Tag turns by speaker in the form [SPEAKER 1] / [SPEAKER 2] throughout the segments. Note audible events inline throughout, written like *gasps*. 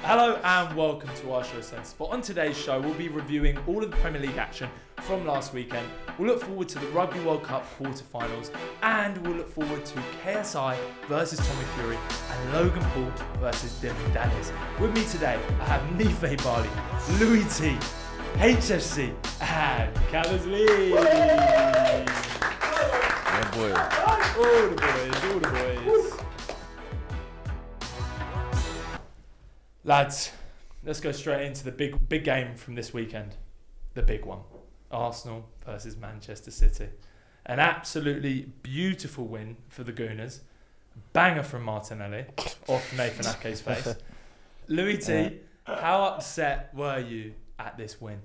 [SPEAKER 1] Hello and welcome to our show Sensible. On today's show, we'll be reviewing all of the Premier League action from last weekend. We'll look forward to the Rugby World Cup quarterfinals, and we'll look forward to KSI versus Tommy Fury and Logan Paul versus Dylan Dennis. With me today, I have Nife Barley, Louis T, HFC, and Callum Lee.
[SPEAKER 2] Yeah, boy.
[SPEAKER 1] All the boys, all the boys. Lads, let's go straight into the big big game from this weekend. The big one. Arsenal versus Manchester City. An absolutely beautiful win for the Gooners. Banger from Martinelli off Nathan Ake's
[SPEAKER 3] *laughs*
[SPEAKER 1] face. Louis T, how upset were you at this win?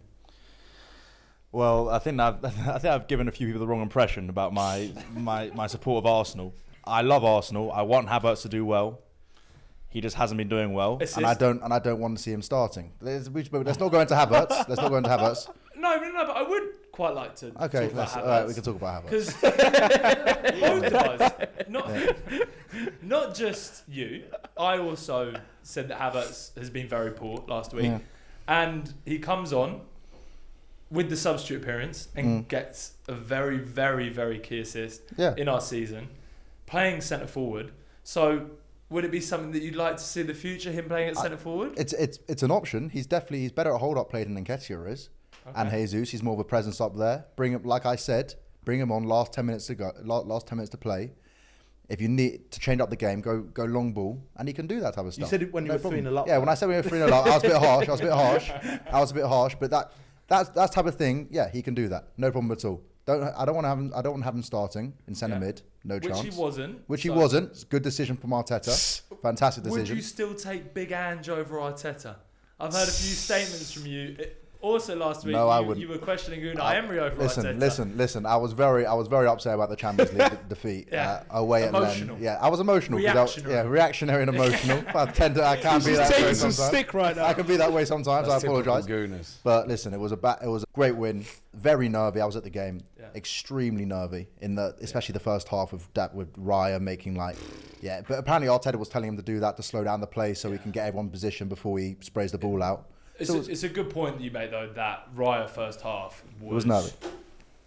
[SPEAKER 2] Well, I think I've *laughs* I think I've given a few people the wrong impression about my my, my support of Arsenal. I love Arsenal. I want Havertz to do well. He just hasn't been doing well.
[SPEAKER 1] Assist.
[SPEAKER 3] And I don't and I don't want to see him starting. Let's, we- but let's not go into Havertz. Let's not go into Havertz.
[SPEAKER 1] No, no, no, but I would quite like to
[SPEAKER 3] Okay,
[SPEAKER 1] talk
[SPEAKER 3] let's,
[SPEAKER 1] about
[SPEAKER 3] all right, we
[SPEAKER 1] Havertz.
[SPEAKER 3] can talk about Havertz.
[SPEAKER 1] *laughs* Because both of us, not not just you, I also said that Havertz has been very poor last week,
[SPEAKER 3] Yeah.
[SPEAKER 1] and he comes on with the substitute appearance and gets a very, very, very key assist
[SPEAKER 3] Mm. Yeah.
[SPEAKER 1] in our season, playing centre forward. So, would it be something that you'd like to see in the future? Him playing at centre forward?
[SPEAKER 3] It's it's it's an option. He's definitely he's better at hold up play than Nketiah is, and Jesus. He's more of a presence up there. Bring him like I said. Bring him on last ten minutes to go. la- Last ten minutes to play. If you need to change up the game, go go long ball, and he can do that type of stuff.
[SPEAKER 4] said it when you were
[SPEAKER 3] problem.
[SPEAKER 4] 3-0 up.
[SPEAKER 3] Yeah, when I said we were three 0 up, I was a bit harsh. I was a bit
[SPEAKER 4] *laughs*
[SPEAKER 3] harsh. I was a bit harsh, but that that's that type of thing. Yeah, he can do that. No problem at all. Don't I don't want to have him. I don't want to have him starting in centre
[SPEAKER 1] Yeah.
[SPEAKER 3] mid. No
[SPEAKER 1] Which
[SPEAKER 3] chance.
[SPEAKER 1] he wasn't.
[SPEAKER 3] Which he
[SPEAKER 1] So,
[SPEAKER 3] wasn't. It's a good decision from
[SPEAKER 4] *laughs*
[SPEAKER 3] Arteta. Fantastic
[SPEAKER 1] Would
[SPEAKER 3] decision.
[SPEAKER 1] you still take Big Ange over Arteta? I've heard a few statements from you. It- also last week,
[SPEAKER 3] No, I
[SPEAKER 1] you,
[SPEAKER 3] wouldn't.
[SPEAKER 1] you were questioning Unai
[SPEAKER 3] I-
[SPEAKER 1] Emery over
[SPEAKER 3] listen,
[SPEAKER 1] Arteta.
[SPEAKER 3] listen, listen. I was very, I was very upset about the Champions
[SPEAKER 4] *laughs*
[SPEAKER 3] League de- defeat
[SPEAKER 1] Yeah.
[SPEAKER 3] uh, away at
[SPEAKER 1] Emotional.
[SPEAKER 3] Lens. Yeah, I was emotional. 'cause I-
[SPEAKER 1] Reactionary.
[SPEAKER 3] yeah, reactionary and
[SPEAKER 4] *laughs*
[SPEAKER 3] emotional. I tend to, I can be
[SPEAKER 4] He's
[SPEAKER 3] that way
[SPEAKER 4] taking some
[SPEAKER 3] sometimes.
[SPEAKER 4] stick right now.
[SPEAKER 3] I can be that way sometimes. I apologise.
[SPEAKER 5] Gooners.
[SPEAKER 3] But listen, it was a ba- it was a great win. Very nervy. I was at the game.
[SPEAKER 1] Yeah.
[SPEAKER 3] Extremely nervy in the especially the first half with that with Raya making like yeah. But apparently Arteta was telling him to do that to slow down the play so we can get everyone in position before he sprays the ball out.
[SPEAKER 1] It's,
[SPEAKER 3] So
[SPEAKER 1] a, it's a good point that you made though that Raya first half was,
[SPEAKER 3] was nervy.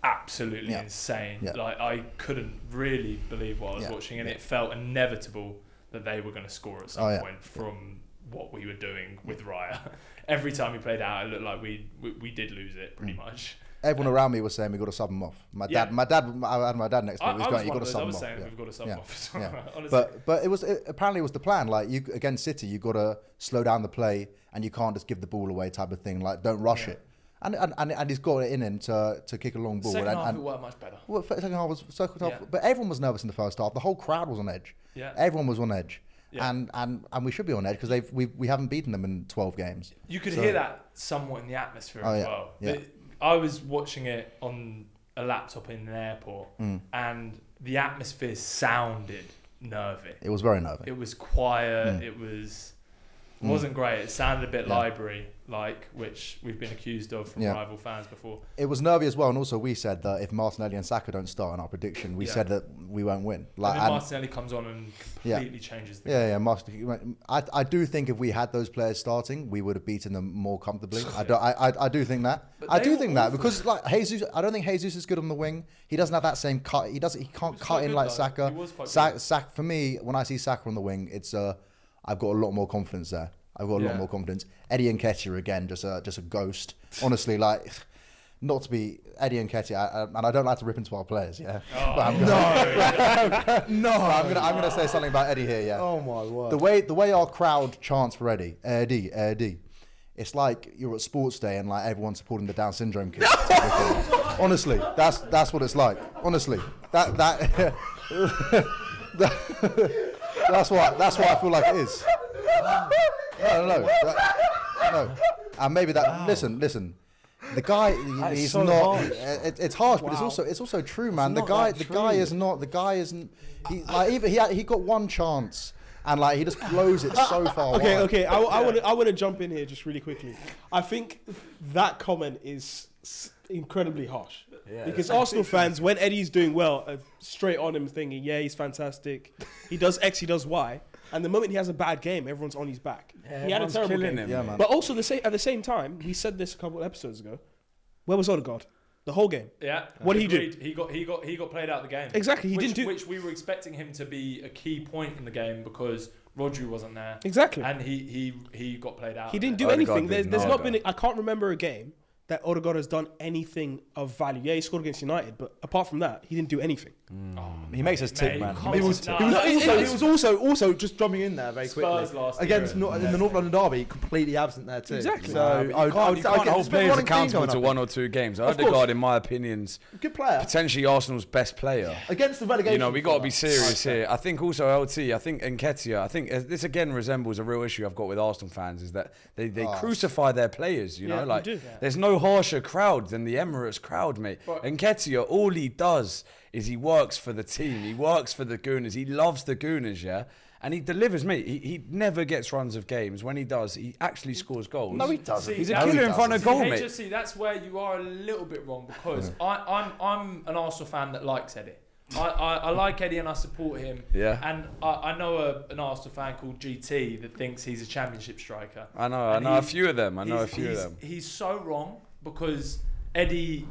[SPEAKER 1] absolutely
[SPEAKER 3] Yeah.
[SPEAKER 1] insane.
[SPEAKER 3] Yeah.
[SPEAKER 1] Like I couldn't really believe what I was
[SPEAKER 3] Yeah.
[SPEAKER 1] watching, and
[SPEAKER 3] Yeah.
[SPEAKER 1] it felt inevitable that they were going to score at some
[SPEAKER 3] Oh, yeah.
[SPEAKER 1] point from what we were doing with Raya. *laughs* Every time we played out, it looked like we we, we did lose it
[SPEAKER 3] Mm.
[SPEAKER 1] pretty much.
[SPEAKER 3] Everyone around me was saying we got to sub him off. My
[SPEAKER 1] Yeah.
[SPEAKER 3] dad, my dad, I had my dad next to
[SPEAKER 1] I, I
[SPEAKER 3] me. He
[SPEAKER 1] was
[SPEAKER 3] was going, you
[SPEAKER 1] one
[SPEAKER 3] got
[SPEAKER 1] of
[SPEAKER 3] to
[SPEAKER 1] those.
[SPEAKER 3] sub
[SPEAKER 1] I
[SPEAKER 3] him
[SPEAKER 1] was
[SPEAKER 3] off.
[SPEAKER 1] saying
[SPEAKER 3] Yeah.
[SPEAKER 1] we've got to sub
[SPEAKER 3] Yeah.
[SPEAKER 1] off as well.
[SPEAKER 3] Yeah.
[SPEAKER 1] *laughs* Honestly.
[SPEAKER 3] But but it was it, apparently it was the plan. Like you against City, you got to slow down the play and you can't just give the ball away type of thing. Like don't rush it. And, and and and he's got it in him to to kick a long ball.
[SPEAKER 1] second
[SPEAKER 3] and,
[SPEAKER 1] half
[SPEAKER 3] and-
[SPEAKER 1] it worked much better.
[SPEAKER 3] well, first- second half was second half,
[SPEAKER 1] Yeah.
[SPEAKER 3] but everyone was nervous in the first half. The whole crowd was on edge.
[SPEAKER 1] Yeah.
[SPEAKER 3] Everyone was on edge.
[SPEAKER 1] Yeah.
[SPEAKER 3] And, and and we should be on edge because they've we, we haven't beaten them in twelve games.
[SPEAKER 1] You could
[SPEAKER 3] So-
[SPEAKER 1] hear that somewhat in the atmosphere
[SPEAKER 3] Oh,
[SPEAKER 1] as
[SPEAKER 3] yeah,
[SPEAKER 1] well.
[SPEAKER 3] yeah.
[SPEAKER 1] The- I was watching it on a laptop in an airport,
[SPEAKER 3] Mm.
[SPEAKER 1] and the atmosphere sounded nervy.
[SPEAKER 3] It was very nervy.
[SPEAKER 1] It was quiet. It was it wasn't great. It sounded a bit
[SPEAKER 3] Mm. Yeah.
[SPEAKER 1] library like, which we've been accused of from
[SPEAKER 3] Yeah.
[SPEAKER 1] rival fans before.
[SPEAKER 3] It was nervy as well, and also we said that if Martinelli and Saka don't start in our prediction, we
[SPEAKER 1] Yeah.
[SPEAKER 3] said that we won't win.
[SPEAKER 1] and
[SPEAKER 3] Like,
[SPEAKER 1] then
[SPEAKER 3] and-
[SPEAKER 1] Martinelli comes on and
[SPEAKER 3] Yeah.
[SPEAKER 1] completely changes the
[SPEAKER 3] yeah, yeah. Martin, I, I do think if we had those players starting, we would have beaten them more
[SPEAKER 1] *sighs*
[SPEAKER 3] comfortably. I, do, I, I, I do think that.
[SPEAKER 1] But
[SPEAKER 3] I
[SPEAKER 1] they
[SPEAKER 3] do
[SPEAKER 1] were
[SPEAKER 3] think that because like Jesus, I don't think Jesus is good on the wing. He doesn't have that same cut. He doesn't. He can't
[SPEAKER 1] was
[SPEAKER 3] cut
[SPEAKER 1] quite
[SPEAKER 3] in
[SPEAKER 1] good,
[SPEAKER 3] like
[SPEAKER 1] though.
[SPEAKER 3] Saka.
[SPEAKER 1] He was quite
[SPEAKER 3] Sa-
[SPEAKER 1] good.
[SPEAKER 3] Saka for me, when I see Saka on the wing, it's uh, I've got a lot more confidence there. I've got a
[SPEAKER 1] Yeah.
[SPEAKER 3] lot more confidence. Eddie and Nketiah again, just a just a ghost. Honestly, like. Not to be Eddie and Ketty, I, I- and I don't like to rip into our players, yeah.
[SPEAKER 1] Oh,
[SPEAKER 3] But I'm gonna,
[SPEAKER 1] *laughs*
[SPEAKER 3] *laughs*
[SPEAKER 4] *laughs*
[SPEAKER 3] no, I'm gonna, I'm gonna say something about Eddie here, yeah.
[SPEAKER 4] Oh my word.
[SPEAKER 3] The way the way our crowd chants for Eddie, Eddie, Eddie, it's like you're at sports day and like everyone's supporting the Down syndrome
[SPEAKER 4] *laughs*
[SPEAKER 3] kid. Honestly, that's that's what it's like. Honestly, that that, *laughs* that- that's what that's what I feel like it is. No, no, no, that- no. And maybe that. Listen, listen. The guy, he's
[SPEAKER 4] so
[SPEAKER 3] not.
[SPEAKER 4] harsh.
[SPEAKER 3] It, it's harsh, but it's also it's also true, man. the
[SPEAKER 4] not
[SPEAKER 3] guy,
[SPEAKER 4] that
[SPEAKER 3] the
[SPEAKER 4] true.
[SPEAKER 3] guy is not. The guy isn't. He like even he had, he got one chance, and like he just blows it so *laughs* far.
[SPEAKER 4] Okay,
[SPEAKER 3] wide.
[SPEAKER 4] okay. I, want to I want to jump in here just really quickly. I think that comment is s- incredibly harsh because Arsenal
[SPEAKER 5] *laughs*
[SPEAKER 4] fans, when Eddie's doing well, are straight on him thinking, "Yeah, he's fantastic. He does X, he does Y." And the moment he has a bad game, everyone's on his back. he had a
[SPEAKER 5] Everyone's
[SPEAKER 4] terrible
[SPEAKER 5] killing
[SPEAKER 4] game.
[SPEAKER 5] him.
[SPEAKER 3] Yeah, man.
[SPEAKER 4] But also, the same, at the same time, we said this a couple of episodes ago. Where was Odegaard? The whole game.
[SPEAKER 1] Yeah.
[SPEAKER 4] What did he do?
[SPEAKER 1] Agreed. He got he got he got played out of the game.
[SPEAKER 4] Exactly, he
[SPEAKER 1] which,
[SPEAKER 4] didn't do-
[SPEAKER 1] which we were expecting him to be a key point in the game because Rodri wasn't there.
[SPEAKER 4] Exactly.
[SPEAKER 1] And he he he got played out.
[SPEAKER 4] He
[SPEAKER 1] of
[SPEAKER 4] didn't
[SPEAKER 1] it.
[SPEAKER 4] do
[SPEAKER 3] Odegaard
[SPEAKER 4] anything.
[SPEAKER 3] did
[SPEAKER 4] There's, there's
[SPEAKER 3] nada.
[SPEAKER 4] not been. A, I can't remember a game that Odegaard has done anything of value. Yeah, he scored against United, but apart from that, he didn't do anything.
[SPEAKER 2] He makes us tick,
[SPEAKER 1] Mate,
[SPEAKER 2] man.
[SPEAKER 1] you
[SPEAKER 2] He
[SPEAKER 1] can't
[SPEAKER 2] makes
[SPEAKER 1] deny
[SPEAKER 2] us tick.
[SPEAKER 5] It
[SPEAKER 1] that.
[SPEAKER 5] was,
[SPEAKER 4] No, it-
[SPEAKER 5] also,
[SPEAKER 4] it's-
[SPEAKER 5] it was also also just jumping in there very quickly
[SPEAKER 1] Spurs last
[SPEAKER 5] against
[SPEAKER 1] year.
[SPEAKER 5] Nor- in the North London derby, completely absent there too.
[SPEAKER 4] Exactly.
[SPEAKER 5] So
[SPEAKER 3] Nah, but you can't-
[SPEAKER 5] I, I,
[SPEAKER 3] you
[SPEAKER 5] would- I
[SPEAKER 3] can't
[SPEAKER 5] would get-
[SPEAKER 3] hold
[SPEAKER 5] there's been
[SPEAKER 3] players
[SPEAKER 5] one thing
[SPEAKER 6] accountable
[SPEAKER 5] going
[SPEAKER 6] to
[SPEAKER 5] up.
[SPEAKER 6] one or two games.
[SPEAKER 5] Of course.
[SPEAKER 6] Odegaard, in my opinions,
[SPEAKER 5] Good player
[SPEAKER 6] potentially Arsenal's best player.
[SPEAKER 5] against the relegation.
[SPEAKER 6] You know, we got to be
[SPEAKER 5] side.
[SPEAKER 6] serious here. I think also LT, I think Enketia, I think uh, this again resembles a real issue I've got with Arsenal fans is that they, they crucify their players, you
[SPEAKER 4] Yeah,
[SPEAKER 6] know?
[SPEAKER 4] they
[SPEAKER 6] Like,
[SPEAKER 4] do. Yeah.
[SPEAKER 6] there's no harsher crowd than the Emirates crowd, mate. Enketia, all he does is he works for the team, he works for the Gooners, he loves the Gooners, yeah? And he delivers, mate. He, he never gets runs of games. When he does, he actually scores goals.
[SPEAKER 5] No, he doesn't.
[SPEAKER 1] See,
[SPEAKER 6] He's a
[SPEAKER 1] that-
[SPEAKER 6] killer in front of
[SPEAKER 1] See,
[SPEAKER 6] goal,
[SPEAKER 1] HSC,
[SPEAKER 6] mate.
[SPEAKER 1] that's where you are a little bit wrong because I, I'm I'm an Arsenal fan that likes Eddie. I, I, I like Eddie and I support him.
[SPEAKER 6] Yeah.
[SPEAKER 1] And I, I know a, an Arsenal fan called GT that thinks he's a championship striker.
[SPEAKER 6] I know, I
[SPEAKER 1] And
[SPEAKER 6] know a
[SPEAKER 1] he's-
[SPEAKER 6] few of them. I know a
[SPEAKER 1] he's-
[SPEAKER 6] few of
[SPEAKER 1] he's-
[SPEAKER 6] them.
[SPEAKER 1] He's so wrong because Eddie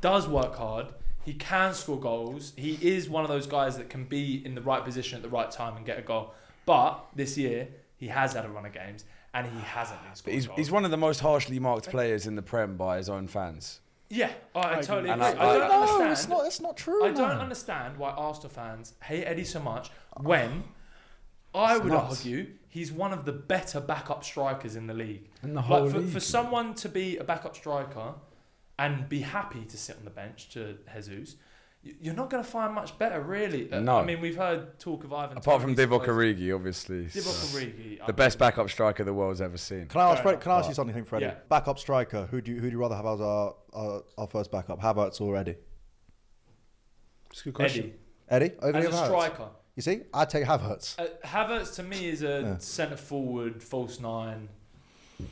[SPEAKER 1] does work hard. He can score goals. He is one of those guys that can be in the right position at the right time and get a goal. But this year, he has had a run of games and he hasn't been
[SPEAKER 6] But
[SPEAKER 1] scoring
[SPEAKER 6] he's,
[SPEAKER 1] goals.
[SPEAKER 6] he's one of the most harshly marked players in the Prem by his own fans.
[SPEAKER 1] Yeah, I, I totally
[SPEAKER 6] And
[SPEAKER 1] agree. I,
[SPEAKER 6] I-
[SPEAKER 1] don't
[SPEAKER 6] I-
[SPEAKER 1] understand.
[SPEAKER 3] No, it's not. It's not true.
[SPEAKER 1] I
[SPEAKER 3] man.
[SPEAKER 1] don't understand why Arsenal fans hate Eddie so much
[SPEAKER 6] *sighs*
[SPEAKER 1] when I would
[SPEAKER 6] nuts.
[SPEAKER 1] argue he's one of the better backup strikers in the league.
[SPEAKER 6] In the
[SPEAKER 1] Like,
[SPEAKER 6] whole
[SPEAKER 1] for,
[SPEAKER 6] league.
[SPEAKER 1] for someone to be a backup striker and be happy to sit on the bench to Jesus, y- you're not going to find much better, really. Uh,
[SPEAKER 6] No.
[SPEAKER 1] I mean, we've heard talk of Ivan.
[SPEAKER 6] Apart from
[SPEAKER 1] Tony's
[SPEAKER 6] Divock
[SPEAKER 1] supposed-
[SPEAKER 6] Origi, obviously. uh,
[SPEAKER 1] Divock Origi, I
[SPEAKER 6] The
[SPEAKER 1] mean,
[SPEAKER 6] best backup striker the world's ever seen.
[SPEAKER 3] Can I ask,
[SPEAKER 1] Fair
[SPEAKER 3] Fred, can I ask you something, Freddie?
[SPEAKER 1] Yeah.
[SPEAKER 3] Backup striker. Who do you, who do you rather have as our, our, our first backup? Havertz or Eddie?
[SPEAKER 4] It's a good question.
[SPEAKER 1] Eddie
[SPEAKER 3] Eddie over
[SPEAKER 1] as a
[SPEAKER 3] Havertz.
[SPEAKER 1] striker.
[SPEAKER 3] You see, I take Havertz.
[SPEAKER 1] Uh, Havertz to me is a centre forward, false nine,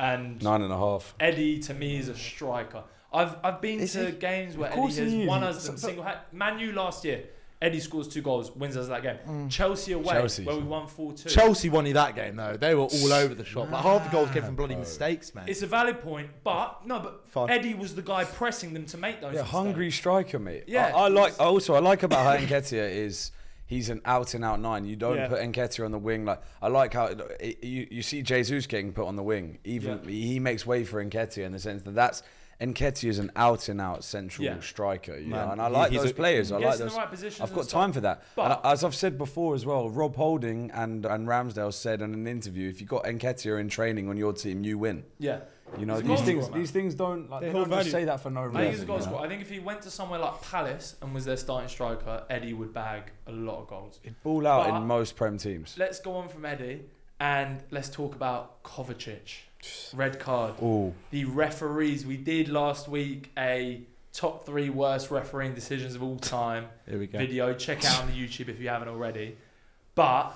[SPEAKER 1] and
[SPEAKER 6] Nine and a half.
[SPEAKER 1] Eddie to me is a striker. I've I've been
[SPEAKER 3] Is
[SPEAKER 1] to
[SPEAKER 3] he?
[SPEAKER 1] games where
[SPEAKER 3] Of
[SPEAKER 1] Eddie
[SPEAKER 3] course
[SPEAKER 1] has
[SPEAKER 3] he is.
[SPEAKER 1] won us
[SPEAKER 3] So-
[SPEAKER 1] the
[SPEAKER 3] so-
[SPEAKER 1] single hand. Manu last year, Eddie scores two goals, wins us that game. Chelsea away,
[SPEAKER 6] Chelsea.
[SPEAKER 1] where we won four two.
[SPEAKER 5] Chelsea won you that game though. They were all over the shop. Like half the goals came from bloody mistakes, man.
[SPEAKER 1] It's a valid point, but no, but
[SPEAKER 5] Fine.
[SPEAKER 1] Eddie was the guy pressing them to make those.
[SPEAKER 6] Yeah,
[SPEAKER 1] mistakes.
[SPEAKER 6] hungry striker, mate.
[SPEAKER 1] Yeah,
[SPEAKER 6] I, I like.
[SPEAKER 1] he's-
[SPEAKER 6] Also, I like about how Enketia is. He's an out and out nine. You don't
[SPEAKER 4] Yeah.
[SPEAKER 6] put Enketia on the wing. Like I like how it, you you see Jesus getting put on the wing. Even
[SPEAKER 1] Yeah.
[SPEAKER 6] he makes way for Enketia in the sense that that's Enketia is an out and out central
[SPEAKER 1] Yeah.
[SPEAKER 6] striker. You
[SPEAKER 3] Man,
[SPEAKER 6] know, and I
[SPEAKER 3] he-
[SPEAKER 6] like
[SPEAKER 3] he's
[SPEAKER 6] those
[SPEAKER 3] a-
[SPEAKER 6] players. I
[SPEAKER 1] Gets
[SPEAKER 6] like
[SPEAKER 1] in the
[SPEAKER 6] those.
[SPEAKER 1] right positions
[SPEAKER 6] I've
[SPEAKER 1] and
[SPEAKER 6] got
[SPEAKER 1] stuff.
[SPEAKER 6] time for that.
[SPEAKER 1] But-
[SPEAKER 6] and I- as I've said before as well, Rob Holding and and Ramsdale said in an interview, if you got Enketia in training on your team, you win.
[SPEAKER 1] Yeah,
[SPEAKER 6] You know
[SPEAKER 1] He's a
[SPEAKER 6] these
[SPEAKER 1] goal
[SPEAKER 6] things.
[SPEAKER 1] scorer, man.
[SPEAKER 6] These things don't like
[SPEAKER 4] They
[SPEAKER 6] they
[SPEAKER 4] hold
[SPEAKER 6] don't just
[SPEAKER 4] value.
[SPEAKER 6] say that for no reason.
[SPEAKER 1] I think he's a
[SPEAKER 6] you
[SPEAKER 1] goal
[SPEAKER 6] know?
[SPEAKER 1] scorer. I think if he went to somewhere like Palace and was their starting striker, Eddie would bag a lot of goals.
[SPEAKER 6] Ball out
[SPEAKER 1] But-
[SPEAKER 6] in most prem teams.
[SPEAKER 1] Let's go on from Eddie and let's talk about Kovacic. Red card.
[SPEAKER 3] Oh,
[SPEAKER 1] the referees. We did last week a top three worst refereeing decisions of all time
[SPEAKER 5] Here we go.
[SPEAKER 1] video. Check out on the YouTube if you haven't already. But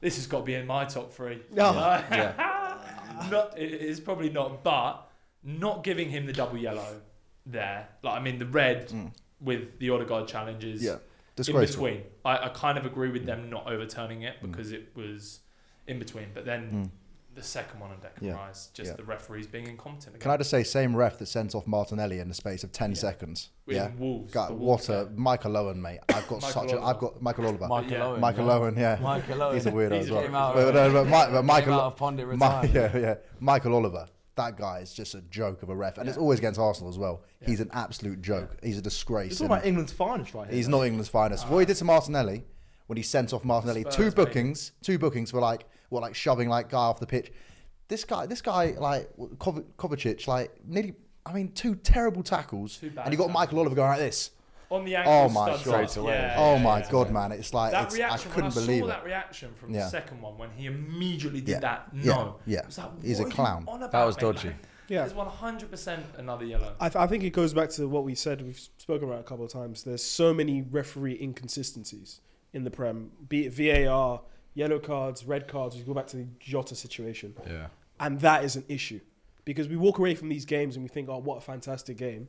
[SPEAKER 1] this has got to be in my top three.
[SPEAKER 5] No.
[SPEAKER 1] Like, not, it- it's probably not, but not giving him the double yellow there. Like I mean, the red with the Odegaard challenges
[SPEAKER 3] yeah,
[SPEAKER 1] in
[SPEAKER 3] disgraceful.
[SPEAKER 1] between. I, I kind of agree
[SPEAKER 3] Mm.
[SPEAKER 1] with them not overturning it because it was in between. But then the second one on Declan
[SPEAKER 3] Mm. Yeah.
[SPEAKER 1] Rice, just
[SPEAKER 3] Yeah.
[SPEAKER 1] the referees being incompetent. Again.
[SPEAKER 3] Can I just say, same ref that sent off Martinelli in the space of ten
[SPEAKER 1] Yeah.
[SPEAKER 3] seconds.
[SPEAKER 1] With
[SPEAKER 3] yeah,
[SPEAKER 1] Wolves.
[SPEAKER 3] God,
[SPEAKER 1] the
[SPEAKER 3] what
[SPEAKER 1] Wolves
[SPEAKER 3] a
[SPEAKER 1] game.
[SPEAKER 3] Michael Owen, mate. I've
[SPEAKER 1] Michael
[SPEAKER 3] got such a.
[SPEAKER 1] Oliver.
[SPEAKER 3] I've got Michael Oliver.
[SPEAKER 1] Michael yeah.
[SPEAKER 6] Owen.
[SPEAKER 3] Michael Owen, yeah.
[SPEAKER 6] Michael
[SPEAKER 3] He's a weirdo as well.
[SPEAKER 1] came
[SPEAKER 6] out
[SPEAKER 3] But,
[SPEAKER 6] of-
[SPEAKER 3] no, but, Mi- but Michael,
[SPEAKER 6] out of pondit
[SPEAKER 3] Mi-
[SPEAKER 6] retirement.
[SPEAKER 3] yeah, yeah. Michael Oliver, that guy is just a joke of a ref, and it's always against Arsenal as well. He's an absolute joke. He's a disgrace.
[SPEAKER 5] It's all
[SPEAKER 3] and-
[SPEAKER 5] about England's finest right here.
[SPEAKER 3] He's not England's finest. What he did to Martinelli when he sent off Martinelli,
[SPEAKER 1] Spurs,
[SPEAKER 3] two
[SPEAKER 1] mate.
[SPEAKER 3] bookings, two bookings for like what like shoving like guy off the pitch. This guy, this guy like Kov- Kovacic, like nearly. I mean, two terrible tackles,
[SPEAKER 1] Two bad
[SPEAKER 3] and you got
[SPEAKER 1] tackles.
[SPEAKER 3] Michael Oliver going like this.
[SPEAKER 1] On the ankle.
[SPEAKER 3] Oh my
[SPEAKER 1] studs
[SPEAKER 3] god!
[SPEAKER 1] up. Yeah,
[SPEAKER 3] oh
[SPEAKER 1] yeah,
[SPEAKER 3] my
[SPEAKER 1] yeah.
[SPEAKER 3] god, man! It's like
[SPEAKER 1] That
[SPEAKER 3] it's, I
[SPEAKER 1] reaction,
[SPEAKER 3] couldn't
[SPEAKER 1] when I
[SPEAKER 3] believe
[SPEAKER 1] saw
[SPEAKER 3] it.
[SPEAKER 1] that reaction from the
[SPEAKER 3] Yeah.
[SPEAKER 1] second one when he immediately did
[SPEAKER 3] Yeah.
[SPEAKER 1] that,
[SPEAKER 3] Yeah.
[SPEAKER 1] no.
[SPEAKER 3] Yeah.
[SPEAKER 1] It was like,
[SPEAKER 3] He's
[SPEAKER 1] what
[SPEAKER 3] a
[SPEAKER 1] are you
[SPEAKER 3] clown.
[SPEAKER 1] on
[SPEAKER 6] That
[SPEAKER 1] about,
[SPEAKER 6] was
[SPEAKER 1] mate?
[SPEAKER 6] dodgy.
[SPEAKER 1] Like,
[SPEAKER 4] Yeah.
[SPEAKER 1] There's 100% another yellow.
[SPEAKER 4] I, th- I think it goes back to what we said. We've spoken about it a couple of times. There's so many referee inconsistencies in the Prem, be it VAR, yellow cards, red cards. We go back to the Jota situation,
[SPEAKER 6] Yeah.
[SPEAKER 4] and that is an issue because we walk away from these games and we think, "Oh, what a fantastic game,"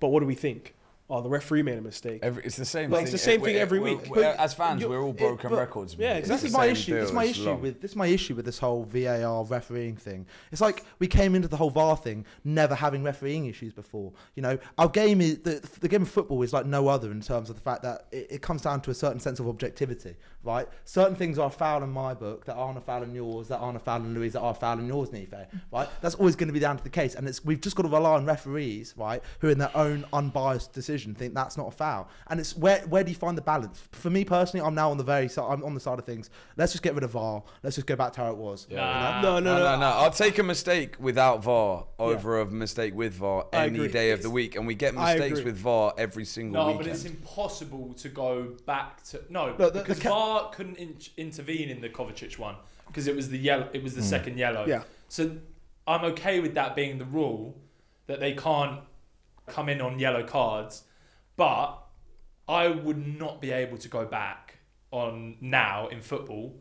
[SPEAKER 4] but what do we think? oh, the referee made a mistake.
[SPEAKER 6] Every, it's the same.
[SPEAKER 4] Well,
[SPEAKER 6] thing.
[SPEAKER 4] it's the same
[SPEAKER 6] We're-
[SPEAKER 4] thing every
[SPEAKER 6] we're-
[SPEAKER 4] week.
[SPEAKER 6] we're-
[SPEAKER 4] But
[SPEAKER 6] as fans,
[SPEAKER 4] you-
[SPEAKER 6] we're all
[SPEAKER 4] it-
[SPEAKER 6] broken
[SPEAKER 4] but-
[SPEAKER 6] records.
[SPEAKER 4] yeah,
[SPEAKER 6] man. It's
[SPEAKER 4] exactly.
[SPEAKER 5] This
[SPEAKER 6] the
[SPEAKER 5] is my
[SPEAKER 6] same
[SPEAKER 5] issue. This is
[SPEAKER 6] deal,
[SPEAKER 5] my
[SPEAKER 6] it's
[SPEAKER 5] issue
[SPEAKER 6] long.
[SPEAKER 5] with this. Is my issue with this whole VAR refereeing thing. It's like we came into the whole VAR thing never having refereeing issues before. You know, our game is the, the game of football is like no other in terms of the fact that it, it comes down to a certain sense of objectivity, right? Certain things are foul in my book that aren't a foul in yours, that aren't a foul in Louis, that are foul in yours, Nife. Right? That's always going to be down to the case, and it's we've just got to rely on referees, right, who in their own unbiased decision think that's not a foul. And it's where where do you find the balance? For me personally, I'm now on the very side. I'm on the side of things. Let's just get rid of VAR. Let's just go back to how it was.
[SPEAKER 1] Nah.
[SPEAKER 4] no, no,
[SPEAKER 6] No,
[SPEAKER 4] no.
[SPEAKER 6] no, no. I'll take a mistake without VAR over a mistake with VAR
[SPEAKER 4] I
[SPEAKER 6] any
[SPEAKER 4] agree.
[SPEAKER 6] day of the week, and we get
[SPEAKER 4] I
[SPEAKER 6] mistakes
[SPEAKER 4] agree.
[SPEAKER 6] with VAR every single
[SPEAKER 1] No,
[SPEAKER 6] weekend.
[SPEAKER 1] but it's impossible to go back to no
[SPEAKER 5] Look, the- the
[SPEAKER 1] because
[SPEAKER 5] ca-
[SPEAKER 1] VAR couldn't in- intervene in the Kovacic one because it was the yellow. It was the second yellow.
[SPEAKER 4] Yeah.
[SPEAKER 1] So I'm okay with that being the rule that they can't come in on yellow cards, but I would not be able to go back on now in football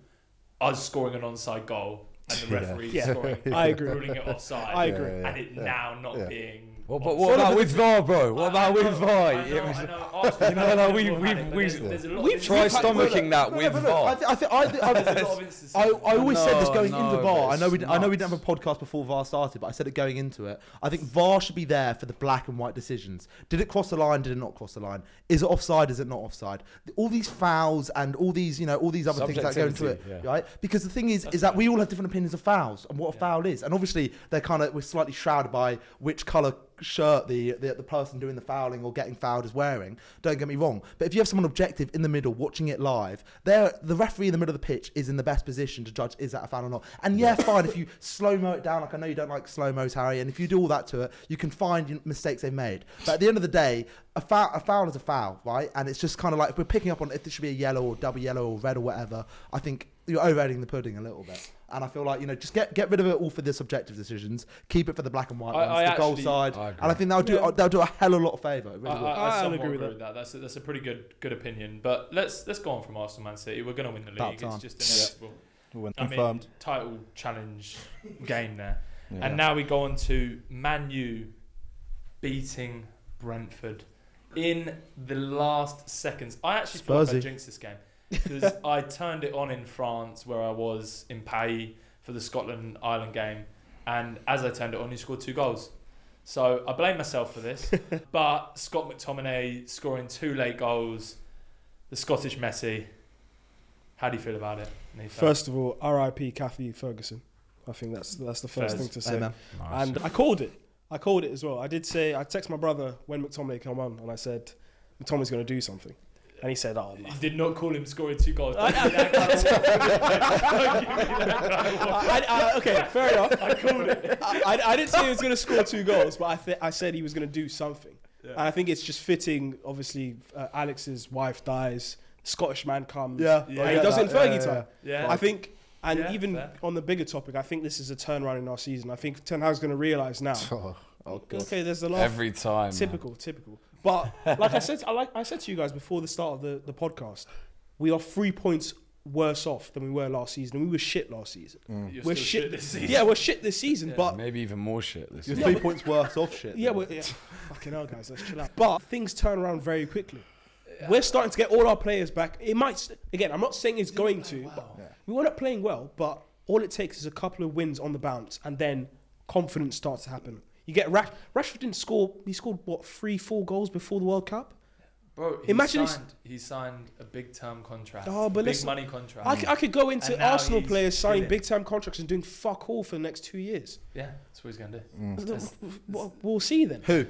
[SPEAKER 1] us scoring an onside goal and the referee
[SPEAKER 4] Yeah.
[SPEAKER 1] scoring
[SPEAKER 4] I agree.
[SPEAKER 1] ruling it offside.
[SPEAKER 4] I agree.
[SPEAKER 1] And it now not being.
[SPEAKER 6] Well, but
[SPEAKER 1] offside.
[SPEAKER 6] what about with VAR, bro?
[SPEAKER 1] I-
[SPEAKER 6] What
[SPEAKER 1] I
[SPEAKER 6] about with
[SPEAKER 1] know,
[SPEAKER 6] VAR?
[SPEAKER 1] I know,
[SPEAKER 6] Yeah,
[SPEAKER 1] I know, Arsenal
[SPEAKER 6] You know, no,
[SPEAKER 1] have
[SPEAKER 6] we-
[SPEAKER 1] more
[SPEAKER 6] we've-
[SPEAKER 1] had it, but
[SPEAKER 6] we've-
[SPEAKER 1] there's- there's a lot of
[SPEAKER 6] We've tried
[SPEAKER 1] instances-
[SPEAKER 6] stomaching that
[SPEAKER 5] No,
[SPEAKER 6] with
[SPEAKER 5] but look,
[SPEAKER 6] VAR.
[SPEAKER 5] I, th- I, th- I, th- I,
[SPEAKER 1] there's a
[SPEAKER 5] th-
[SPEAKER 1] lot of instances.
[SPEAKER 5] I, I always said this
[SPEAKER 6] No,
[SPEAKER 5] going into
[SPEAKER 6] no,
[SPEAKER 5] VAR. I
[SPEAKER 6] it's
[SPEAKER 5] know we d- I know we didn't have
[SPEAKER 6] nuts.
[SPEAKER 5] a podcast before VAR started, but I said it going into it. I think VAR should be there for the black and white decisions. Did it cross the line? Did it not cross the line? Is it offside? Is it not offside? All these fouls and all these you know all these other things that go into it,
[SPEAKER 6] Subjectivity,
[SPEAKER 5] right? Because the thing is, is that we all have different opinions of fouls and what a
[SPEAKER 1] Yeah.
[SPEAKER 5] foul is, and obviously they're kind of we're slightly shrouded by which color shirt the, the the person doing the fouling or getting fouled is wearing. Don't get me wrong, but if you have someone objective in the middle watching it live, there the referee in the middle of the pitch is in the best position to judge is that a foul or not. And yeah, fine if you slow mo it down, like I know you don't like slow mos, Harry, and if you do all that to it, you can find your mistakes they've made. But at the end of the day, a foul a foul is a foul, right? And it's just kind of like if we're picking up on if this should be a yellow or double yellow or red or whatever. I think you're overrating the pudding a little bit. And I feel like, you know, just get, get rid of it all for the subjective decisions. Keep it for the black and white
[SPEAKER 1] I-
[SPEAKER 5] ones,
[SPEAKER 1] I
[SPEAKER 5] the goal
[SPEAKER 1] actually-
[SPEAKER 5] side.
[SPEAKER 6] I agree.
[SPEAKER 5] and I think that'll do
[SPEAKER 4] Yeah.
[SPEAKER 5] that'll do a hell of a lot of favour. It
[SPEAKER 1] I,
[SPEAKER 5] really
[SPEAKER 1] I,
[SPEAKER 5] will.
[SPEAKER 1] I,
[SPEAKER 4] I'll
[SPEAKER 1] somewhat
[SPEAKER 4] agree
[SPEAKER 1] agree
[SPEAKER 4] with
[SPEAKER 1] with that. That's a, that's a pretty good good opinion. But let's let's go on from Arsenal Man City. We're going to win the
[SPEAKER 5] About
[SPEAKER 1] league.
[SPEAKER 5] time.
[SPEAKER 1] It's just inevitable.
[SPEAKER 2] When
[SPEAKER 1] I mean,
[SPEAKER 2] confirmed.
[SPEAKER 1] title challenge game there.
[SPEAKER 2] Yeah.
[SPEAKER 1] And now we go on to Man U beating Brentford in the last seconds. I actually feel like I
[SPEAKER 5] Spursy.
[SPEAKER 1] jinxed this game because I turned it on in France where I was in Paris for the Scotland Ireland game, and as I turned it on, he scored two goals. So I blame myself for this, but Scott McTominay scoring two late goals, the Scottish Messi. How do you feel about it? Nathan?
[SPEAKER 4] First of all, R.I.P. Kathy Ferguson. I think that's that's the first
[SPEAKER 1] Fez.
[SPEAKER 4] thing to say.
[SPEAKER 5] Amen.
[SPEAKER 4] And I called it. I called it as well. I did say I texted my brother when McTominay came on, and I said McTominay's going to do something, and he said, "Oh, no."
[SPEAKER 1] You
[SPEAKER 5] *laughs*
[SPEAKER 1] did not call him scoring two goals. Don't give me that kind of Don't give me that kind of waffle.
[SPEAKER 4] I, I- okay, fair enough.
[SPEAKER 1] I called it.
[SPEAKER 4] I, I- I didn't say he was going to score two goals, but I, th- I said he was going to do something.
[SPEAKER 1] Yeah.
[SPEAKER 4] And I think it's just fitting. Obviously, uh, Alex's wife dies, Scottish man comes.
[SPEAKER 5] Yeah,
[SPEAKER 1] Yeah.
[SPEAKER 4] and
[SPEAKER 1] I
[SPEAKER 4] he
[SPEAKER 1] get
[SPEAKER 4] does it in
[SPEAKER 5] that. Yeah,
[SPEAKER 4] Fergie
[SPEAKER 5] yeah,
[SPEAKER 4] time.
[SPEAKER 1] Yeah.
[SPEAKER 4] I think, and
[SPEAKER 1] Yeah,
[SPEAKER 4] even
[SPEAKER 1] fair.
[SPEAKER 4] on the bigger topic, I think this is a turnaround in our season. I think Ten Hag's going to realise now.
[SPEAKER 5] Oh, *laughs* oh, God.
[SPEAKER 4] Okay, there's the last
[SPEAKER 6] Every time. man.
[SPEAKER 4] typical, typical. But like I said, I like I said to you guys before the start of the, the podcast, we are three points worse off than we were last season. We were shit last season.
[SPEAKER 5] Mm.
[SPEAKER 1] Mm. You're
[SPEAKER 4] We're
[SPEAKER 1] still
[SPEAKER 4] shit.
[SPEAKER 1] shit this season.
[SPEAKER 4] *laughs* Yeah, we're shit this season.
[SPEAKER 1] Yeah.
[SPEAKER 4] But
[SPEAKER 6] Maybe even more shit. This
[SPEAKER 5] You're
[SPEAKER 6] is-
[SPEAKER 5] three points worse off shit.
[SPEAKER 4] yeah,
[SPEAKER 1] *laughs*
[SPEAKER 5] though.
[SPEAKER 4] we're, yeah, fucking hell, guys, let's chill out. But things turn around very quickly. We're starting to get all our players back. It might s- again. I'm not saying it's going to. But We were not playing well, but all it takes is a couple of wins on the bounce, and then confidence starts to happen. You get Rash- Rashford didn't score. He scored what three, four goals before the World Cup.
[SPEAKER 1] Bro, he
[SPEAKER 4] Imagine he's-
[SPEAKER 1] signed, he signed a big term contract.
[SPEAKER 4] Oh, but
[SPEAKER 1] big
[SPEAKER 4] listen,
[SPEAKER 1] money contract.
[SPEAKER 4] I, c- I could go into
[SPEAKER 1] And now
[SPEAKER 4] Arsenal
[SPEAKER 1] he's
[SPEAKER 4] players signing
[SPEAKER 1] killing.
[SPEAKER 4] big time contracts and doing fuck all for the next two years.
[SPEAKER 1] yeah, that's what he's gonna do.
[SPEAKER 4] Th- We'll, we'll see then. Who?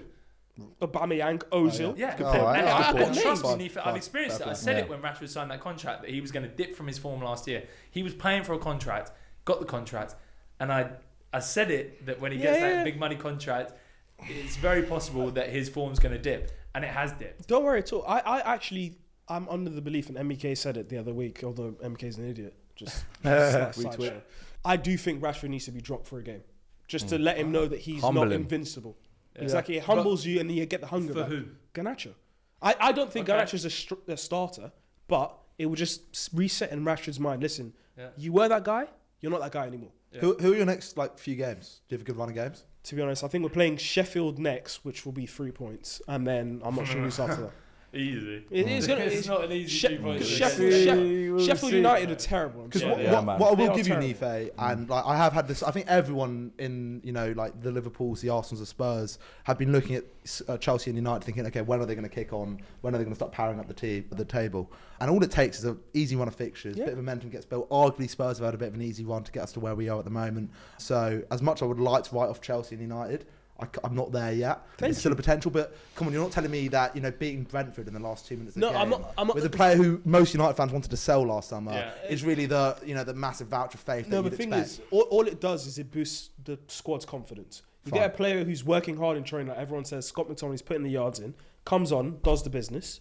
[SPEAKER 4] Aubameyang, Ozil.
[SPEAKER 1] Yeah,
[SPEAKER 5] Good point.
[SPEAKER 1] and
[SPEAKER 5] That's
[SPEAKER 1] Oh, I,
[SPEAKER 5] a
[SPEAKER 1] I
[SPEAKER 5] good
[SPEAKER 1] can
[SPEAKER 5] point.
[SPEAKER 1] trust
[SPEAKER 5] Fine,
[SPEAKER 1] Nefa. I've
[SPEAKER 5] fine,
[SPEAKER 1] experienced
[SPEAKER 5] fair
[SPEAKER 1] it. I
[SPEAKER 5] point.
[SPEAKER 1] said it
[SPEAKER 5] Yeah.
[SPEAKER 1] when Rashford signed that contract that he was going to dip from his form last year. He was playing for a contract, got the contract, and I I said it that when he gets
[SPEAKER 4] Yeah, yeah,
[SPEAKER 1] that
[SPEAKER 4] yeah.
[SPEAKER 1] big money contract, it's very possible that his form's going to dip, and it has dipped.
[SPEAKER 4] Don't worry at all. I, I actually, I'm under the belief, and MEK said it the other week, although MK's an idiot. Just slight- slight
[SPEAKER 5] Retweet.
[SPEAKER 4] show. I do think Rashford needs to be dropped for a game. Just to let him know that he's
[SPEAKER 6] Humble
[SPEAKER 4] not
[SPEAKER 6] him.
[SPEAKER 4] invincible.
[SPEAKER 1] Yeah.
[SPEAKER 4] Exactly. It humbles you and you get the hunger.
[SPEAKER 1] For
[SPEAKER 4] back.
[SPEAKER 1] who?
[SPEAKER 4] Garnacho. I, I don't think
[SPEAKER 1] Okay.
[SPEAKER 4] Garnacho's a, str- a starter, but it will just s- reset in Rashford's mind. Listen,
[SPEAKER 1] Yeah.
[SPEAKER 4] you were that guy, You're not that guy anymore.
[SPEAKER 5] Who, who are your next like few games? Do you have a good run of games?
[SPEAKER 4] To be honest, I think we're playing Sheffield next, which will be three points, and then I'm not sure
[SPEAKER 1] *laughs*
[SPEAKER 4] who's after that.
[SPEAKER 1] Easy.
[SPEAKER 4] It is gonna-
[SPEAKER 1] It's
[SPEAKER 4] it's-
[SPEAKER 1] not an easy
[SPEAKER 4] She-
[SPEAKER 1] three points.
[SPEAKER 4] because
[SPEAKER 1] We'll
[SPEAKER 4] Sheffield,
[SPEAKER 1] see.
[SPEAKER 4] Shef- Sheffield United are terrible. I'm
[SPEAKER 5] Because
[SPEAKER 4] sorry.
[SPEAKER 5] what,
[SPEAKER 2] yeah,
[SPEAKER 5] what-
[SPEAKER 2] man.
[SPEAKER 5] what I
[SPEAKER 4] They
[SPEAKER 5] will
[SPEAKER 4] are
[SPEAKER 5] give you,
[SPEAKER 4] terrible.
[SPEAKER 5] Nife, and like I have had this. I think everyone in you know like the Liverpool's, the Arsenal's, the Spurs have been looking at uh, Chelsea and United, thinking, okay, when are they going to kick on? When are they going to start powering up the team, the table? And all it takes is an easy run of fixtures, a bit of momentum gets built. Arguably, Spurs have had a bit of an easy run to get us to where we are at the moment. So as much as I would like to write off Chelsea and United. I, am not there yet. There's still a potential, but come on, you're not telling me that you know beating Brentford in the last two minutes. Of
[SPEAKER 4] No,
[SPEAKER 5] the
[SPEAKER 4] I'm
[SPEAKER 5] game
[SPEAKER 4] not- I'm not-
[SPEAKER 5] With a player who most United fans wanted to sell last summer
[SPEAKER 1] Yeah.
[SPEAKER 5] is really the you know the massive voucher of faith.
[SPEAKER 4] No,
[SPEAKER 5] that
[SPEAKER 4] but
[SPEAKER 5] you'd
[SPEAKER 4] the thing
[SPEAKER 5] expect.
[SPEAKER 4] is, all, all it does is it boosts the squad's confidence. You
[SPEAKER 5] Fine.
[SPEAKER 4] get a player who's working hard in training, like everyone says, Scott McTominay's putting the yards in, comes on, does the business.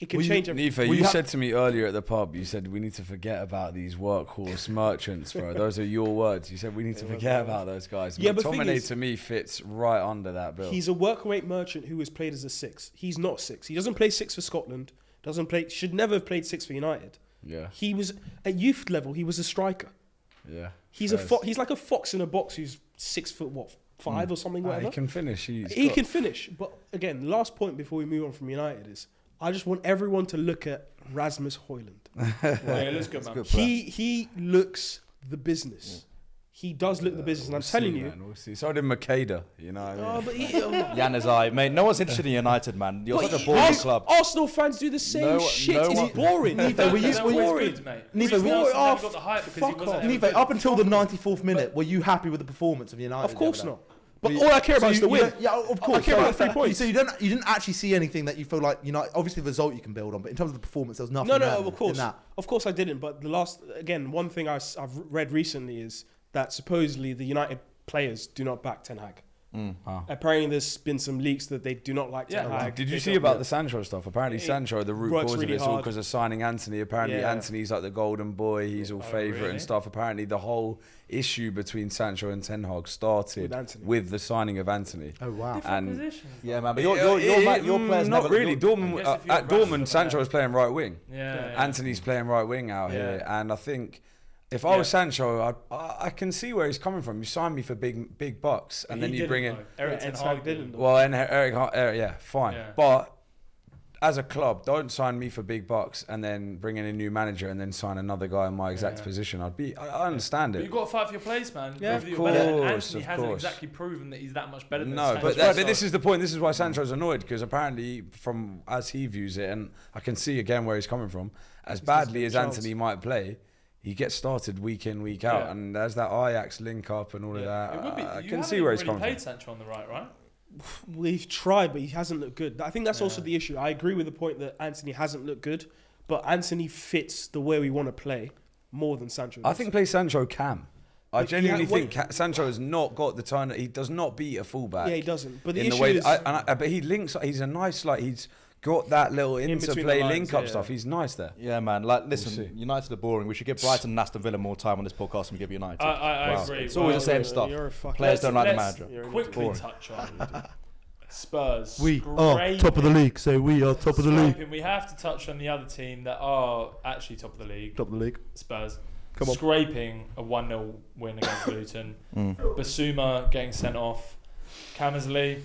[SPEAKER 4] It can
[SPEAKER 5] Well, you-
[SPEAKER 4] change everything.
[SPEAKER 6] Nifa,
[SPEAKER 5] Well,
[SPEAKER 6] you
[SPEAKER 5] you ha-
[SPEAKER 6] said to me earlier at the pub, you said we need to forget about these workhorse merchants, bro. Those are your words. You said we need to forget about those guys.
[SPEAKER 4] Yeah,
[SPEAKER 6] Yeah,
[SPEAKER 4] but thing
[SPEAKER 6] McTominay
[SPEAKER 4] is-
[SPEAKER 6] to me fits right under that bill.
[SPEAKER 4] He's a workaway merchant who has played as a six. He's not six. He doesn't play six for Scotland. Doesn't play. Should never have played six for United.
[SPEAKER 6] yeah,
[SPEAKER 4] He was at youth level. He was a striker.
[SPEAKER 6] yeah.
[SPEAKER 4] He's a
[SPEAKER 6] Fez.
[SPEAKER 4] fo- he's like a fox in a box who's six foot what five or something
[SPEAKER 6] Ah,
[SPEAKER 4] whatever.
[SPEAKER 6] he can finish. He's
[SPEAKER 4] he
[SPEAKER 6] got-
[SPEAKER 4] can finish. But again, last point before we move on from United is I just want everyone to look at Rasmus Hoyland.
[SPEAKER 1] Yeah, it looks good, man.
[SPEAKER 4] he he looks the business. He does look the business, and I'm
[SPEAKER 6] We'll
[SPEAKER 4] telling
[SPEAKER 6] see,
[SPEAKER 4] you.
[SPEAKER 6] man, we'll see. So did Makeda. You know, what I mean?
[SPEAKER 4] Oh,
[SPEAKER 2] *laughs*
[SPEAKER 4] but he, oh,
[SPEAKER 2] *laughs* Yan is I, mate. No one's interested in United, man. You're
[SPEAKER 4] but
[SPEAKER 2] such a
[SPEAKER 4] he-
[SPEAKER 2] boring
[SPEAKER 4] Ars-
[SPEAKER 2] club.
[SPEAKER 4] Arsenal fans do the same
[SPEAKER 2] No one-
[SPEAKER 4] shit.
[SPEAKER 2] no
[SPEAKER 4] it's
[SPEAKER 2] one- *laughs*
[SPEAKER 4] boring.
[SPEAKER 5] Neither were you-
[SPEAKER 4] It's
[SPEAKER 5] were you-
[SPEAKER 4] boring.
[SPEAKER 1] good, mate.
[SPEAKER 5] Neither
[SPEAKER 1] Reece
[SPEAKER 5] were you-
[SPEAKER 1] Nelson
[SPEAKER 4] Oh,
[SPEAKER 1] never got the hype because he
[SPEAKER 4] fuck
[SPEAKER 1] wasn't
[SPEAKER 4] off.
[SPEAKER 1] ever
[SPEAKER 5] Nive,
[SPEAKER 1] good.
[SPEAKER 5] up until the 94th minute, were you happy with the performance of United?
[SPEAKER 4] Of course
[SPEAKER 5] the other
[SPEAKER 4] not.
[SPEAKER 5] day?
[SPEAKER 4] But
[SPEAKER 5] Were
[SPEAKER 4] all I care about
[SPEAKER 5] so
[SPEAKER 4] is
[SPEAKER 5] you-
[SPEAKER 4] the
[SPEAKER 5] you
[SPEAKER 4] win.
[SPEAKER 5] don't- Yeah, of
[SPEAKER 4] I
[SPEAKER 5] course.
[SPEAKER 4] care
[SPEAKER 5] so,
[SPEAKER 4] about the three points.
[SPEAKER 5] So you don't you didn't actually see anything that you feel like you know. Obviously, the result you can build on, but in terms of the performance, there was nothing.
[SPEAKER 4] No, no,
[SPEAKER 5] there
[SPEAKER 4] of course,
[SPEAKER 5] In that.
[SPEAKER 4] of course, I didn't. But the last, again, one thing I, have read recently is that supposedly the United players do not back Ten Hag.
[SPEAKER 5] Mm.
[SPEAKER 6] Ah.
[SPEAKER 4] Apparently, there's been some leaks that they do not like Ten
[SPEAKER 1] Yeah.
[SPEAKER 4] Hag.
[SPEAKER 6] Did you
[SPEAKER 4] They
[SPEAKER 6] see
[SPEAKER 4] don't-
[SPEAKER 6] about the Sancho stuff? Apparently,
[SPEAKER 4] Oh, It
[SPEAKER 6] Sancho, the root
[SPEAKER 4] works
[SPEAKER 6] cause of
[SPEAKER 4] really
[SPEAKER 6] it's all
[SPEAKER 4] hard.
[SPEAKER 6] because of signing Anthony. Apparently,
[SPEAKER 4] Yeah.
[SPEAKER 6] Anthony's like the golden boy. He's all favourite
[SPEAKER 1] really?
[SPEAKER 6] and stuff. Apparently, the whole issue between Sancho and Ten Hag started
[SPEAKER 4] With
[SPEAKER 6] with,
[SPEAKER 4] Anthony.
[SPEAKER 6] the signing of Anthony.
[SPEAKER 5] Oh wow.
[SPEAKER 6] And
[SPEAKER 2] Yeah, man. But your your your,
[SPEAKER 6] Yeah,
[SPEAKER 2] ma- your
[SPEAKER 6] mm,
[SPEAKER 2] players
[SPEAKER 6] not
[SPEAKER 2] never-
[SPEAKER 6] really.
[SPEAKER 2] your-
[SPEAKER 6] Dortmund
[SPEAKER 1] guess
[SPEAKER 6] uh,
[SPEAKER 1] if you're
[SPEAKER 6] at
[SPEAKER 1] Rashford,
[SPEAKER 6] Dortmund,
[SPEAKER 1] then-
[SPEAKER 6] Sancho is playing right wing.
[SPEAKER 1] Yeah, yeah.
[SPEAKER 6] Anthony's playing right wing out here, and I think. If I
[SPEAKER 1] Yeah.
[SPEAKER 6] was Sancho, I'd, I, I can see where he's coming from. You sign me for big big bucks, and
[SPEAKER 1] He
[SPEAKER 6] then you
[SPEAKER 1] didn't,
[SPEAKER 6] bring in
[SPEAKER 1] though. Eric
[SPEAKER 4] Yeah,
[SPEAKER 1] Ten
[SPEAKER 4] Ten Hag
[SPEAKER 1] Hag
[SPEAKER 4] didn't.
[SPEAKER 6] well, and Her- Eric, Hart- Eric yeah, fine.
[SPEAKER 1] Yeah.
[SPEAKER 6] But as a club, don't sign me for big bucks and then bring in a new manager and then sign another guy in my exact
[SPEAKER 1] Yeah.
[SPEAKER 6] position. I'd be, I, I understand
[SPEAKER 1] But
[SPEAKER 6] it.
[SPEAKER 1] you've got to fight for your place, man.
[SPEAKER 4] Yeah,
[SPEAKER 1] Whether
[SPEAKER 6] of
[SPEAKER 1] you're better than
[SPEAKER 6] course,
[SPEAKER 1] Anthony
[SPEAKER 6] of
[SPEAKER 1] hasn't
[SPEAKER 6] course.
[SPEAKER 1] exactly proven that he's that much better than
[SPEAKER 6] no, but,
[SPEAKER 1] Sancho,
[SPEAKER 6] that,
[SPEAKER 1] so-
[SPEAKER 6] but this is the point. This is why Sancho's annoyed because apparently, from as he views it, and I can see again where he's coming from. As badly as
[SPEAKER 4] chance.
[SPEAKER 6] Anthony might play, he gets started week in, week out,
[SPEAKER 1] Yeah.
[SPEAKER 6] and there's that Ajax link up and all
[SPEAKER 1] Yeah.
[SPEAKER 6] of that. uh,
[SPEAKER 1] It would be,
[SPEAKER 6] I- I
[SPEAKER 1] you
[SPEAKER 6] can
[SPEAKER 1] haven't
[SPEAKER 6] see
[SPEAKER 1] even
[SPEAKER 6] where he's
[SPEAKER 1] really
[SPEAKER 6] coming
[SPEAKER 1] played
[SPEAKER 6] from.
[SPEAKER 1] Sancho on the right, right?
[SPEAKER 4] We've tried, but he hasn't looked good. I think that's also the issue. I agree with the point that Anthony hasn't looked good, but Anthony fits the way we want to play more than Sancho.
[SPEAKER 6] I
[SPEAKER 4] does.
[SPEAKER 6] think play Sancho can. I
[SPEAKER 4] But you
[SPEAKER 6] genuinely
[SPEAKER 4] have- what-
[SPEAKER 6] think Ca- Sancho has not got the turn. He does not beat a fullback.
[SPEAKER 4] yeah, he doesn't. But the
[SPEAKER 6] in
[SPEAKER 4] issue
[SPEAKER 6] the way,
[SPEAKER 4] is,
[SPEAKER 6] I, and I, but he links. He's a nice like. He's got that little
[SPEAKER 1] between the
[SPEAKER 6] interplay
[SPEAKER 1] lines,
[SPEAKER 6] link up
[SPEAKER 1] yeah.
[SPEAKER 6] stuff. He's nice there.
[SPEAKER 2] Yeah, man. Like, listen,
[SPEAKER 6] see.
[SPEAKER 2] United are boring. We should give Brighton and Aston Villa more time on this podcast than we give United.
[SPEAKER 1] I, I, I
[SPEAKER 2] Wow.
[SPEAKER 1] agree.
[SPEAKER 2] It's always
[SPEAKER 1] Well,
[SPEAKER 2] the same
[SPEAKER 4] you're-
[SPEAKER 2] stuff.
[SPEAKER 4] you're a fucking-
[SPEAKER 2] Players don't like the
[SPEAKER 1] let's-
[SPEAKER 2] manager.
[SPEAKER 1] Quickly
[SPEAKER 2] Boring.
[SPEAKER 1] touch on Spurs.
[SPEAKER 5] We are
[SPEAKER 1] Scraping-
[SPEAKER 5] top of the league, so we are top of the league.
[SPEAKER 1] Scraping. We have to touch on the other team that are actually top of the league.
[SPEAKER 5] Top of the league.
[SPEAKER 1] Spurs.
[SPEAKER 5] Come on.
[SPEAKER 1] Scraping a 1 0 win against
[SPEAKER 5] *coughs*
[SPEAKER 1] Luton.
[SPEAKER 5] Mm.
[SPEAKER 1] Basuma getting sent off. Cammersley,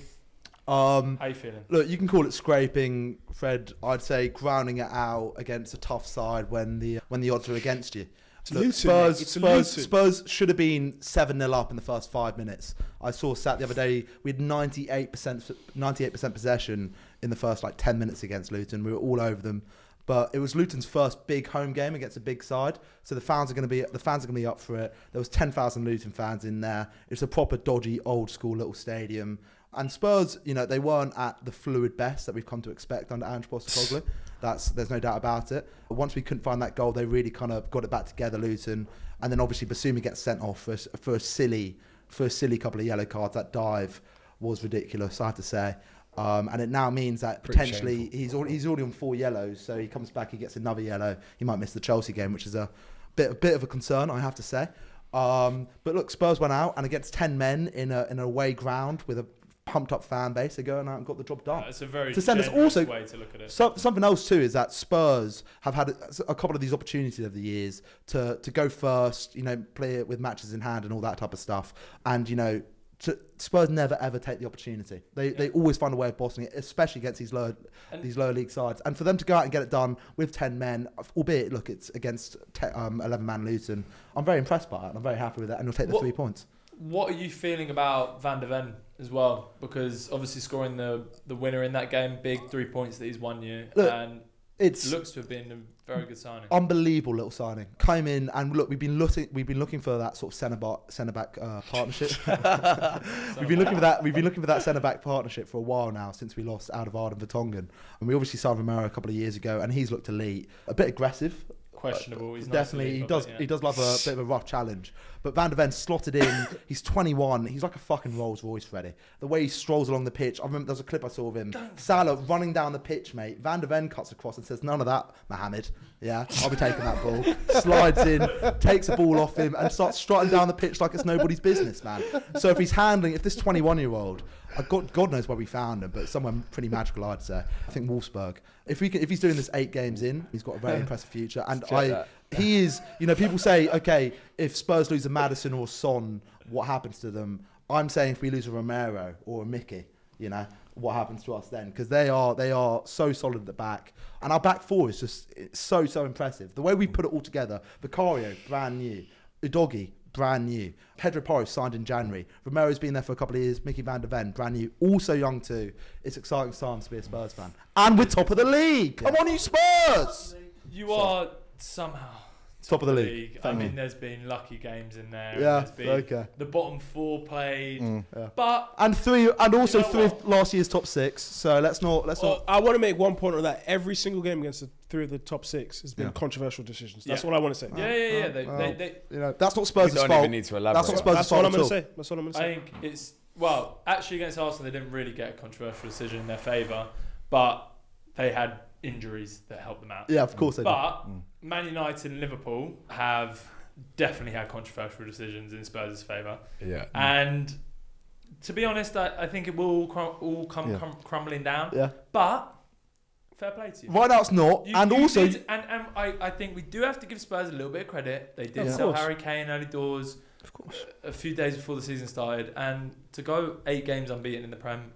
[SPEAKER 5] Um,
[SPEAKER 1] how you feeling?
[SPEAKER 5] look, you can call it scraping, Fred. I'd say grounding it out against a tough side when the when the odds are against you. Look,
[SPEAKER 4] Luton, mate.
[SPEAKER 5] Spurs,
[SPEAKER 4] It's
[SPEAKER 5] Spurs,
[SPEAKER 4] Luton.
[SPEAKER 5] Spurs should have been seven 0 up in the first five minutes. I saw stat the other day. We had ninety eight percent ninety eight percent possession in the first like ten minutes against Luton. We were all over them. But it was Luton's first big home game against a big side, so the fans are going to be the fans are going to be up for it. There was ten thousand Luton fans in there. It's a proper dodgy, old school little stadium. And Spurs, you know, they weren't at the fluid best that we've come to expect under Ange Postecoglou. That's there's no doubt about it. But once we couldn't find that goal, they really kind of got it back together, Luton. And then obviously Basumi gets sent off for, for a silly for a silly couple of yellow cards. That dive was ridiculous, I have to say. Um, and it now means that potentially he's already, he's already on four yellows, so he comes back, he gets another yellow. He might miss the Chelsea game, which is a bit a bit of a concern, I have to say. Um, but look, Spurs went out and against ten men in a in a away ground with a pumped up fan base. They're going out and got the job done.
[SPEAKER 1] It's a very
[SPEAKER 5] To send us
[SPEAKER 1] generous
[SPEAKER 5] also-
[SPEAKER 1] way to look at it.
[SPEAKER 5] So, something else too is that Spurs have had a, a couple of these opportunities over the years to to go first, you know, play it with matches in hand and all that type of stuff. And you know, to, Spurs never ever take the opportunity. They they always find a way of bossing it, especially against these lower
[SPEAKER 1] And-
[SPEAKER 5] these lower league sides. And for them to go out and get it done with ten men, albeit look, it's against te- um, eleven man Luton. I'm very impressed by it. and I'm very happy with that, and we'll take the
[SPEAKER 1] What-
[SPEAKER 5] three points.
[SPEAKER 1] What are you feeling about Van de Ven as well? Because obviously scoring the, the winner in that game, big three points that he's won you,
[SPEAKER 5] Look,
[SPEAKER 1] and
[SPEAKER 5] It's
[SPEAKER 1] looks to have been a very good signing.
[SPEAKER 5] unbelievable little signing. Came in and look, we've been looking, we've been looking for that sort of centre back, centre back uh, partnership. we've been looking for that. We've been looking for that centre back partnership for a while now since we lost out of Arden Vertonghen, and we obviously signed Romero a couple of years ago, and he's looked elite, a bit aggressive.
[SPEAKER 1] Questionable. He's nice to
[SPEAKER 5] Definitely,
[SPEAKER 1] leave,
[SPEAKER 5] he
[SPEAKER 1] but
[SPEAKER 5] does.
[SPEAKER 1] yeah.
[SPEAKER 5] He does love a bit of a rough challenge. But Van der Ven
[SPEAKER 1] *laughs*
[SPEAKER 5] slotted in. he's 21. He's like a fucking Rolls Royce, Freddy. The way he strolls along the pitch. I remember there was a clip I saw of him. Salah running down the pitch, mate. Van der Ven cuts across and says, "None of that, Mohammed. Yeah, I'll be taking
[SPEAKER 1] *laughs*
[SPEAKER 5] that ball." Slides in, takes the ball off him, and starts strutting down the pitch like it's nobody's business, man. So if he's handling, if this 21-year-old, I God, God knows where we found him, but somewhere pretty magical, I'd say. I think Wolfsburg. If we can, if he's doing this eight games in, he's got
[SPEAKER 1] *laughs*
[SPEAKER 5] a very impressive future. And
[SPEAKER 6] Check
[SPEAKER 5] I,
[SPEAKER 6] that.
[SPEAKER 5] he is, you know, people say, okay, if Spurs lose a Madison or Son, what happens to them? I'm saying if we lose a Romero or a Mickey, you know, what happens to us then? Because they are they are so solid at the back, and our back four is just it's so so impressive. The way we put it all together, Vicario, brand new, Udogi, brand new, Pedro Porro signed in January, Romero's been there for a couple of years, Mickey Van der Ven, brand new, also young too. It's exciting times to be a Spurs fan, and we're top of the league. Come on, you Spurs!
[SPEAKER 1] You are somehow
[SPEAKER 5] Top of the league.
[SPEAKER 1] I mean, there's been lucky games in there. and
[SPEAKER 5] Yeah,
[SPEAKER 1] there's been
[SPEAKER 5] okay. Mm,
[SPEAKER 1] The bottom four played, but
[SPEAKER 5] and three, and also
[SPEAKER 1] You know
[SPEAKER 5] three
[SPEAKER 1] what?
[SPEAKER 5] of last year's top six. So let's not let's
[SPEAKER 4] So
[SPEAKER 5] not.
[SPEAKER 4] Uh, I want to make one point on that. Every single game against the three of the top six has been controversial decisions. That's
[SPEAKER 1] Yeah.
[SPEAKER 4] all I want to say.
[SPEAKER 1] yeah, yeah, yeah. They, they,
[SPEAKER 5] well,
[SPEAKER 1] they,
[SPEAKER 5] You know that's not
[SPEAKER 6] We
[SPEAKER 5] Spurs'
[SPEAKER 6] don't
[SPEAKER 5] fault.
[SPEAKER 6] even need to
[SPEAKER 5] That's not
[SPEAKER 6] elaborate.
[SPEAKER 5] Spurs'
[SPEAKER 4] That's all
[SPEAKER 5] fault
[SPEAKER 4] I'm
[SPEAKER 5] at
[SPEAKER 4] going to
[SPEAKER 5] all.
[SPEAKER 4] say. That's all I'm going to
[SPEAKER 1] I
[SPEAKER 4] say.
[SPEAKER 1] think it's well, actually against Arsenal, they didn't really get a controversial decision in their favour, but they had injuries that helped them out.
[SPEAKER 5] Yeah, of course they Mm. do.
[SPEAKER 1] Oh. But Man United and Liverpool have definitely had controversial decisions in Spurs' favour.
[SPEAKER 6] yeah.
[SPEAKER 1] And to be honest, I, I think it will all, crum- all come
[SPEAKER 5] Yeah.
[SPEAKER 1] crum- crumbling down.
[SPEAKER 5] Yeah.
[SPEAKER 1] But fair play to you.
[SPEAKER 5] Right now it's not,
[SPEAKER 1] You-
[SPEAKER 5] and
[SPEAKER 1] you
[SPEAKER 5] also
[SPEAKER 1] did- and, and I, I think we do have to give Spurs a little bit of credit. They did
[SPEAKER 5] Of
[SPEAKER 1] sell
[SPEAKER 4] course.
[SPEAKER 1] Harry Kane early doors,
[SPEAKER 4] Of course.
[SPEAKER 1] a few days before the season started, and to go eight games unbeaten in the Prem,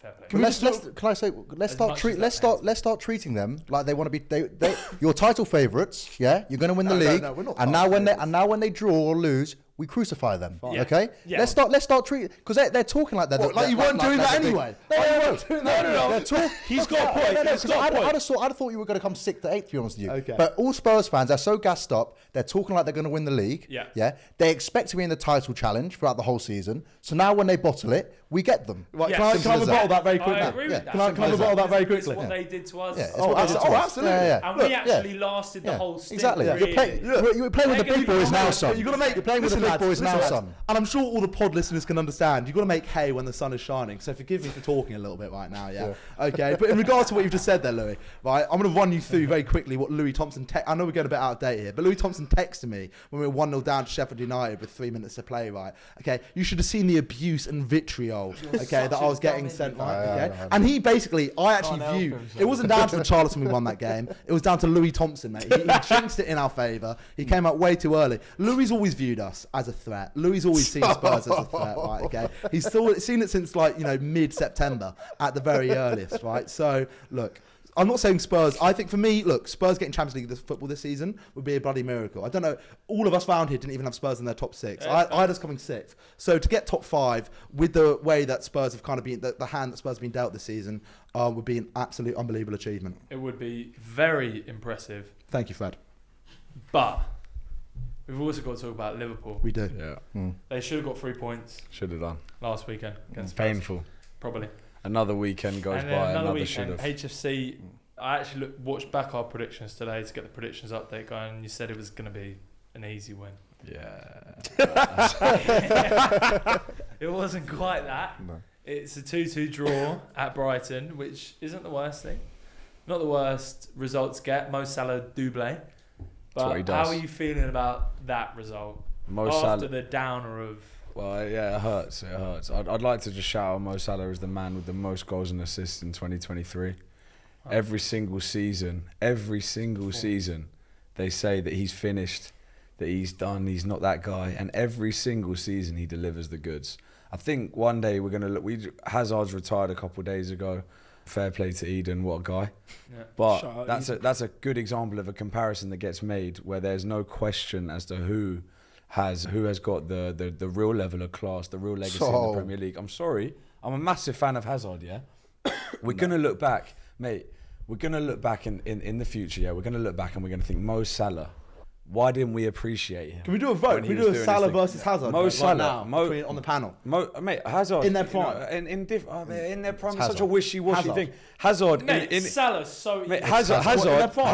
[SPEAKER 1] fair play.
[SPEAKER 3] But
[SPEAKER 5] we
[SPEAKER 3] let's,
[SPEAKER 5] just
[SPEAKER 3] let's, can I say let's
[SPEAKER 1] As
[SPEAKER 3] start
[SPEAKER 1] much
[SPEAKER 3] treat
[SPEAKER 1] as
[SPEAKER 3] let's
[SPEAKER 1] that
[SPEAKER 3] start
[SPEAKER 1] pains me.
[SPEAKER 3] let's start treating them like they want to be they, they your title favourites yeah you're going to win the
[SPEAKER 5] No, no,
[SPEAKER 3] league
[SPEAKER 5] no, we're not
[SPEAKER 3] and now
[SPEAKER 5] title
[SPEAKER 3] when they
[SPEAKER 5] favourites.
[SPEAKER 3] and now when they draw or lose we crucify them
[SPEAKER 1] Yeah.
[SPEAKER 3] okay
[SPEAKER 1] Yeah.
[SPEAKER 3] let's start let's start treating because they, they're talking like that
[SPEAKER 5] What, like you weren't doing that anyway?
[SPEAKER 3] no
[SPEAKER 5] Like
[SPEAKER 3] no
[SPEAKER 5] you
[SPEAKER 3] no
[SPEAKER 5] weren't
[SPEAKER 3] no
[SPEAKER 5] doing that
[SPEAKER 3] no,
[SPEAKER 5] anyway?
[SPEAKER 3] they're talk-
[SPEAKER 4] He's got a point.
[SPEAKER 3] no, no,
[SPEAKER 4] He's
[SPEAKER 3] 'cause
[SPEAKER 4] got a
[SPEAKER 3] I'd,
[SPEAKER 4] point.
[SPEAKER 3] I'd have thought I'd have thought you were going to come sixth to eighth to be honest with you
[SPEAKER 5] Okay.
[SPEAKER 3] but all Spurs fans are so gassed up they're talking like they're going to win the league
[SPEAKER 1] Yeah.
[SPEAKER 3] yeah they expect to be in the title challenge throughout the whole season so now when they bottle it we get them
[SPEAKER 5] Right,
[SPEAKER 1] Yeah.
[SPEAKER 5] can I, can
[SPEAKER 3] Simple
[SPEAKER 5] I
[SPEAKER 3] as
[SPEAKER 5] rebuttal
[SPEAKER 3] that.
[SPEAKER 5] that very
[SPEAKER 1] I
[SPEAKER 5] quickly?
[SPEAKER 1] agree
[SPEAKER 3] Yeah.
[SPEAKER 1] with that.
[SPEAKER 5] Can I, can I rebuttal that very
[SPEAKER 1] It's
[SPEAKER 5] quickly?
[SPEAKER 1] what they did to us.
[SPEAKER 3] Yeah, it's
[SPEAKER 5] Oh,
[SPEAKER 3] what they did
[SPEAKER 5] abso-
[SPEAKER 3] to
[SPEAKER 5] oh,
[SPEAKER 3] us.
[SPEAKER 5] absolutely.
[SPEAKER 3] Yeah, yeah, yeah.
[SPEAKER 1] And
[SPEAKER 5] Look,
[SPEAKER 1] we
[SPEAKER 5] yeah.
[SPEAKER 1] actually lasted the
[SPEAKER 3] Yeah,
[SPEAKER 1] whole stint.
[SPEAKER 3] exactly.
[SPEAKER 1] Really.
[SPEAKER 3] You're, playing, you're, you're playing with the
[SPEAKER 1] They're
[SPEAKER 3] big
[SPEAKER 1] gonna be
[SPEAKER 3] boys now,
[SPEAKER 1] fine.
[SPEAKER 3] son.
[SPEAKER 5] You gotta make
[SPEAKER 3] you're playing with the
[SPEAKER 5] listen,
[SPEAKER 3] big boys
[SPEAKER 5] lads,
[SPEAKER 3] now,
[SPEAKER 5] listen,
[SPEAKER 3] son.
[SPEAKER 5] lads. And I'm sure all the pod listeners can understand. You've got to make hay when the sun is shining. So forgive me for talking a little bit right now. Yeah. Okay. But in regards to what you've just said there, Louis, right? I'm going to run you through very quickly what Louis Thompson. Te- I know we're going a bit out of date here, but Louis Thompson texted me when we were one 0 down to Sheffield United with three minutes to play. Right. Okay. You should have seen the abuse and vitriol. Okay.
[SPEAKER 1] such
[SPEAKER 5] That I
[SPEAKER 1] a
[SPEAKER 5] was getting
[SPEAKER 1] dumb
[SPEAKER 5] sent.
[SPEAKER 1] idiot.
[SPEAKER 5] Right.
[SPEAKER 3] I
[SPEAKER 5] Okay.
[SPEAKER 3] know, I know.
[SPEAKER 5] And he basically, I actually
[SPEAKER 6] help
[SPEAKER 5] view
[SPEAKER 6] himself.
[SPEAKER 5] it wasn't down to the Charleston we won that game. It was down to Louis Thompson, mate. He, he jinxed it in our favour. He came out way too early. Louis always viewed us as a threat. Louis always seen Spurs as a threat, right? Okay, he's still seen it since like you know mid September at the very earliest, right? So look. I'm not saying Spurs. I think for me, look, Spurs getting Champions League this football this season would be a bloody miracle. I don't know. All of us round here didn't even have Spurs in their top six. I, I had us coming sixth. So to get top five with the way that Spurs have kind of been, the, the hand that Spurs have been dealt this season, uh, would be an absolute unbelievable achievement.
[SPEAKER 1] It would be very impressive.
[SPEAKER 5] Thank you, Fred.
[SPEAKER 1] But we've also got to talk about Liverpool.
[SPEAKER 5] We do.
[SPEAKER 6] Yeah.
[SPEAKER 1] They should have got three points
[SPEAKER 6] Should have done.
[SPEAKER 1] last weekend against Spurs.
[SPEAKER 6] Painful.
[SPEAKER 1] Probably.
[SPEAKER 6] Another weekend goes
[SPEAKER 1] and then
[SPEAKER 6] by.
[SPEAKER 1] another
[SPEAKER 6] Another, should
[SPEAKER 1] weekend,
[SPEAKER 6] have.
[SPEAKER 1] HFC. I actually look, watched back our predictions today to get the predictions update going, and you said it was going to be an easy
[SPEAKER 6] *laughs*
[SPEAKER 1] win. *laughs*
[SPEAKER 6] Yeah.
[SPEAKER 1] It wasn't quite that.
[SPEAKER 3] No.
[SPEAKER 1] It's a 2 2 draw at Brighton, which isn't the worst thing. Not the worst results get. Mo Salah double. But
[SPEAKER 6] what he
[SPEAKER 1] how
[SPEAKER 6] does.
[SPEAKER 1] are you feeling about that result
[SPEAKER 6] Mo
[SPEAKER 1] after
[SPEAKER 6] Salah.
[SPEAKER 1] the downer of
[SPEAKER 6] Well, yeah, it hurts. It hurts. I'd, I'd like to just shout out Mo Salah as the man with the most goals and assists in 2023. Every single season, every single season, they say that he's finished, that he's done, he's not that guy, and every single season he delivers the goods. I think one day we're gonna look. We Hazard's retired a couple of days ago. Fair play to Eden, what a guy.
[SPEAKER 1] Yeah.
[SPEAKER 6] But
[SPEAKER 4] Shout out
[SPEAKER 6] that's a, that's a good example of a comparison that gets made where there's no question as to who has who has got the the, the real level of class, the real legacy in
[SPEAKER 3] So-
[SPEAKER 6] the Premier League. I'm sorry, I'm a massive fan of
[SPEAKER 3] *coughs*
[SPEAKER 6] Hazard. Yeah, we're gonna look back, mate. We're gonna look back in, in, in the future. Yeah, we're gonna look back and we're gonna think Mo Salah. Why didn't we appreciate him?
[SPEAKER 5] Can we do a vote?
[SPEAKER 6] when he
[SPEAKER 5] Can we
[SPEAKER 6] was
[SPEAKER 5] do a
[SPEAKER 6] doing his
[SPEAKER 5] Salah
[SPEAKER 6] thing?
[SPEAKER 5] versus Hazard
[SPEAKER 6] Mo
[SPEAKER 5] vote right
[SPEAKER 6] Salah,
[SPEAKER 5] now
[SPEAKER 6] Mo-
[SPEAKER 5] between- on the panel?
[SPEAKER 6] Mo, mate, Hazard
[SPEAKER 5] In their
[SPEAKER 6] you know,
[SPEAKER 5] prime.
[SPEAKER 6] in in, diff, oh, man, in their prime,
[SPEAKER 3] It's
[SPEAKER 6] such a
[SPEAKER 3] Hazard.
[SPEAKER 6] wishy-washy
[SPEAKER 5] Hazard.
[SPEAKER 6] thing. Hazard, in,
[SPEAKER 1] Mate,
[SPEAKER 6] in,
[SPEAKER 1] Salah's so
[SPEAKER 6] Mate,
[SPEAKER 1] easy.
[SPEAKER 6] Hazard,
[SPEAKER 5] Hazard. Well,
[SPEAKER 6] Hazard,
[SPEAKER 5] they're prime.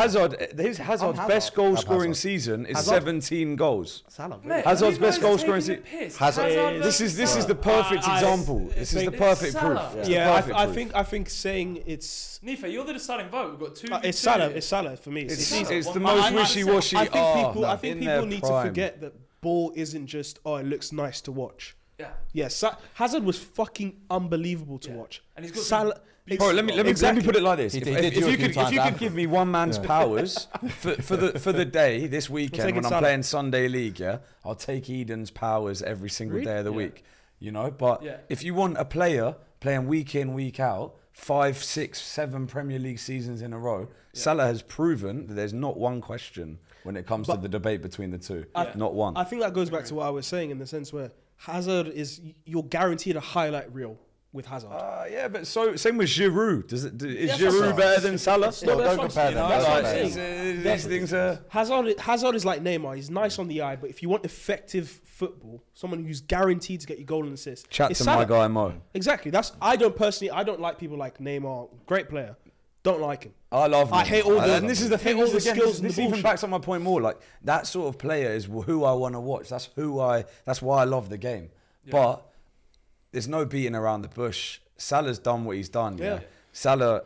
[SPEAKER 6] Hazard, his Hazard's
[SPEAKER 5] Hazard.
[SPEAKER 6] best goal
[SPEAKER 3] I'm
[SPEAKER 6] scoring
[SPEAKER 3] Hazard.
[SPEAKER 6] season is
[SPEAKER 5] Hazard.
[SPEAKER 6] 17 goals.
[SPEAKER 5] Salah. really?
[SPEAKER 1] Mate,
[SPEAKER 6] Hazard's
[SPEAKER 1] you guys
[SPEAKER 6] best
[SPEAKER 1] are
[SPEAKER 6] goal
[SPEAKER 1] taking
[SPEAKER 6] scoring
[SPEAKER 1] the
[SPEAKER 6] se-
[SPEAKER 1] piss.
[SPEAKER 3] Hazard-
[SPEAKER 6] This
[SPEAKER 1] versus
[SPEAKER 6] is this is
[SPEAKER 1] Salah. Ah,
[SPEAKER 6] the perfect
[SPEAKER 4] Ah,
[SPEAKER 1] I- I-
[SPEAKER 6] example. This is the
[SPEAKER 1] it's
[SPEAKER 6] perfect proof.
[SPEAKER 1] Salah.
[SPEAKER 6] It's the
[SPEAKER 4] Yeah, I,
[SPEAKER 6] perfect
[SPEAKER 4] I
[SPEAKER 6] proof.
[SPEAKER 4] think I think saying it's
[SPEAKER 1] Nifa, you're the deciding vote. We've got two.
[SPEAKER 4] uh, it's
[SPEAKER 1] two.
[SPEAKER 4] Salah, it's Salah for me. It's,
[SPEAKER 6] Ah, it's,
[SPEAKER 4] it's easy.
[SPEAKER 6] it's the
[SPEAKER 1] Well, I-
[SPEAKER 6] most
[SPEAKER 1] I-
[SPEAKER 6] wishy-washy.
[SPEAKER 4] I think
[SPEAKER 6] oh,
[SPEAKER 4] people, I think
[SPEAKER 6] in their
[SPEAKER 4] people need
[SPEAKER 6] prime.
[SPEAKER 4] to forget that ball isn't just oh it looks nice to watch.
[SPEAKER 1] Yeah.
[SPEAKER 4] Yeah, Sa- Hazard was fucking unbelievable to
[SPEAKER 1] Yeah.
[SPEAKER 4] watch.
[SPEAKER 1] And he's got some
[SPEAKER 4] Salah.
[SPEAKER 1] beautiful
[SPEAKER 6] Bro, let me let me,
[SPEAKER 1] *laughs*
[SPEAKER 4] Exactly.
[SPEAKER 6] let me put it like this:
[SPEAKER 3] He
[SPEAKER 6] if,
[SPEAKER 3] did-
[SPEAKER 6] if-
[SPEAKER 3] he did do
[SPEAKER 6] if
[SPEAKER 3] a
[SPEAKER 6] you
[SPEAKER 3] few
[SPEAKER 6] could, if
[SPEAKER 3] times
[SPEAKER 6] you could
[SPEAKER 3] after.
[SPEAKER 6] give me one man's powers for, for the for the day this weekend
[SPEAKER 4] taking
[SPEAKER 6] when I'm
[SPEAKER 4] Salah.
[SPEAKER 6] playing Sunday league, yeah, I'll take Eden's powers every single day of the week. You know, but
[SPEAKER 1] Yeah.
[SPEAKER 6] if you want a player playing week in week out, five, six, seven Premier League seasons in a row, Salah has proven that there's not one question when it comes to the debate between the two. Not one.
[SPEAKER 4] I think that goes back to what I was saying in the sense where Hazard is you're guaranteed a highlight reel with Hazard.
[SPEAKER 6] Uh, yeah, but so same with Giroud. Does it, do, is
[SPEAKER 1] Yeah, that's
[SPEAKER 6] Giroud
[SPEAKER 1] right.
[SPEAKER 6] better than
[SPEAKER 3] Don't,
[SPEAKER 6] Salah?
[SPEAKER 1] that's
[SPEAKER 3] don't
[SPEAKER 1] what I'm
[SPEAKER 3] compare
[SPEAKER 1] saying, you
[SPEAKER 3] them.
[SPEAKER 1] know,
[SPEAKER 3] That's
[SPEAKER 1] that's
[SPEAKER 3] not
[SPEAKER 1] what I'm
[SPEAKER 3] fair.
[SPEAKER 1] saying.
[SPEAKER 6] uh, these things are.
[SPEAKER 4] Hazard, Hazard is like Neymar. He's nice on the eye, but if you want effective football, someone who's guaranteed to get you goal and assist,
[SPEAKER 6] Chat
[SPEAKER 4] it's
[SPEAKER 6] to my
[SPEAKER 4] Salah.
[SPEAKER 6] guy Mo.
[SPEAKER 4] Exactly. That's I don't personally. I don't like people like Neymar. Great player. Don't like him.
[SPEAKER 6] I love.
[SPEAKER 4] I
[SPEAKER 6] Neymar.
[SPEAKER 4] hate all the-
[SPEAKER 6] And this is the
[SPEAKER 4] hate
[SPEAKER 6] thing.
[SPEAKER 4] all
[SPEAKER 6] this
[SPEAKER 4] the
[SPEAKER 6] is again,
[SPEAKER 4] skills
[SPEAKER 6] this,
[SPEAKER 4] and
[SPEAKER 6] this
[SPEAKER 4] the
[SPEAKER 6] even
[SPEAKER 4] bullshit.
[SPEAKER 6] backs up my point more. Like that sort of player is who I want to watch. That's who I. That's why I love the game. But there's no beating around the bush. Salah's done what he's done. Yeah.
[SPEAKER 4] Yeah.
[SPEAKER 6] Salah.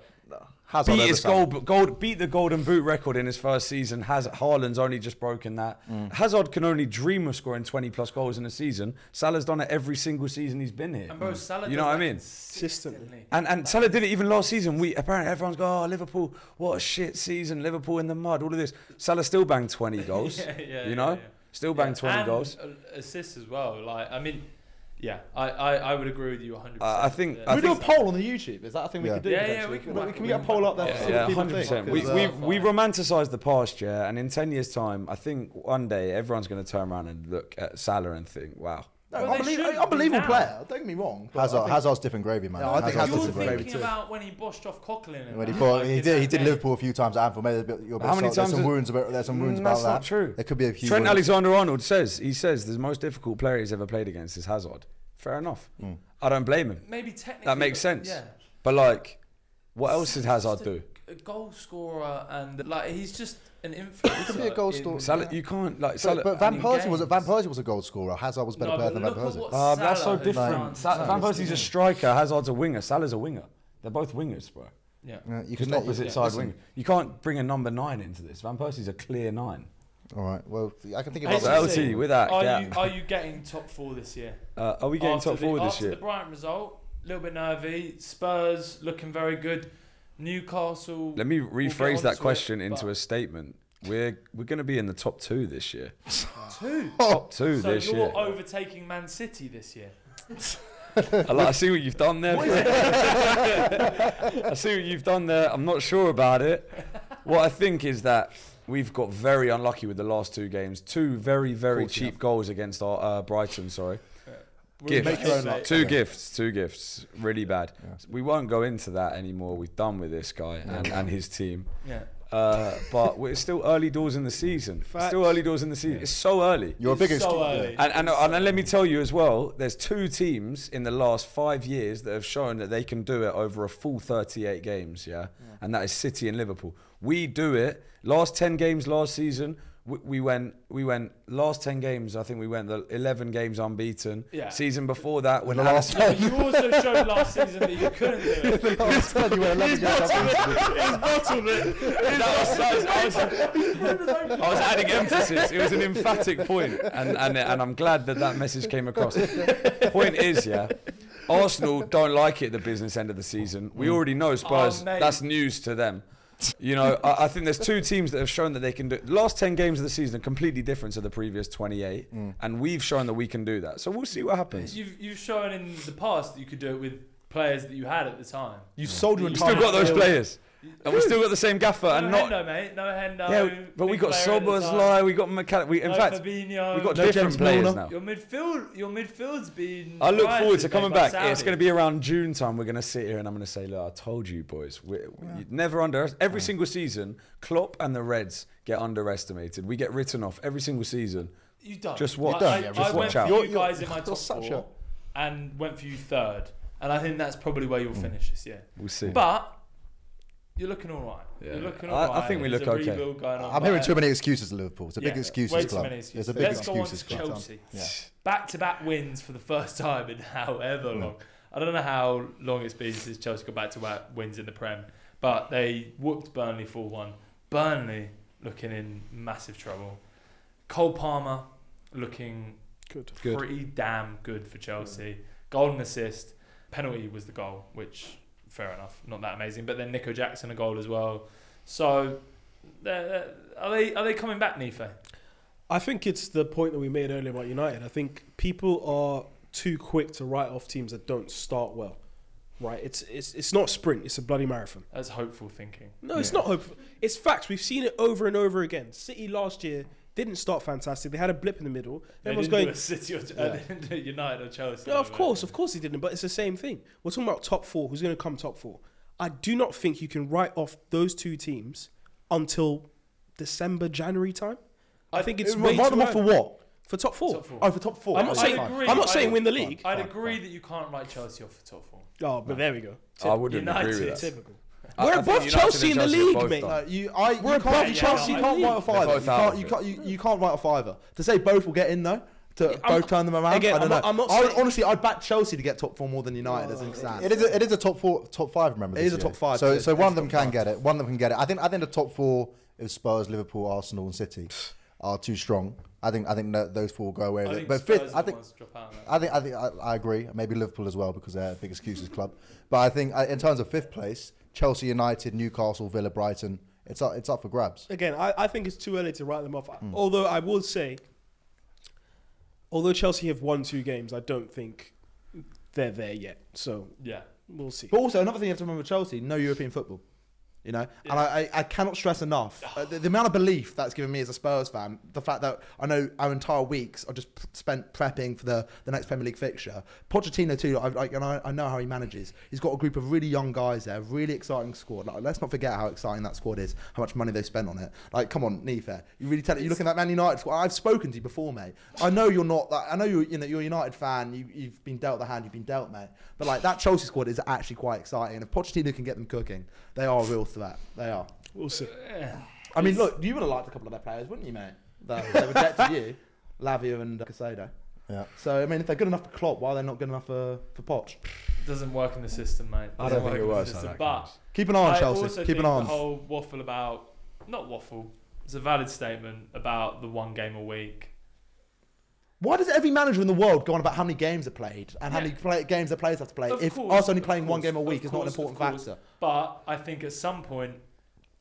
[SPEAKER 3] Hazard
[SPEAKER 6] beat
[SPEAKER 3] over
[SPEAKER 6] his
[SPEAKER 3] Salah.
[SPEAKER 6] gold, gold, beat the golden boot record in his first season. Hazard, Haaland's only just broken that. Hazard can only dream of scoring 20 plus goals in a season. Salah's done it every single season he's been here.
[SPEAKER 1] And bro, Salah
[SPEAKER 6] Mm. you know
[SPEAKER 1] does
[SPEAKER 6] what I
[SPEAKER 1] that
[SPEAKER 6] mean?
[SPEAKER 1] consistently.
[SPEAKER 6] And and Salah did it even last season. We apparently everyone's going, oh Liverpool, what a shit season. Liverpool in the mud, all of this. Salah still banged *laughs* twenty goals.
[SPEAKER 1] Yeah, yeah,
[SPEAKER 6] you know,
[SPEAKER 1] yeah, yeah.
[SPEAKER 6] still banged
[SPEAKER 1] Yeah,
[SPEAKER 6] twenty
[SPEAKER 1] and
[SPEAKER 6] goals.
[SPEAKER 1] a- Assists as well. Like I mean, yeah, I, I, I would agree with you 100.
[SPEAKER 6] I- I think-
[SPEAKER 1] Yeah.
[SPEAKER 6] I
[SPEAKER 5] Can we do a poll on the YouTube? Is that a thing we
[SPEAKER 3] Yeah.
[SPEAKER 5] could do?
[SPEAKER 1] Yeah, yeah,
[SPEAKER 5] potentially?
[SPEAKER 1] we can
[SPEAKER 5] Can we,
[SPEAKER 1] whack-
[SPEAKER 5] can
[SPEAKER 1] we
[SPEAKER 5] we get a
[SPEAKER 1] can
[SPEAKER 5] poll
[SPEAKER 1] whack
[SPEAKER 5] up there?
[SPEAKER 1] it.
[SPEAKER 5] for
[SPEAKER 1] Yeah,
[SPEAKER 5] see what
[SPEAKER 6] Yeah,
[SPEAKER 5] people
[SPEAKER 6] hundred
[SPEAKER 5] think?
[SPEAKER 6] percent. We
[SPEAKER 5] Because,
[SPEAKER 6] we
[SPEAKER 5] uh,
[SPEAKER 6] we romanticize the past, yeah. And in ten years' time, I think one day everyone's going to turn around and look at Salah and think, wow.
[SPEAKER 5] no,
[SPEAKER 1] Well, they
[SPEAKER 5] unbelie-
[SPEAKER 1] should be
[SPEAKER 5] unbelievable
[SPEAKER 1] now.
[SPEAKER 5] player. Don't get me wrong. but I
[SPEAKER 3] Hazard,
[SPEAKER 5] think-
[SPEAKER 3] Hazard's different gravy, man.
[SPEAKER 5] No, I think
[SPEAKER 1] You're
[SPEAKER 5] Hazard's
[SPEAKER 3] Hazard's
[SPEAKER 5] a
[SPEAKER 3] different gravy
[SPEAKER 1] thinking
[SPEAKER 5] too.
[SPEAKER 1] about when he boshed off Coughlin. and
[SPEAKER 3] When he
[SPEAKER 1] that,
[SPEAKER 3] bought,
[SPEAKER 1] like,
[SPEAKER 3] he
[SPEAKER 1] in
[SPEAKER 3] did, he
[SPEAKER 1] that
[SPEAKER 3] did
[SPEAKER 1] game.
[SPEAKER 3] Liverpool a few times at Anfield. Maybe there's a bit- your
[SPEAKER 6] How
[SPEAKER 3] best
[SPEAKER 6] many
[SPEAKER 3] shot. There's
[SPEAKER 6] times
[SPEAKER 3] some
[SPEAKER 6] has-
[SPEAKER 3] wounds about. There's some wounds
[SPEAKER 6] Mm,
[SPEAKER 3] about
[SPEAKER 6] that's
[SPEAKER 3] that.
[SPEAKER 6] not true.
[SPEAKER 3] There could be a few.
[SPEAKER 6] Trent
[SPEAKER 3] wounds.
[SPEAKER 6] Alexander-Arnold says he says the most difficult player he's ever played against is Hazard. Fair enough. I don't blame him.
[SPEAKER 1] Maybe technically
[SPEAKER 6] That makes
[SPEAKER 1] but-
[SPEAKER 6] sense.
[SPEAKER 1] Yeah.
[SPEAKER 6] But like, what else did Hazard
[SPEAKER 1] Just a-
[SPEAKER 6] do?
[SPEAKER 1] A goal scorer and like he's just an influencer.
[SPEAKER 3] could be a goal
[SPEAKER 1] in-
[SPEAKER 3] scorer.
[SPEAKER 6] Salah, you can't like Salah.
[SPEAKER 3] But, but Van
[SPEAKER 1] in
[SPEAKER 3] Persie was
[SPEAKER 1] games.
[SPEAKER 3] Van Persie was a goal scorer. Hazard was a better
[SPEAKER 1] No,
[SPEAKER 3] player
[SPEAKER 1] but
[SPEAKER 3] than Van
[SPEAKER 1] look at what
[SPEAKER 3] Persie.
[SPEAKER 6] Uh, but that's so
[SPEAKER 1] Salah has done.
[SPEAKER 6] different. Sa- Van Persie's a striker. Hazard's a winger. Salah's a winger. They're both wingers, bro.
[SPEAKER 1] Yeah.
[SPEAKER 3] Yeah, you
[SPEAKER 6] Just
[SPEAKER 3] let-
[SPEAKER 6] opposite
[SPEAKER 3] yeah,
[SPEAKER 6] side
[SPEAKER 3] listen.
[SPEAKER 6] winger. You can't bring a number nine into this. Van Persie's a clear nine.
[SPEAKER 3] All right. Well, I can think
[SPEAKER 1] Hey,
[SPEAKER 3] about
[SPEAKER 6] So
[SPEAKER 1] Basically,
[SPEAKER 3] that.
[SPEAKER 6] LT with that.
[SPEAKER 1] Are
[SPEAKER 6] yeah.
[SPEAKER 1] you are you getting top four this year?
[SPEAKER 6] uh, are we getting
[SPEAKER 1] After
[SPEAKER 6] top
[SPEAKER 1] the-
[SPEAKER 6] four this
[SPEAKER 1] after
[SPEAKER 6] year?
[SPEAKER 1] the Brighton result, a little bit nervy. Spurs looking very good. Newcastle.
[SPEAKER 6] Let me
[SPEAKER 1] get
[SPEAKER 6] rephrase
[SPEAKER 1] onto
[SPEAKER 6] that
[SPEAKER 1] it,
[SPEAKER 6] question
[SPEAKER 1] but-
[SPEAKER 6] into a statement. We're we're going to be in the top two this year.
[SPEAKER 1] two.
[SPEAKER 6] Top two
[SPEAKER 1] So
[SPEAKER 6] this
[SPEAKER 1] you're
[SPEAKER 6] year.
[SPEAKER 1] overtaking Man City this year.
[SPEAKER 6] I, like, I see what you've done there. Phil. *laughs* I see what you've done there. I'm not sure about it. What I think is that we've got very unlucky with the last two games. Two very, very cheap goals against our uh, Brighton. Sorry,
[SPEAKER 1] We're
[SPEAKER 6] gifts.
[SPEAKER 1] in the-
[SPEAKER 6] Two gifts. Two gifts. Really bad. We won't go into that anymore. We've done with this guy and, and his team.
[SPEAKER 1] Yeah.
[SPEAKER 6] Uh, but we're still early doors in the season.
[SPEAKER 4] Facts.
[SPEAKER 6] Still early doors in the season. It's so early.
[SPEAKER 3] You're a big
[SPEAKER 1] It's so
[SPEAKER 3] excuse-
[SPEAKER 1] early.
[SPEAKER 6] And, and, and then let me tell you as well, there's two teams in the last five years that have shown that they can do it over a full 38 games, yeah? And that is City and Liverpool. We do it. Last 10 games last season, we, we went we went last ten games. I think we went the eleven games unbeaten.
[SPEAKER 1] Yeah.
[SPEAKER 6] Season before that, when
[SPEAKER 3] The last *laughs*
[SPEAKER 6] Alisson- *laughs*
[SPEAKER 1] But you also showed last season that you couldn't do it.
[SPEAKER 3] Last time you were 11 games up.
[SPEAKER 1] *laughs*
[SPEAKER 6] I was adding emphasis. It was an emphatic point, and and and I'm glad that that message came across. point is, yeah, Arsenal don't like it at the business end of the season.
[SPEAKER 5] Mm.
[SPEAKER 6] We already know Spurs.
[SPEAKER 1] Oh, mate.
[SPEAKER 6] that's news to them. You know, I, I think there's two teams that have shown that they can do. The last ten games of the season are completely different to the previous 28,
[SPEAKER 5] Mm.
[SPEAKER 6] and we've shown that we can do that. So we'll see what happens.
[SPEAKER 1] You've, you've shown in the past that you could do it with players that you had at the time.
[SPEAKER 5] You've sold your
[SPEAKER 1] You
[SPEAKER 6] We've
[SPEAKER 5] entire
[SPEAKER 6] still got those
[SPEAKER 5] field.
[SPEAKER 6] players, and we've *laughs* still got the same gaffer,
[SPEAKER 1] No
[SPEAKER 6] and not.
[SPEAKER 1] Hendo, mate. No Hendo.
[SPEAKER 6] yeah, but we
[SPEAKER 1] big
[SPEAKER 6] got
[SPEAKER 1] player at the time.
[SPEAKER 6] Soboslai, we got McCall. We, in
[SPEAKER 1] no
[SPEAKER 6] fact,
[SPEAKER 1] Fabinho.
[SPEAKER 6] we've got
[SPEAKER 5] No
[SPEAKER 6] different
[SPEAKER 5] James
[SPEAKER 6] players
[SPEAKER 5] Milner.
[SPEAKER 6] now.
[SPEAKER 1] Your midfield, your midfield's been.
[SPEAKER 6] I look
[SPEAKER 1] fried
[SPEAKER 6] forward to
[SPEAKER 1] since
[SPEAKER 6] coming
[SPEAKER 1] they got
[SPEAKER 6] back. It's
[SPEAKER 1] Saudi.
[SPEAKER 6] going to be around June time. We're going to sit here and I'm going to say, look, I told you, boys. We, we- you Never under every single season. Klopp and the Reds get underestimated. We get written off every single season.
[SPEAKER 1] You don't.
[SPEAKER 6] Just watch-
[SPEAKER 1] I, I,
[SPEAKER 6] You don't, yeah,
[SPEAKER 1] I
[SPEAKER 6] just
[SPEAKER 1] went
[SPEAKER 6] watch
[SPEAKER 1] for
[SPEAKER 6] out.
[SPEAKER 1] you
[SPEAKER 3] You're- you're-
[SPEAKER 1] guys in my
[SPEAKER 6] *laughs*
[SPEAKER 3] you're
[SPEAKER 1] top
[SPEAKER 3] such
[SPEAKER 1] four, and went for you third. And I think that's probably where you'll
[SPEAKER 6] Hmm.
[SPEAKER 1] finish this year.
[SPEAKER 6] We'll see.
[SPEAKER 1] But you're looking all right.
[SPEAKER 6] Yeah.
[SPEAKER 1] You're looking
[SPEAKER 6] I-
[SPEAKER 1] all right.
[SPEAKER 6] I think we
[SPEAKER 1] There's
[SPEAKER 6] look
[SPEAKER 1] a
[SPEAKER 6] okay.
[SPEAKER 1] rebuild going on,
[SPEAKER 3] I'm
[SPEAKER 1] but-
[SPEAKER 3] hearing too many excuses, Liverpool. It's a big
[SPEAKER 1] Yeah,
[SPEAKER 3] excuses
[SPEAKER 1] way too
[SPEAKER 3] club.
[SPEAKER 1] many excuses.
[SPEAKER 3] It's a big
[SPEAKER 1] Let's
[SPEAKER 3] excuses
[SPEAKER 1] go on to
[SPEAKER 3] club.
[SPEAKER 1] Chelsea.
[SPEAKER 3] Yeah.
[SPEAKER 1] Back-to-back wins for the first *laughs* time in however
[SPEAKER 3] Hmm.
[SPEAKER 1] long. I don't know how long it's been since Chelsea got back-to-back wins in the Prem, but they whooped Burnley 4-1. Burnley looking in massive trouble. Cole Palmer looking
[SPEAKER 4] Good.
[SPEAKER 1] pretty damn good for Chelsea. Golden assist. Penalty was the goal, which fair enough, not that amazing. But then Nico Jackson a goal as well. So they're, they're- are they are they coming back, Nife?
[SPEAKER 4] I think it's the point that we made earlier about United. I think people are too quick to write off teams that don't start well. Right? It's it's it's not a sprint, it's a bloody marathon.
[SPEAKER 1] That's hopeful thinking.
[SPEAKER 4] No, it's not hopeful. It's facts. We've seen it over and over again. City last year didn't start fantastic. They had a blip in the middle.
[SPEAKER 1] They
[SPEAKER 4] Everyone's
[SPEAKER 1] didn't
[SPEAKER 4] going
[SPEAKER 1] do a City or uh, *laughs* they didn't do United or Chelsea.
[SPEAKER 4] No, of
[SPEAKER 1] whatever.
[SPEAKER 4] course, of course he didn't. But it's the same thing. We're talking about top four. Who's going to come top four? I do not think you can write off those two teams until December, January time. I think it's way
[SPEAKER 5] Write
[SPEAKER 4] too
[SPEAKER 5] them off for
[SPEAKER 4] early.
[SPEAKER 5] what?
[SPEAKER 4] for top four.
[SPEAKER 1] Top four.
[SPEAKER 5] Oh, for top four.
[SPEAKER 4] I'm not
[SPEAKER 5] Oh,
[SPEAKER 4] saying-
[SPEAKER 5] fine.
[SPEAKER 4] I'm not saying win the league.
[SPEAKER 1] I'd agree that you can't write Chelsea off the top four.
[SPEAKER 4] Oh, but there we go.
[SPEAKER 6] I wouldn't agree
[SPEAKER 1] United.
[SPEAKER 6] with that.
[SPEAKER 4] Typical.
[SPEAKER 6] I- I
[SPEAKER 4] We're
[SPEAKER 6] think
[SPEAKER 4] above
[SPEAKER 6] United
[SPEAKER 4] Chelsea in
[SPEAKER 6] and
[SPEAKER 4] the
[SPEAKER 6] Chelsea are
[SPEAKER 4] league,
[SPEAKER 6] both
[SPEAKER 4] mate.
[SPEAKER 6] done.
[SPEAKER 5] No, you, I, you
[SPEAKER 4] We're
[SPEAKER 5] can't,
[SPEAKER 4] above
[SPEAKER 5] Chelsea
[SPEAKER 1] Chelsea,
[SPEAKER 5] you can't
[SPEAKER 1] yeah.
[SPEAKER 5] write off either.
[SPEAKER 6] both
[SPEAKER 5] You
[SPEAKER 6] out
[SPEAKER 5] can't,
[SPEAKER 6] of
[SPEAKER 5] you,
[SPEAKER 6] it.
[SPEAKER 5] can't, you, you can't write off either. To say both will get in though, to
[SPEAKER 4] I'm-
[SPEAKER 5] both turn them around.
[SPEAKER 4] again,
[SPEAKER 5] I don't
[SPEAKER 4] I'm not-
[SPEAKER 5] know.
[SPEAKER 4] I'm not
[SPEAKER 5] I would,
[SPEAKER 4] saying-
[SPEAKER 5] honestly, I'd back Chelsea to get top four more than United as it stands.
[SPEAKER 3] It is, a, it is a top four, top five. Remember,
[SPEAKER 5] It
[SPEAKER 3] this
[SPEAKER 5] is a
[SPEAKER 3] year.
[SPEAKER 5] top five,
[SPEAKER 3] So,
[SPEAKER 5] yeah.
[SPEAKER 3] so
[SPEAKER 5] It
[SPEAKER 3] one
[SPEAKER 5] is
[SPEAKER 3] of them
[SPEAKER 5] top
[SPEAKER 3] can get it. One of them can get it. I think, I think the top four is Spurs, Liverpool, Arsenal, and City are too strong. I think, I think tho- those four will go away.
[SPEAKER 1] I
[SPEAKER 3] With
[SPEAKER 1] think
[SPEAKER 3] it. But
[SPEAKER 1] Spurs
[SPEAKER 3] fifth,
[SPEAKER 1] are
[SPEAKER 3] I
[SPEAKER 1] the
[SPEAKER 3] think,
[SPEAKER 1] ones to drop out of that.
[SPEAKER 3] I think, I think, I, I agree. Maybe Liverpool as well because they're a big excuses club. But I think, uh, in terms of fifth place, Chelsea, United, Newcastle, Villa, Brighton, it's up, it's up for grabs.
[SPEAKER 4] Again, I, I think it's too early to write them off.
[SPEAKER 5] Hmm.
[SPEAKER 4] Although I will say, although Chelsea have won two games, I don't think they're there yet. So
[SPEAKER 1] Yeah.
[SPEAKER 4] we'll see.
[SPEAKER 5] But also another thing you have to remember: with Chelsea, no European football. You know, and I, I, I cannot stress enough uh, the, the amount of belief that's given me as a Spurs fan. The fact that I know our entire weeks are just p- spent prepping for the, the next Premier League fixture. Pochettino too, I, I, and I, I know how he manages. He's got a group of really young guys there, really exciting squad. Like, let's not forget how exciting that squad is, how much money they spent on it. Like, come on, Nefe, you really tell it. You look at that Man United squad. I've spoken to you before, mate. I know you're not. Like, I know you're you know you're a United fan. You, you've been dealt the hand you've been dealt, mate. But like that Chelsea squad is actually quite exciting. And if Pochettino can get them cooking, they are a real threat. They are.
[SPEAKER 4] We'll see.
[SPEAKER 5] I mean, look, you would have liked a couple of their players, wouldn't you, mate? That they rejected
[SPEAKER 1] *laughs*
[SPEAKER 5] you, Lavia and Casado.
[SPEAKER 3] Yeah.
[SPEAKER 5] So I mean, if they're good enough for Klopp, why are they not good enough for for Poch?
[SPEAKER 1] Doesn't work in the system, mate.
[SPEAKER 6] I
[SPEAKER 1] Doesn't
[SPEAKER 6] don't think it
[SPEAKER 1] in the
[SPEAKER 6] works
[SPEAKER 1] system,
[SPEAKER 6] like that,
[SPEAKER 1] But
[SPEAKER 6] guys.
[SPEAKER 5] Keep an eye on
[SPEAKER 1] I
[SPEAKER 5] Chelsea.
[SPEAKER 1] also
[SPEAKER 5] Keep
[SPEAKER 1] think
[SPEAKER 5] an eye on.
[SPEAKER 1] the whole waffle about not waffle. It's a valid statement about the one game a week.
[SPEAKER 5] Why does every manager in the world go on about how many games are played and how
[SPEAKER 1] Yeah.
[SPEAKER 5] many play, games their players have to play?
[SPEAKER 1] Of
[SPEAKER 5] if
[SPEAKER 1] course,
[SPEAKER 5] us only
[SPEAKER 1] of
[SPEAKER 5] playing one
[SPEAKER 1] course,
[SPEAKER 5] game a
[SPEAKER 1] of
[SPEAKER 5] week is not an
[SPEAKER 1] course, of
[SPEAKER 5] important
[SPEAKER 1] course.
[SPEAKER 5] factor.
[SPEAKER 1] But I think at some point,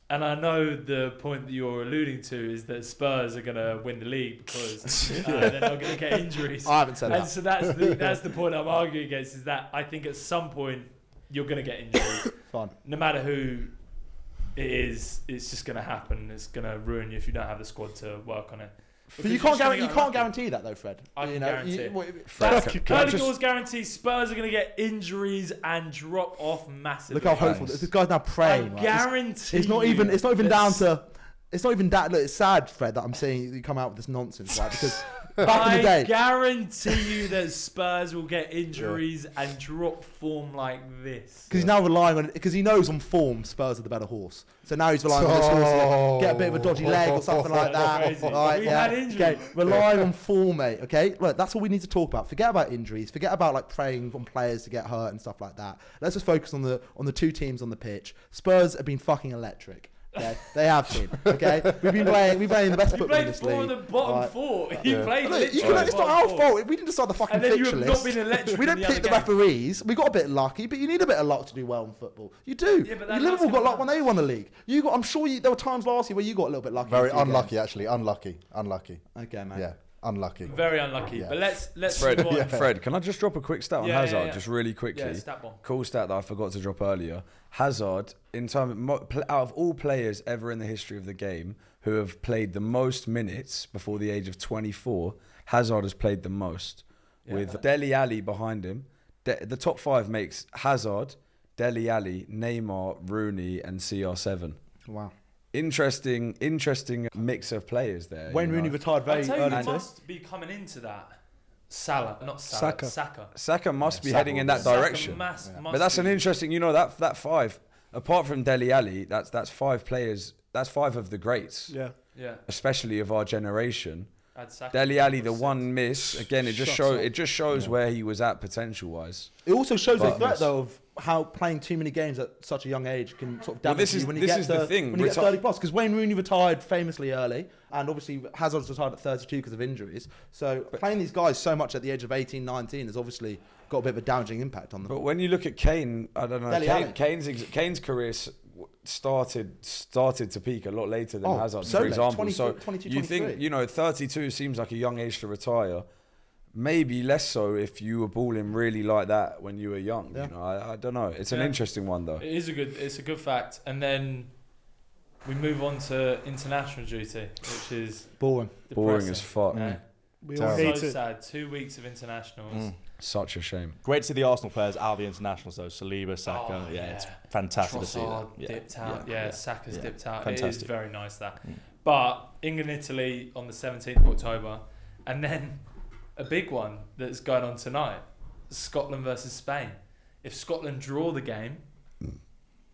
[SPEAKER 1] and I know the point that you're alluding to is that Spurs are going to win the league
[SPEAKER 5] *laughs*
[SPEAKER 1] because uh, they're not going to get injuries.
[SPEAKER 5] I haven't said
[SPEAKER 1] And
[SPEAKER 5] that.
[SPEAKER 1] so that's the,
[SPEAKER 5] *laughs*
[SPEAKER 1] that's the point I'm arguing against is that I think at some point you're going to get injuries.
[SPEAKER 5] *coughs* Fine.
[SPEAKER 1] no matter who it is, it's just going to happen. It's going to ruin you if you don't have the squad to work on it.
[SPEAKER 5] But you
[SPEAKER 1] Because you're
[SPEAKER 5] can't guarantee,
[SPEAKER 1] just
[SPEAKER 5] you
[SPEAKER 1] gonna
[SPEAKER 5] can't
[SPEAKER 1] get
[SPEAKER 5] guarantee that though, Fred.
[SPEAKER 1] I can
[SPEAKER 5] you know,
[SPEAKER 1] guarantee it.
[SPEAKER 5] what-
[SPEAKER 6] Fred,
[SPEAKER 1] That's
[SPEAKER 6] can- can I
[SPEAKER 1] early
[SPEAKER 6] just-
[SPEAKER 1] goals guarantee. Spurs are going to get injuries and drop off massively.
[SPEAKER 5] look how hopeful this guy's now
[SPEAKER 1] I
[SPEAKER 5] praying. right? It's-
[SPEAKER 1] guarantee.
[SPEAKER 5] It's not even.
[SPEAKER 1] you
[SPEAKER 5] It's not even
[SPEAKER 1] that
[SPEAKER 5] down to. It's not even that. Look, it's sad, Fred, that I'm seeing you come out with this nonsense, right? Because Back in the
[SPEAKER 1] I
[SPEAKER 5] day.
[SPEAKER 1] guarantee
[SPEAKER 5] *laughs*
[SPEAKER 1] you that Spurs will get injuries and drop form like this.
[SPEAKER 5] Because he's now relying on because he knows on form Spurs are the better horse. So now he's relying on this horse to uh, get a bit of a dodgy leg or something like
[SPEAKER 1] *laughs*
[SPEAKER 5] that.
[SPEAKER 1] That's crazy.
[SPEAKER 5] All right,
[SPEAKER 1] We
[SPEAKER 5] yeah.
[SPEAKER 1] had injuries.
[SPEAKER 5] Okay, relying on form, mate. Okay, look, that's what we need to talk about. Forget about injuries. Forget about like praying on players to get hurt and stuff like that. Let's just focus on the on the two teams on the pitch. Spurs have been fucking electric. Okay? they have been. Okay, we've been playing. We've been playing the best
[SPEAKER 1] You
[SPEAKER 5] football in
[SPEAKER 1] played
[SPEAKER 5] this
[SPEAKER 1] four of
[SPEAKER 5] league.
[SPEAKER 1] the bottom
[SPEAKER 5] All right.
[SPEAKER 1] four. You played
[SPEAKER 5] Look,
[SPEAKER 1] literally
[SPEAKER 5] you can,
[SPEAKER 1] the
[SPEAKER 5] it's not
[SPEAKER 1] bottom
[SPEAKER 5] our
[SPEAKER 1] four.
[SPEAKER 5] fault. We didn't decide the fucking
[SPEAKER 1] And then you
[SPEAKER 5] fixture
[SPEAKER 1] have
[SPEAKER 5] list.
[SPEAKER 1] not been electric.
[SPEAKER 5] We
[SPEAKER 1] in
[SPEAKER 5] don't
[SPEAKER 1] the
[SPEAKER 5] pick
[SPEAKER 1] other
[SPEAKER 5] the
[SPEAKER 1] game.
[SPEAKER 5] referees. We got a bit lucky, but you need a bit of luck to do well in football. You do.
[SPEAKER 1] Yeah, but that
[SPEAKER 5] you Liverpool
[SPEAKER 1] luck's
[SPEAKER 5] got
[SPEAKER 1] gonna
[SPEAKER 5] luck when they won the league. You got. I'm sure you, there were times last year where you got a little bit lucky. in a
[SPEAKER 3] Very
[SPEAKER 5] few
[SPEAKER 3] unlucky, actually. Unlucky. Unlucky.
[SPEAKER 5] games. Okay, man.
[SPEAKER 3] Yeah. Unlucky.
[SPEAKER 1] Very unlucky.
[SPEAKER 3] Yeah.
[SPEAKER 1] But let's let's
[SPEAKER 6] Fred,
[SPEAKER 1] move on.
[SPEAKER 6] Fred, can I just drop a quick stat on
[SPEAKER 1] Yeah, yeah,
[SPEAKER 6] Hazard,
[SPEAKER 1] yeah.
[SPEAKER 6] just really quickly?
[SPEAKER 1] Yeah, stat bomb.
[SPEAKER 6] Cool stat that I forgot to drop earlier. Hazard, in time, mo- pl- out of all players ever in the history of the game who have played the most minutes before the age of 24, Hazard has played the most, with Deli Ali behind him. De- the top five makes Hazard, Deli Ali, Neymar, Rooney, and CR7.
[SPEAKER 5] Wow.
[SPEAKER 6] Interesting, interesting mix of players there.
[SPEAKER 5] Wayne
[SPEAKER 6] you know.
[SPEAKER 5] Rooney retired
[SPEAKER 1] I
[SPEAKER 5] very
[SPEAKER 1] tell you,
[SPEAKER 5] early.
[SPEAKER 1] who
[SPEAKER 5] too.
[SPEAKER 1] must be coming into that. Salah, not Salah. Saka.
[SPEAKER 4] Saka.
[SPEAKER 1] Saka.
[SPEAKER 6] Saka must be
[SPEAKER 3] Saka
[SPEAKER 6] heading in that
[SPEAKER 1] Saka
[SPEAKER 6] direction.
[SPEAKER 1] must- must
[SPEAKER 6] But that's an
[SPEAKER 1] be-
[SPEAKER 6] interesting, you know, that that five. Apart from Deli Ali, that's that's five players. That's five of the greats,
[SPEAKER 4] Yeah.
[SPEAKER 1] Yeah.
[SPEAKER 6] especially of our generation.
[SPEAKER 1] add Saka.
[SPEAKER 6] Deli Ali, the
[SPEAKER 1] Six.
[SPEAKER 6] one miss again. It just
[SPEAKER 4] Shut
[SPEAKER 6] show
[SPEAKER 4] up.
[SPEAKER 6] it just shows where he was at potential wise.
[SPEAKER 5] It also shows the
[SPEAKER 6] But-
[SPEAKER 5] threat though of how playing too many games at such a young age can sort of damage
[SPEAKER 6] this
[SPEAKER 5] you
[SPEAKER 6] is-
[SPEAKER 5] when you
[SPEAKER 6] this
[SPEAKER 5] get
[SPEAKER 6] is
[SPEAKER 5] to,
[SPEAKER 6] the thing,
[SPEAKER 5] when you get
[SPEAKER 6] reti-
[SPEAKER 5] 30 plus. Because Wayne Rooney retired famously early, and obviously Hazard's retired at 32 because of injuries. So playing these guys so much at the age of 18, 19 has obviously got a bit of a damaging impact on them.
[SPEAKER 6] But when you look at Kane, I don't know.
[SPEAKER 5] Dele
[SPEAKER 6] Kane,
[SPEAKER 5] Alli.
[SPEAKER 6] Kane's ex- Kane's career s- w- started started to peak a lot later than
[SPEAKER 5] Oh,
[SPEAKER 6] Hazard,
[SPEAKER 5] so
[SPEAKER 6] for
[SPEAKER 5] late,
[SPEAKER 6] example.
[SPEAKER 5] 22,
[SPEAKER 6] so
[SPEAKER 5] 22,
[SPEAKER 6] you think
[SPEAKER 5] 23.
[SPEAKER 6] you know, 32 seems like a young age to retire. Maybe less so if you were balling really like that when you were young.
[SPEAKER 5] Yeah.
[SPEAKER 6] You know, I, I don't know. It's an
[SPEAKER 1] Yeah.
[SPEAKER 6] interesting one though.
[SPEAKER 1] It is a good. It's a good fact. And then we move on to international duty, which is
[SPEAKER 5] Boring.
[SPEAKER 6] Boring
[SPEAKER 1] depressing.
[SPEAKER 6] as fuck.
[SPEAKER 1] Yeah.
[SPEAKER 4] We all
[SPEAKER 3] Terrible.
[SPEAKER 4] hate
[SPEAKER 1] So
[SPEAKER 4] it.
[SPEAKER 1] sad. Two weeks of internationals.
[SPEAKER 3] Mm.
[SPEAKER 6] Such a shame.
[SPEAKER 2] Great to see the Arsenal players out of the internationals though. Saliba, Saka.
[SPEAKER 1] Oh,
[SPEAKER 2] yeah,
[SPEAKER 1] yeah.
[SPEAKER 2] it's fantastic to see that.
[SPEAKER 1] Trossard
[SPEAKER 2] Yeah.
[SPEAKER 1] dipped out. Yeah, Saka's
[SPEAKER 2] yeah.
[SPEAKER 1] dipped out. It is
[SPEAKER 2] Fantastic.
[SPEAKER 1] very nice that.
[SPEAKER 2] Mm.
[SPEAKER 1] But England, Italy on the 17th of October, and then a big one that's going on tonight: Scotland versus Spain. If Scotland draw the game,
[SPEAKER 2] Mm.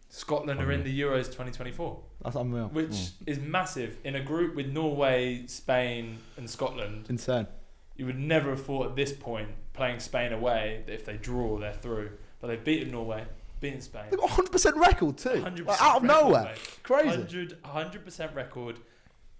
[SPEAKER 1] Scotland are in the Euros 2024,
[SPEAKER 5] That's unreal.
[SPEAKER 1] which
[SPEAKER 2] Mm.
[SPEAKER 1] is massive in a group with Norway, Spain, and Scotland.
[SPEAKER 5] Insane.
[SPEAKER 1] You would never have thought at this point, playing Spain away, that if they draw, they're through. But they've beaten Norway, beaten Spain.
[SPEAKER 5] They've got 100% record too.
[SPEAKER 1] 100%
[SPEAKER 5] Like, out of
[SPEAKER 1] record,
[SPEAKER 5] nowhere.
[SPEAKER 1] mate.
[SPEAKER 5] Crazy.
[SPEAKER 1] 100, 100% record.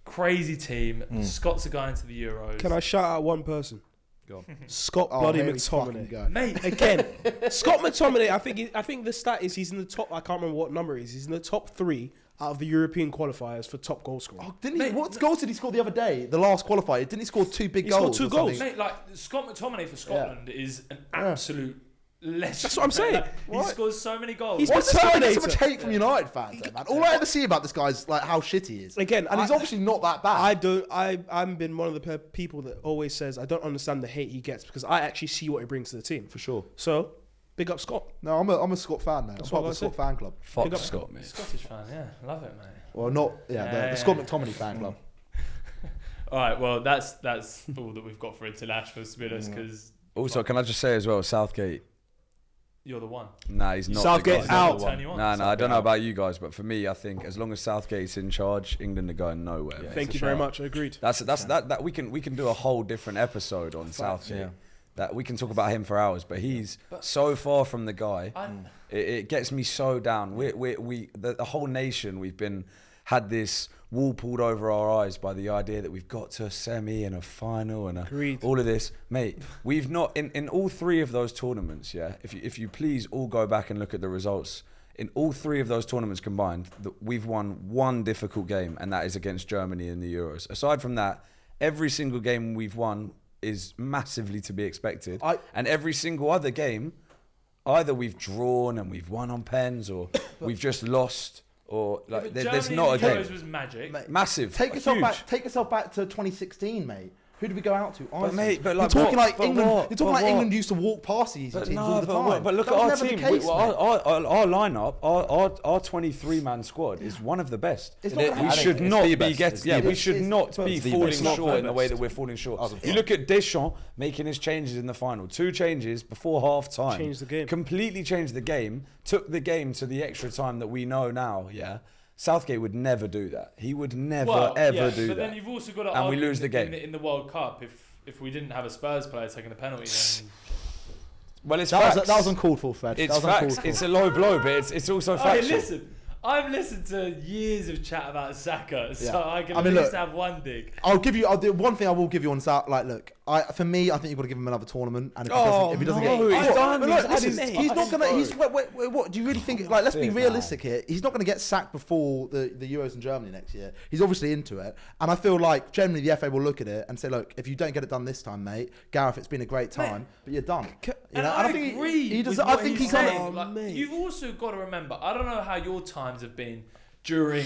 [SPEAKER 1] Crazy team. Scots are going to the Euros.
[SPEAKER 4] Mm. Can I shout out one person?
[SPEAKER 6] Go
[SPEAKER 4] Scott
[SPEAKER 5] Oh,
[SPEAKER 4] Bloody
[SPEAKER 5] here we fucking
[SPEAKER 4] McTominay.
[SPEAKER 5] go.
[SPEAKER 1] Mate,
[SPEAKER 4] Again, Scott McTominay. I think he, I think the stat is he's in the top. I can't remember what number it is. He's in the top three out of the European qualifiers for top goal scorer.
[SPEAKER 5] Oh, didn't
[SPEAKER 1] Mate,
[SPEAKER 5] he? What
[SPEAKER 1] no-
[SPEAKER 5] goals did he score the other day? The last qualifier. Didn't he score two big
[SPEAKER 4] He scored
[SPEAKER 5] goals?
[SPEAKER 4] two
[SPEAKER 5] or something?
[SPEAKER 1] *laughs*
[SPEAKER 4] goals.
[SPEAKER 1] mate, like Scott McTominay for Scotland is an absolute legend.
[SPEAKER 4] That's what I'm saying.
[SPEAKER 1] Like, he
[SPEAKER 5] Right.
[SPEAKER 1] scores so many goals.
[SPEAKER 4] He's
[SPEAKER 5] Why does this guy get so
[SPEAKER 4] Terminator.
[SPEAKER 5] much hate from United fans, though, man? All I ever see about this guy is like how shit he is.
[SPEAKER 4] Again,
[SPEAKER 5] and he's
[SPEAKER 4] I-
[SPEAKER 5] obviously not that bad.
[SPEAKER 4] I don't. I I've been one of the pe- people that always says I don't understand the hate he gets because I actually see what he brings to the team.
[SPEAKER 5] for sure.
[SPEAKER 4] So, big up Scott.
[SPEAKER 5] No, I'm a, I'm a Scott fan now. I'm
[SPEAKER 4] what
[SPEAKER 5] part of
[SPEAKER 4] I
[SPEAKER 5] the Scott
[SPEAKER 4] said.
[SPEAKER 5] fan club.
[SPEAKER 4] Pick
[SPEAKER 6] fuck
[SPEAKER 4] up-
[SPEAKER 6] Scott, mate.
[SPEAKER 1] Scottish fan, yeah. Love it, mate.
[SPEAKER 5] Well, not yeah, the,
[SPEAKER 1] Yeah.
[SPEAKER 5] the Scott McTominay fan club.
[SPEAKER 6] Mm.
[SPEAKER 1] All right, well, that's that's all that we've got for internationals, to be
[SPEAKER 4] Mm.
[SPEAKER 1] honest, because
[SPEAKER 6] Also, can I just say as well, Southgate?
[SPEAKER 1] you're the one.
[SPEAKER 6] Nah, he's not. the
[SPEAKER 4] Southgate
[SPEAKER 6] guy.
[SPEAKER 4] out.
[SPEAKER 1] Turn you on.
[SPEAKER 6] Nah, nah, I
[SPEAKER 1] Southgate
[SPEAKER 6] don't know
[SPEAKER 1] out.
[SPEAKER 6] about you guys, but for me, I think as long as Southgate's in charge, England are going nowhere. mate.
[SPEAKER 4] Thank you very much. I agreed.
[SPEAKER 6] That's that's that, that we can we can do a whole different episode on Southgate.
[SPEAKER 2] yeah.
[SPEAKER 6] That we can talk about him for hours, but he's so far from the guy.
[SPEAKER 1] I,
[SPEAKER 4] Mm.
[SPEAKER 6] It, it gets me so down. We we we the, the whole nation we've been had this wall pulled over our eyes by the idea that we've got to a semi and a final and a,
[SPEAKER 4] Agreed.
[SPEAKER 6] all of this, mate. We've not in, in all three of those tournaments. Yeah, if you, if you please all go back and look at the results. In all three of those tournaments combined, that we've won one difficult game, and that is against Germany in the Euros. Aside from that, every single game we've won is massively to be expected,
[SPEAKER 5] I-
[SPEAKER 6] and every single other game either we've drawn and we've won on pens or we've just lost or like
[SPEAKER 1] But
[SPEAKER 6] there-
[SPEAKER 1] Germany
[SPEAKER 6] there's
[SPEAKER 1] in
[SPEAKER 6] not a
[SPEAKER 1] the Euros
[SPEAKER 6] game
[SPEAKER 1] was magic.
[SPEAKER 5] Mate,
[SPEAKER 6] massive
[SPEAKER 5] Take
[SPEAKER 6] like,
[SPEAKER 5] yourself
[SPEAKER 6] huge.
[SPEAKER 5] back. Take yourself back to 2016, mate. Who do we go out to? Iceland.
[SPEAKER 6] mate, but
[SPEAKER 5] you're
[SPEAKER 6] like
[SPEAKER 5] talking
[SPEAKER 6] what-
[SPEAKER 5] like
[SPEAKER 6] but
[SPEAKER 5] England.
[SPEAKER 6] what?
[SPEAKER 5] You're talking
[SPEAKER 6] But
[SPEAKER 5] like
[SPEAKER 6] what?
[SPEAKER 5] England used to walk past these teams
[SPEAKER 6] no,
[SPEAKER 5] all the
[SPEAKER 6] but
[SPEAKER 5] time.
[SPEAKER 6] what- But look
[SPEAKER 5] That
[SPEAKER 6] at
[SPEAKER 5] was
[SPEAKER 6] our
[SPEAKER 5] never the
[SPEAKER 6] team. We-
[SPEAKER 5] case,
[SPEAKER 6] well,
[SPEAKER 5] mate.
[SPEAKER 6] our, our, our lineup, our, our, our 23 man squad is one of the best.
[SPEAKER 5] It's not
[SPEAKER 6] It-
[SPEAKER 5] the
[SPEAKER 6] we
[SPEAKER 5] best.
[SPEAKER 6] should
[SPEAKER 2] It's the
[SPEAKER 6] not be
[SPEAKER 2] best. It's
[SPEAKER 6] getting.
[SPEAKER 2] the
[SPEAKER 6] Yeah, we
[SPEAKER 2] best.
[SPEAKER 6] should
[SPEAKER 5] It's-
[SPEAKER 6] not be
[SPEAKER 2] it's the
[SPEAKER 6] falling
[SPEAKER 2] best. Not
[SPEAKER 6] short
[SPEAKER 2] the
[SPEAKER 6] in the way
[SPEAKER 2] best.
[SPEAKER 6] that we're falling short.
[SPEAKER 2] As of
[SPEAKER 6] You
[SPEAKER 2] yet.
[SPEAKER 6] look at Deschamps making his changes in the final. Two changes before half time.
[SPEAKER 4] Changed the game.
[SPEAKER 6] Completely changed the game. Took the game to the extra time that we know now. Yeah. Southgate would never do that. He would never
[SPEAKER 1] well,
[SPEAKER 6] ever
[SPEAKER 1] yeah,
[SPEAKER 6] do
[SPEAKER 1] but
[SPEAKER 6] that.
[SPEAKER 1] then you've also got to
[SPEAKER 6] And we
[SPEAKER 1] argue
[SPEAKER 6] lose the
[SPEAKER 1] in
[SPEAKER 6] game.
[SPEAKER 1] in the, in the World Cup. If if we didn't have a Spurs player taking the penalty, then
[SPEAKER 6] well, it's
[SPEAKER 5] That
[SPEAKER 6] facts.
[SPEAKER 5] was, that was uncalled for, Fred.
[SPEAKER 6] it's
[SPEAKER 5] that was
[SPEAKER 6] facts.
[SPEAKER 5] uncalled for.
[SPEAKER 6] It's a low blow, but it's, it's also
[SPEAKER 1] Hey,
[SPEAKER 6] factual.
[SPEAKER 1] listen, I've listened to years of chat about Saka, so
[SPEAKER 5] Yeah.
[SPEAKER 1] I can
[SPEAKER 5] I
[SPEAKER 1] at
[SPEAKER 5] mean,
[SPEAKER 1] least
[SPEAKER 5] look-
[SPEAKER 1] have one dig.
[SPEAKER 5] I'll give you. I'll do one thing. I will give you on South. Like, look, I for me, I think you've got to give him another tournament. And if he doesn't,
[SPEAKER 6] Oh,
[SPEAKER 5] if he doesn't
[SPEAKER 6] no,
[SPEAKER 5] get,
[SPEAKER 6] he's
[SPEAKER 5] Look,
[SPEAKER 6] done,
[SPEAKER 5] look,
[SPEAKER 6] he's had
[SPEAKER 5] listen,
[SPEAKER 6] his
[SPEAKER 5] he's not
[SPEAKER 6] time.
[SPEAKER 5] gonna. He's what, what, what, what? Do you really think? Like, let's be
[SPEAKER 6] Dude, man.
[SPEAKER 5] realistic here. He's not gonna get sacked before the, the Euros in Germany next year. He's obviously into it, and I feel like generally the FA will look at it and say, look, if you don't get it done this time, mate, Gareth, it's been a great time, but you're done. You
[SPEAKER 1] and
[SPEAKER 5] know,
[SPEAKER 1] I,
[SPEAKER 5] and think he-
[SPEAKER 1] agree.
[SPEAKER 5] He, does.
[SPEAKER 1] with
[SPEAKER 5] I
[SPEAKER 1] what
[SPEAKER 5] think he
[SPEAKER 1] he's
[SPEAKER 5] kind of.
[SPEAKER 1] saying.
[SPEAKER 4] Oh,
[SPEAKER 1] Like,
[SPEAKER 4] mate.
[SPEAKER 1] You've also got to remember. I don't know how your times have been during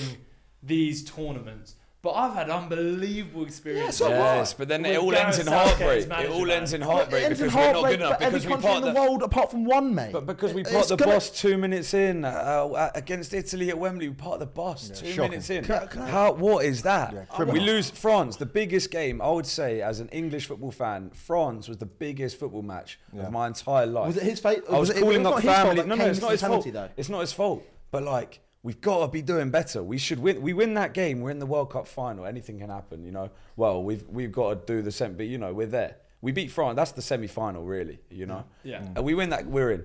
[SPEAKER 1] these tournaments, but I've had unbelievable experiences.
[SPEAKER 5] so what?
[SPEAKER 6] Yes, but then it
[SPEAKER 1] With
[SPEAKER 6] all
[SPEAKER 1] Gareth
[SPEAKER 6] ends in
[SPEAKER 1] Southgate's
[SPEAKER 6] heartbreak. It
[SPEAKER 1] manager,
[SPEAKER 6] all
[SPEAKER 1] man.
[SPEAKER 6] ends in
[SPEAKER 5] It
[SPEAKER 6] heartbreak
[SPEAKER 5] ends in
[SPEAKER 6] because we're not
[SPEAKER 5] heartbreak
[SPEAKER 6] good
[SPEAKER 5] for
[SPEAKER 6] enough.
[SPEAKER 5] every
[SPEAKER 6] Because we
[SPEAKER 5] country in
[SPEAKER 6] part
[SPEAKER 5] the
[SPEAKER 6] the
[SPEAKER 5] world apart from one, mate.
[SPEAKER 6] but because we
[SPEAKER 5] It's
[SPEAKER 6] part the
[SPEAKER 5] gonna-
[SPEAKER 6] bus two minutes in uh, against Italy at Wembley, we part the bus two
[SPEAKER 3] shocking.
[SPEAKER 6] minutes in. How? What is that? we lose France, the biggest game I would say as an English football fan. France was the biggest football match of my entire life.
[SPEAKER 5] Was it his fate-
[SPEAKER 6] I was,
[SPEAKER 5] was it-
[SPEAKER 6] calling
[SPEAKER 5] it was
[SPEAKER 6] up
[SPEAKER 5] not his fault
[SPEAKER 6] family.
[SPEAKER 5] that
[SPEAKER 6] No, no,
[SPEAKER 5] Kane
[SPEAKER 6] it's
[SPEAKER 5] missed
[SPEAKER 6] not
[SPEAKER 5] the
[SPEAKER 6] his fault.
[SPEAKER 5] penalty, though.
[SPEAKER 6] It's not his fault. But like, we've got to be doing better. We should win. We win that game. We're in the World Cup final. Anything can happen, you know. Well, we've we've got to do the same. But you know, we're there. We beat France. That's the semi final, really. You know.
[SPEAKER 1] Yeah. Mm.
[SPEAKER 6] And we win that. We're in.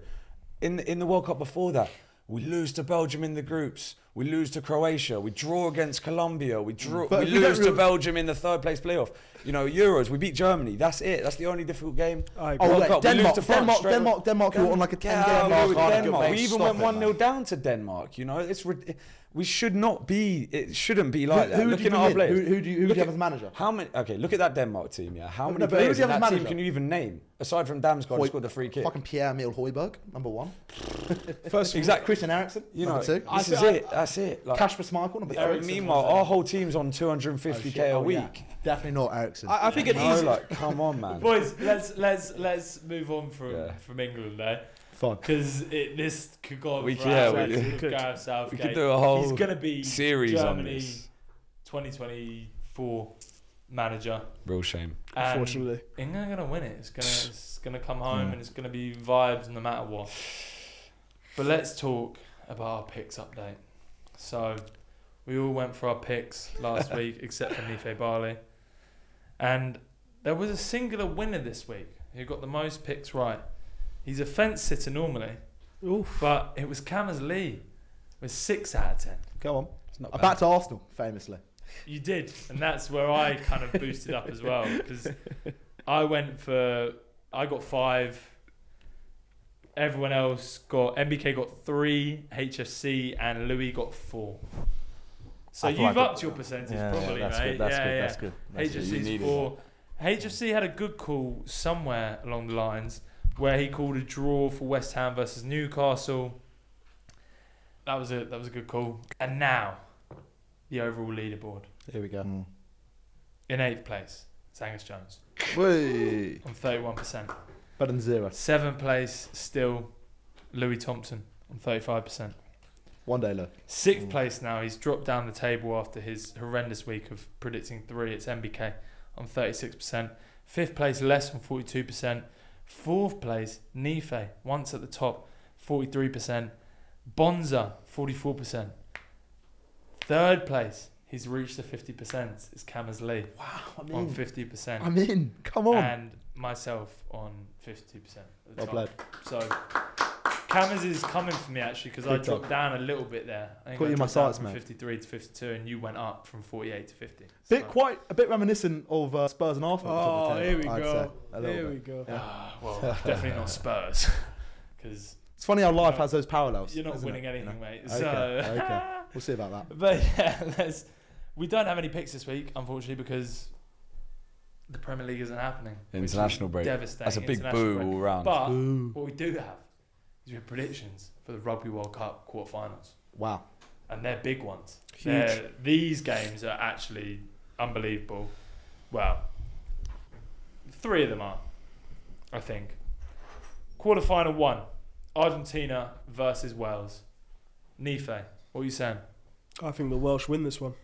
[SPEAKER 6] In in the World Cup before that, we lose to Belgium in the groups. We lose to Croatia. We draw against Colombia. We draw.
[SPEAKER 5] Mm. But
[SPEAKER 6] we
[SPEAKER 5] if you don't
[SPEAKER 6] lose to
[SPEAKER 5] really-
[SPEAKER 6] Belgium in the third place playoff. You know, Euros. We beat Germany. That's it. That's the only difficult game.
[SPEAKER 4] I agree.
[SPEAKER 5] Oh,
[SPEAKER 6] World
[SPEAKER 5] wait,
[SPEAKER 6] Cup. We lose
[SPEAKER 5] Denmark,
[SPEAKER 6] to France
[SPEAKER 5] Denmark,
[SPEAKER 6] straight away.
[SPEAKER 5] Denmark, Denmark, who were on like a 10
[SPEAKER 6] Yeah,
[SPEAKER 5] game
[SPEAKER 6] we
[SPEAKER 5] last
[SPEAKER 6] were
[SPEAKER 5] night.
[SPEAKER 6] Denmark.
[SPEAKER 5] Mate,
[SPEAKER 6] We even
[SPEAKER 5] stop
[SPEAKER 6] went
[SPEAKER 5] it,
[SPEAKER 6] one 0
[SPEAKER 5] man.
[SPEAKER 6] down to Denmark. You know, it's rid- we should not be. It shouldn't be
[SPEAKER 5] Who,
[SPEAKER 6] like that.
[SPEAKER 5] who do
[SPEAKER 6] Looking
[SPEAKER 5] you
[SPEAKER 6] at our
[SPEAKER 5] bring in?
[SPEAKER 6] players,
[SPEAKER 5] Who, who do you, who do
[SPEAKER 6] Look
[SPEAKER 5] you have
[SPEAKER 6] at-
[SPEAKER 5] as manager?
[SPEAKER 6] How many? Okay, look at that Denmark team. Yeah, how many
[SPEAKER 5] no, but who
[SPEAKER 6] players
[SPEAKER 5] do you
[SPEAKER 6] in
[SPEAKER 5] have
[SPEAKER 6] that
[SPEAKER 5] as
[SPEAKER 6] team
[SPEAKER 5] manager?
[SPEAKER 6] can you even name aside from Damsgaard who
[SPEAKER 5] Hoy-
[SPEAKER 6] scored the free kick?
[SPEAKER 5] Fucking Pierre Emil Hoiberg, number one.
[SPEAKER 4] First,
[SPEAKER 6] Exactly.
[SPEAKER 5] Christian Eriksen,
[SPEAKER 6] You know,
[SPEAKER 5] number
[SPEAKER 6] this
[SPEAKER 5] two.
[SPEAKER 1] I
[SPEAKER 6] is
[SPEAKER 1] think-
[SPEAKER 6] it. That's it. Like,
[SPEAKER 5] Kasper Schmeichel, number
[SPEAKER 6] I mean,
[SPEAKER 5] three.
[SPEAKER 6] meanwhile, our whole team's on 250k a
[SPEAKER 5] Oh,
[SPEAKER 6] week.
[SPEAKER 5] yeah. Definitely not Eriksen.
[SPEAKER 4] I, I think it
[SPEAKER 6] No,
[SPEAKER 4] is.
[SPEAKER 6] like, come on,
[SPEAKER 5] *laughs*
[SPEAKER 6] man.
[SPEAKER 1] Boys, let's let's let's move on from
[SPEAKER 6] Yeah.
[SPEAKER 1] from England there
[SPEAKER 5] Fine.
[SPEAKER 1] because this could go on
[SPEAKER 6] We
[SPEAKER 1] for
[SPEAKER 6] could- yeah,
[SPEAKER 1] hours
[SPEAKER 6] we-
[SPEAKER 1] with
[SPEAKER 4] we could.
[SPEAKER 1] Gareth
[SPEAKER 6] we
[SPEAKER 1] Southgate.
[SPEAKER 6] could do a whole
[SPEAKER 1] He's gonna be
[SPEAKER 6] series on
[SPEAKER 1] Germany
[SPEAKER 6] this.
[SPEAKER 1] 2024 manager.
[SPEAKER 6] Real shame.
[SPEAKER 1] And
[SPEAKER 4] Unfortunately,
[SPEAKER 1] England are gonna win it. It's gonna it's gonna come home and it's gonna be vibes no matter what. But let's talk about our picks update. So we all went for our picks last week except for Nife Bali. And there was a singular winner this week who got the most picks right. He's a fence sitter normally,
[SPEAKER 4] Oof.
[SPEAKER 1] but it was Kamaz Lee with six out of ten.
[SPEAKER 5] Go on.
[SPEAKER 6] It's not
[SPEAKER 5] Uh, Back to Arsenal, famously.
[SPEAKER 1] You did, and that's where I kind of boosted up as well
[SPEAKER 2] *laughs*
[SPEAKER 1] because I went for I got five. Everyone else got MBK got three, HFC and Louis got four. So
[SPEAKER 2] I thought I
[SPEAKER 1] you've
[SPEAKER 2] got-
[SPEAKER 1] upped your percentage
[SPEAKER 2] Yeah, yeah,
[SPEAKER 1] probably,
[SPEAKER 2] that's
[SPEAKER 1] right?
[SPEAKER 2] good. That's
[SPEAKER 1] yeah,
[SPEAKER 2] good.
[SPEAKER 1] yeah.
[SPEAKER 2] That's good. That's good. You
[SPEAKER 1] HFC's
[SPEAKER 2] needed
[SPEAKER 1] four. HFC had a good call somewhere along the lines where he called a draw for West Ham versus Newcastle. That was a that was a good call. And now, the overall leaderboard
[SPEAKER 5] Here we go.
[SPEAKER 2] Mm.
[SPEAKER 1] in eighth place, Sangus Jones
[SPEAKER 5] Whee.
[SPEAKER 1] on thirty one percent.
[SPEAKER 5] Better than zero.
[SPEAKER 1] Seventh place still, Louis Thompson on thirty five percent.
[SPEAKER 5] One day, look.
[SPEAKER 1] Sixth place now. He's dropped down the table after his horrendous week of predicting three. It's MBK on 36%. Fifth place, Less on 42%. Fourth place, Nife, once at the top, 43%. Bonza, 44%. Third place, he's reached the 50%. It's Kamaz Lee
[SPEAKER 5] Wow, I'm
[SPEAKER 1] on
[SPEAKER 5] in.
[SPEAKER 1] 50%.
[SPEAKER 5] I'm in. Come on.
[SPEAKER 1] And myself on 50%. at the
[SPEAKER 5] well
[SPEAKER 1] top.
[SPEAKER 5] played.
[SPEAKER 1] So Cameras is coming for me actually because I
[SPEAKER 5] Big
[SPEAKER 1] dropped down a little bit there. I think
[SPEAKER 5] Caught
[SPEAKER 1] I
[SPEAKER 5] you in my
[SPEAKER 1] dropped down
[SPEAKER 5] sights,
[SPEAKER 1] from
[SPEAKER 5] mate.
[SPEAKER 1] 53 to 52, and you went up from 48 to 50.
[SPEAKER 5] Bit
[SPEAKER 1] So-
[SPEAKER 5] quite a bit reminiscent of uh, Spurs and Arsenal. at the top
[SPEAKER 4] Oh,
[SPEAKER 5] of the
[SPEAKER 4] here we
[SPEAKER 5] table, I'd
[SPEAKER 4] go.
[SPEAKER 5] say. A little
[SPEAKER 4] Here
[SPEAKER 5] bit.
[SPEAKER 4] we go.
[SPEAKER 1] Ah,
[SPEAKER 5] *laughs*
[SPEAKER 1] well, definitely not Spurs *laughs* because
[SPEAKER 5] It's funny how life
[SPEAKER 1] No.
[SPEAKER 5] has those parallels.
[SPEAKER 1] you're not
[SPEAKER 5] isn't it?
[SPEAKER 1] winning anything, mate.
[SPEAKER 5] Okay,
[SPEAKER 1] So,
[SPEAKER 5] okay.
[SPEAKER 1] *laughs*
[SPEAKER 5] We'll see about that.
[SPEAKER 1] but *laughs* yeah, let's. We don't have any picks this week, unfortunately, because the Premier League isn't happening. which is
[SPEAKER 6] International break.
[SPEAKER 1] Devastating.
[SPEAKER 6] That's a big
[SPEAKER 1] international
[SPEAKER 6] boo
[SPEAKER 1] break.
[SPEAKER 6] all round.
[SPEAKER 1] But
[SPEAKER 5] Boo.
[SPEAKER 1] what we do have is we have predictions for the Rugby World Cup quarterfinals.
[SPEAKER 5] Wow.
[SPEAKER 1] and they're big ones.
[SPEAKER 4] Huge.
[SPEAKER 1] They're, these games are actually unbelievable. Well, three of them are, I think. Quarterfinal one, Argentina versus Wales. Nife, what are you saying?
[SPEAKER 4] I think the Welsh win this one.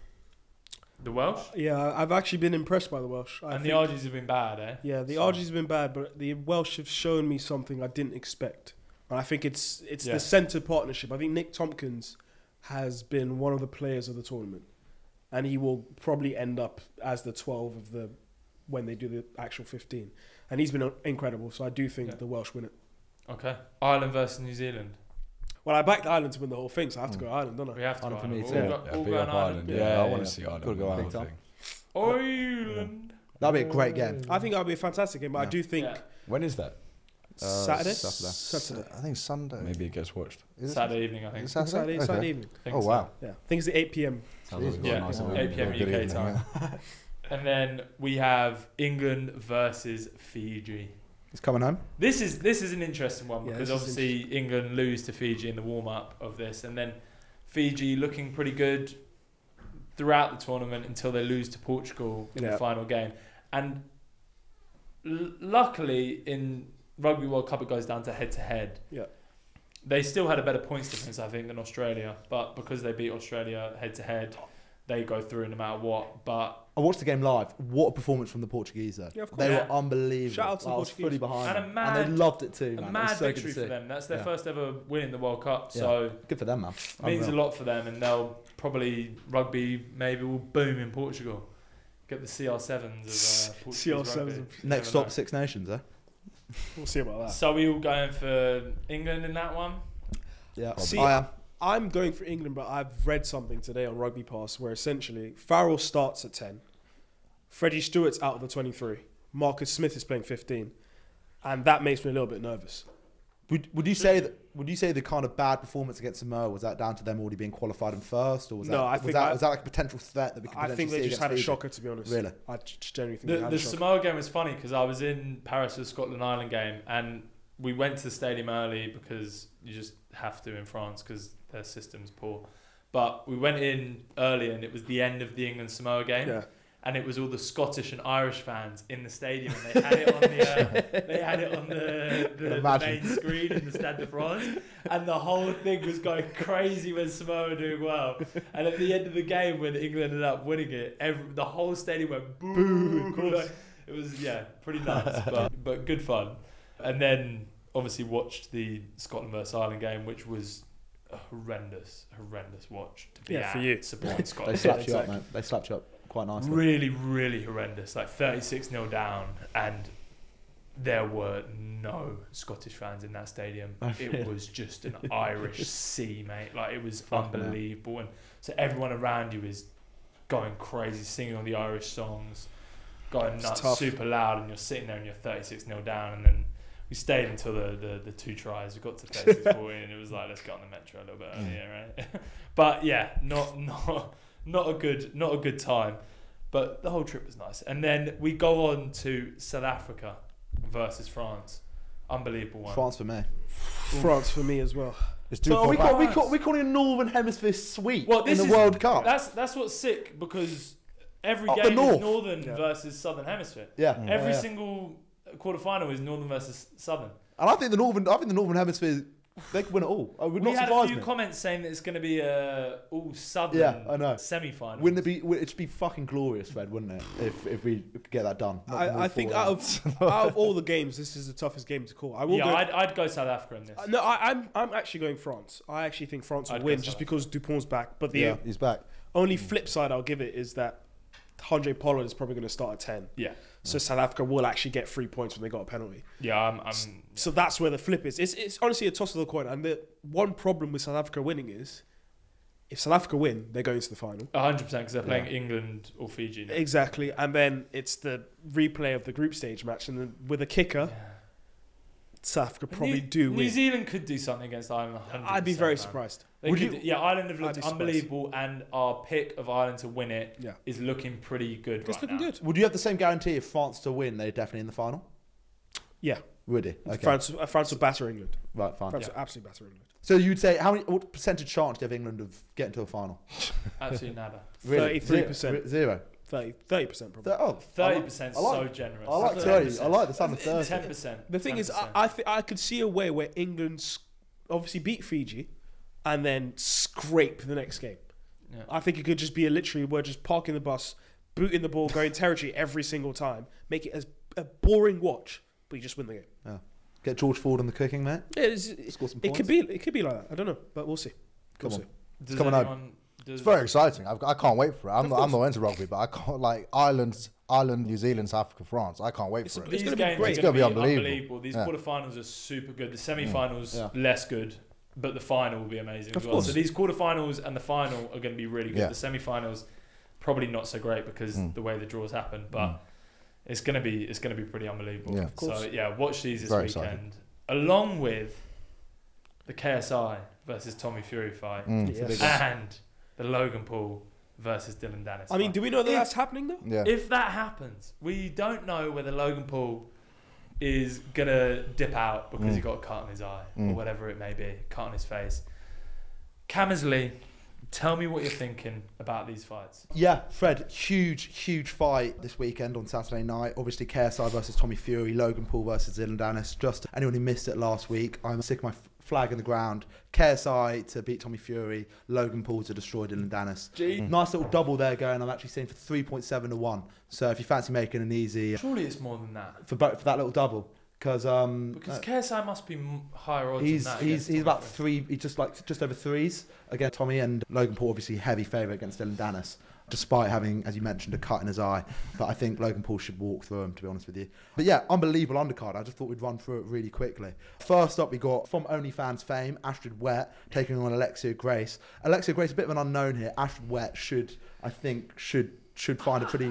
[SPEAKER 1] The Welsh
[SPEAKER 4] Yeah, I- I've actually been impressed by the Welsh. I
[SPEAKER 1] and the
[SPEAKER 4] think-
[SPEAKER 1] Argies have been bad, eh?
[SPEAKER 4] Yeah, the
[SPEAKER 1] So-
[SPEAKER 4] Argies have been bad, but the Welsh have shown me something I didn't expect. And I think it's it's
[SPEAKER 1] Yeah.
[SPEAKER 4] the centre partnership. I think Nick Tompkins has been one of the players of the tournament. And he will probably end up as the 12 of the when they do the actual 15. And he's been incredible, so I do think
[SPEAKER 1] Yeah.
[SPEAKER 4] the Welsh win it.
[SPEAKER 1] Okay. Ireland versus New Zealand.
[SPEAKER 4] Well, I backed Ireland to win the whole thing, so I have
[SPEAKER 3] Hmm.
[SPEAKER 4] to go Ireland, don't I?
[SPEAKER 1] We have to.
[SPEAKER 5] Ireland for
[SPEAKER 1] Ireland.
[SPEAKER 5] me
[SPEAKER 1] All
[SPEAKER 5] too.
[SPEAKER 1] go-
[SPEAKER 6] Yeah,
[SPEAKER 1] all
[SPEAKER 6] big
[SPEAKER 1] go
[SPEAKER 6] up
[SPEAKER 1] on Ireland.
[SPEAKER 6] Ireland. Yeah, I want to see Ireland.
[SPEAKER 2] Gotta go
[SPEAKER 6] win
[SPEAKER 2] Ireland.
[SPEAKER 6] the whole thing.
[SPEAKER 1] Ireland.
[SPEAKER 5] That'd be a great game.
[SPEAKER 4] I think that would be a fantastic game, but I
[SPEAKER 5] Yeah.
[SPEAKER 4] do think
[SPEAKER 1] Yeah.
[SPEAKER 6] When is that?
[SPEAKER 2] Uh,
[SPEAKER 3] Uh,
[SPEAKER 4] Saturday?
[SPEAKER 5] Saturday.
[SPEAKER 4] Saturday.
[SPEAKER 3] I think Sunday.
[SPEAKER 6] Maybe it gets watched.
[SPEAKER 3] Is it
[SPEAKER 1] Saturday evening, I
[SPEAKER 3] Is
[SPEAKER 1] think.
[SPEAKER 3] it Saturday?
[SPEAKER 4] Saturday,
[SPEAKER 3] Okay.
[SPEAKER 4] Saturday evening.
[SPEAKER 1] Think
[SPEAKER 3] Oh,
[SPEAKER 1] so.
[SPEAKER 3] wow.
[SPEAKER 4] Yeah, I think it's the 8 p.m.
[SPEAKER 3] Jesus.
[SPEAKER 1] Yeah,
[SPEAKER 3] Nice
[SPEAKER 1] yeah.
[SPEAKER 3] and
[SPEAKER 1] 8 p.m.
[SPEAKER 3] good
[SPEAKER 1] UK
[SPEAKER 3] evening,
[SPEAKER 1] time.
[SPEAKER 3] yeah.
[SPEAKER 1] *laughs* And then we have England versus Fiji.
[SPEAKER 5] It's coming home.
[SPEAKER 1] This is this is an interesting one
[SPEAKER 4] Yeah,
[SPEAKER 1] because
[SPEAKER 4] this is
[SPEAKER 1] obviously England lose to Fiji in the warm up of this, and then Fiji looking pretty good throughout the tournament until they lose to Portugal in
[SPEAKER 4] Yeah.
[SPEAKER 1] the final game. And l- luckily, in Rugby World Cup, it goes down to head to head.
[SPEAKER 4] Yeah.
[SPEAKER 1] They still had a better points difference, I think, than Australia, but because they beat Australia head to head, they go through no matter what. But
[SPEAKER 5] I watched the game live. What a performance from the Portuguese though.
[SPEAKER 4] Yeah, of course.
[SPEAKER 5] They
[SPEAKER 1] Yeah.
[SPEAKER 5] were unbelievable.
[SPEAKER 4] Shout out to
[SPEAKER 5] I
[SPEAKER 4] the
[SPEAKER 5] was
[SPEAKER 4] Portuguese.
[SPEAKER 5] fully behind
[SPEAKER 1] And a
[SPEAKER 5] them.
[SPEAKER 1] mad-
[SPEAKER 5] and they loved it too. Man.
[SPEAKER 1] a
[SPEAKER 5] It
[SPEAKER 1] mad
[SPEAKER 5] was so
[SPEAKER 1] victory
[SPEAKER 5] good to
[SPEAKER 1] for
[SPEAKER 5] see.
[SPEAKER 1] them. That's their
[SPEAKER 5] Yeah.
[SPEAKER 1] first ever win in the World Cup,
[SPEAKER 5] Yeah.
[SPEAKER 1] so.
[SPEAKER 5] Good for them, man.
[SPEAKER 1] means a
[SPEAKER 5] Unreal.
[SPEAKER 1] lot for them, and they'll probably rugby maybe will boom in Portugal. Get the CR sevens of uh, Portuguese
[SPEAKER 4] CR7s
[SPEAKER 1] rugby.
[SPEAKER 4] of-
[SPEAKER 1] You
[SPEAKER 5] Next
[SPEAKER 1] never
[SPEAKER 5] stop, Six Nations, eh?
[SPEAKER 4] We'll see about
[SPEAKER 1] know.
[SPEAKER 4] that.
[SPEAKER 1] So we all going for England in that one.
[SPEAKER 5] Yeah.
[SPEAKER 4] See,
[SPEAKER 5] I am.
[SPEAKER 4] I'm going for England, but I've read something today on Rugby Pass where essentially Farrell starts at 10, Freddie Stewart's out of the 23, Marcus Smith is playing 15, and that makes me a little bit nervous.
[SPEAKER 5] Would, would you say that? Would you say the kind of bad performance against Samoa was that down to them already being qualified in first, or was
[SPEAKER 4] No,
[SPEAKER 5] that
[SPEAKER 4] I
[SPEAKER 5] was
[SPEAKER 4] think
[SPEAKER 5] that
[SPEAKER 4] I-
[SPEAKER 5] was that like a potential threat that we could
[SPEAKER 4] I
[SPEAKER 5] potentially
[SPEAKER 4] think they
[SPEAKER 5] see
[SPEAKER 4] just
[SPEAKER 5] against
[SPEAKER 4] had a
[SPEAKER 5] Fiji?
[SPEAKER 4] shocker, to be honest.
[SPEAKER 5] Really?
[SPEAKER 4] I j- just generally think they
[SPEAKER 1] The,
[SPEAKER 4] had
[SPEAKER 1] the
[SPEAKER 4] a shocker.
[SPEAKER 1] Samoa game was funny because I was in Paris for the Scotland Ireland game, and we went to the stadium early because you just have to in France because their system's poor. But we went in early, and it was the end of the England Samoa game.
[SPEAKER 4] Yeah.
[SPEAKER 1] and it was all the Scottish and Irish fans in the stadium, and they had it on
[SPEAKER 5] *laughs*
[SPEAKER 1] the uh, they had it on the, the, the
[SPEAKER 5] Imagine.
[SPEAKER 1] main screen in the Stade de France, and the whole thing was going crazy when Samoa were doing well. And at the end of the game, when England ended up winning it, every, the whole stadium went boo. Like, it was yeah, pretty nuts,
[SPEAKER 5] *laughs*
[SPEAKER 1] but but good fun. And then obviously watched the Scotland versus Ireland game, which was. A horrendous, horrendous watch to be
[SPEAKER 4] Yeah,
[SPEAKER 1] at.
[SPEAKER 4] for you.
[SPEAKER 1] supporting *laughs*
[SPEAKER 5] *laughs*
[SPEAKER 1] Scotland.
[SPEAKER 5] They slapped you
[SPEAKER 4] exactly.
[SPEAKER 5] up, mate. They slapped you up quite nicely.
[SPEAKER 1] Really, really horrendous. Like 36 0 down, and there were no Scottish fans in that stadium. It was just an Irish sea, mate. Like it was
[SPEAKER 5] Fucking hell.
[SPEAKER 1] unbelievable. And so everyone around you is going crazy, singing all the Irish songs, going
[SPEAKER 4] It's
[SPEAKER 1] nuts,
[SPEAKER 4] tough.
[SPEAKER 1] super loud, and you're sitting there and you're 36 0 down, and then. We stayed until the, the, the two tries. We got to 36 14 and it was like, let's get on the metro a little bit earlier, right? *laughs* but yeah, not not not a good not a good time. But the whole trip was nice. And then we go on to South Africa versus France. Unbelievable one.
[SPEAKER 5] France for me.
[SPEAKER 4] France for me as well.
[SPEAKER 3] It's two
[SPEAKER 5] So are we,
[SPEAKER 3] points.
[SPEAKER 5] call, we call we calling a Northern Hemisphere sweep
[SPEAKER 1] Well, this
[SPEAKER 5] in the
[SPEAKER 1] is-
[SPEAKER 5] World Cup.
[SPEAKER 1] That's that's what's sick because every
[SPEAKER 5] Up the
[SPEAKER 1] game is
[SPEAKER 5] north.
[SPEAKER 1] northern
[SPEAKER 4] Yeah.
[SPEAKER 1] versus southern hemisphere.
[SPEAKER 5] yeah,
[SPEAKER 1] Every
[SPEAKER 5] Yeah, yeah.
[SPEAKER 1] single quarterfinal is northern versus southern.
[SPEAKER 5] And I think the Northern, I think the Northern Hemisphere, they could win it all. I would
[SPEAKER 1] we
[SPEAKER 5] not
[SPEAKER 1] had a
[SPEAKER 5] surprise
[SPEAKER 1] few
[SPEAKER 5] me.
[SPEAKER 1] comments saying that it's going to be a all southern
[SPEAKER 5] Yeah, I know.
[SPEAKER 1] semi-final.
[SPEAKER 5] Wouldn't it be? would- It'd be fucking glorious, Fred, wouldn't it? If if we could get that done. Not move
[SPEAKER 4] I, I think out
[SPEAKER 5] forward. *laughs*
[SPEAKER 4] of, out of all the games, this is the toughest game to call. I will
[SPEAKER 1] yeah,
[SPEAKER 4] go.
[SPEAKER 1] I'd, I'd go South Africa in this.
[SPEAKER 4] no, I, I'm I'm actually going France. I actually think France will
[SPEAKER 1] I'd go
[SPEAKER 4] win
[SPEAKER 1] South
[SPEAKER 4] just
[SPEAKER 1] Africa.
[SPEAKER 4] because Dupont's back. But the
[SPEAKER 5] Yeah.
[SPEAKER 3] He's back.
[SPEAKER 4] only flip side I'll give it is that Andre Pollard is probably going to start at ten.
[SPEAKER 1] Yeah,
[SPEAKER 4] So South Africa will actually get three points when they got a penalty.
[SPEAKER 1] Mm. yeah, I'm, I'm
[SPEAKER 4] So that's where the flip is. It's, it's honestly a toss of the coin. And the one problem with South Africa winning is if South Africa win, they're going to the final.
[SPEAKER 1] 100 percent because they're playing England or Fiji. now.
[SPEAKER 4] Exactly. And then it's the replay of the group stage match. And then with a kicker, South Africa probably
[SPEAKER 1] New,
[SPEAKER 4] do
[SPEAKER 1] New
[SPEAKER 4] win.
[SPEAKER 1] Zealand could do something against Ireland. 100%,
[SPEAKER 4] I'd be very
[SPEAKER 1] man.
[SPEAKER 4] surprised.
[SPEAKER 1] They
[SPEAKER 5] Would
[SPEAKER 1] could
[SPEAKER 5] you-
[SPEAKER 1] do- yeah, Ireland have
[SPEAKER 4] I'd be
[SPEAKER 1] looked
[SPEAKER 4] surprised.
[SPEAKER 1] unbelievable, and our pick of Ireland to win it is
[SPEAKER 4] Yeah.
[SPEAKER 1] looking pretty good.
[SPEAKER 4] It's
[SPEAKER 1] right
[SPEAKER 4] looking
[SPEAKER 1] now.
[SPEAKER 4] good.
[SPEAKER 5] Would you have the same guarantee if France to win? They're definitely in the final.
[SPEAKER 4] Yeah.
[SPEAKER 5] Would he? Okay.
[SPEAKER 4] France, uh, France will batter England.
[SPEAKER 5] Right. Fine.
[SPEAKER 4] France
[SPEAKER 1] Yeah.
[SPEAKER 4] will absolutely batter England.
[SPEAKER 5] So you'd say how many?
[SPEAKER 4] *laughs*
[SPEAKER 5] What percentage chance do you have England of getting to a final?
[SPEAKER 1] Absolutely nada.
[SPEAKER 5] Really?
[SPEAKER 4] 33%.
[SPEAKER 5] Zero. Zero.
[SPEAKER 4] 30 percent probably.
[SPEAKER 5] They're- oh, I
[SPEAKER 1] Thirty
[SPEAKER 5] like-
[SPEAKER 1] percent
[SPEAKER 5] I like-
[SPEAKER 1] so generous.
[SPEAKER 5] I like thirty. I like the sound of
[SPEAKER 1] Ten
[SPEAKER 5] thirty.
[SPEAKER 1] percent.
[SPEAKER 4] The thing is, I I, th- I could see a way where England s- obviously beat Fiji, and then scrape the next game.
[SPEAKER 1] Yeah.
[SPEAKER 4] I think it could just be a literally we're just parking the bus, booting the ball, going territory every single time, make it as a boring watch, but you just win the game.
[SPEAKER 5] Yeah. Get George Ford on the cooking, mate.
[SPEAKER 4] Yeah, it's- it,
[SPEAKER 5] Score some
[SPEAKER 4] it
[SPEAKER 5] points.
[SPEAKER 4] could be it could be like that. I don't know, but we'll see.
[SPEAKER 5] Come
[SPEAKER 4] We'll
[SPEAKER 5] on.
[SPEAKER 1] does
[SPEAKER 5] coming
[SPEAKER 1] anyone,
[SPEAKER 5] out.
[SPEAKER 1] Does,
[SPEAKER 3] It's very exciting. I've, I can't wait for it. I'm, not, I'm not into rugby, but I can't like Ireland, Ireland, New Zealand, South Africa, France. I can't wait
[SPEAKER 4] It's
[SPEAKER 3] for
[SPEAKER 4] a-
[SPEAKER 3] it.
[SPEAKER 1] these
[SPEAKER 4] gonna be
[SPEAKER 1] games
[SPEAKER 4] great.
[SPEAKER 1] are
[SPEAKER 4] It's
[SPEAKER 1] going to be
[SPEAKER 3] gonna be
[SPEAKER 1] unbelievable.
[SPEAKER 3] unbelievable.
[SPEAKER 1] These
[SPEAKER 3] Yeah. Mm.
[SPEAKER 1] quarterfinals are super good. The semi-finals
[SPEAKER 5] Yeah.
[SPEAKER 1] less good, but the final will be amazing
[SPEAKER 4] Of
[SPEAKER 1] as well. So
[SPEAKER 4] course.
[SPEAKER 1] these quarterfinals and the final are going to be really good.
[SPEAKER 3] Yeah.
[SPEAKER 1] The semi-finals probably not so great because
[SPEAKER 3] Mm.
[SPEAKER 1] the way the draws happen, but it's going to be it's going to be pretty unbelievable.
[SPEAKER 3] Yeah. Of
[SPEAKER 1] so
[SPEAKER 4] course.
[SPEAKER 1] yeah, watch these this
[SPEAKER 3] Very
[SPEAKER 1] weekend
[SPEAKER 3] exciting.
[SPEAKER 1] along with the KSI versus Tommy Fury fight
[SPEAKER 3] Mm.
[SPEAKER 4] see. Yes.
[SPEAKER 1] and the Logan Paul versus Dylan Dennis.
[SPEAKER 4] I mean,
[SPEAKER 1] fight.
[SPEAKER 4] do we know that
[SPEAKER 1] If-
[SPEAKER 4] that's happening though?
[SPEAKER 3] Yeah.
[SPEAKER 1] If that happens, we don't know whether Logan Paul is gonna dip out because he
[SPEAKER 3] Mm.
[SPEAKER 1] got a cut on his eye or
[SPEAKER 3] Mm.
[SPEAKER 1] whatever it may be, cut on his face. Camersley, tell me what you're thinking about these fights.
[SPEAKER 5] Yeah, Fred, huge, huge fight this weekend on Saturday night. Obviously, KSI versus Tommy Fury, Logan Paul versus Dylan Dennis. Just anyone who missed it last week, I'm sick of my f- flag in the ground. KSI to beat Tommy Fury, Logan Paul to destroy Dylan Dennis.
[SPEAKER 3] Mm.
[SPEAKER 5] Nice little double there going. I'm actually seeing for 3.7 to 1. So if you fancy making an easy uh,
[SPEAKER 1] Surely it's more than that
[SPEAKER 5] for, bo- for that little double, because um,
[SPEAKER 1] because
[SPEAKER 5] uh,
[SPEAKER 1] KSI must be m- higher odds.
[SPEAKER 5] he's
[SPEAKER 1] than that
[SPEAKER 5] he's
[SPEAKER 1] against
[SPEAKER 5] he's
[SPEAKER 1] Tommy
[SPEAKER 5] about
[SPEAKER 1] Fury.
[SPEAKER 5] three. He's just like just over threes against Tommy and Logan Paul. Obviously, heavy favourite against Dylan Dennis, despite having, as you mentioned, a cut in his eye. But I think Logan Paul should walk through him. To be honest with you, but yeah, unbelievable undercard. I just thought we'd run through it really quickly. First up, we got from OnlyFans fame Astrid Wet taking on Alexia Grace. Alexia Grace, a bit of an unknown here. Astrid Wet should, I think, should should find a pretty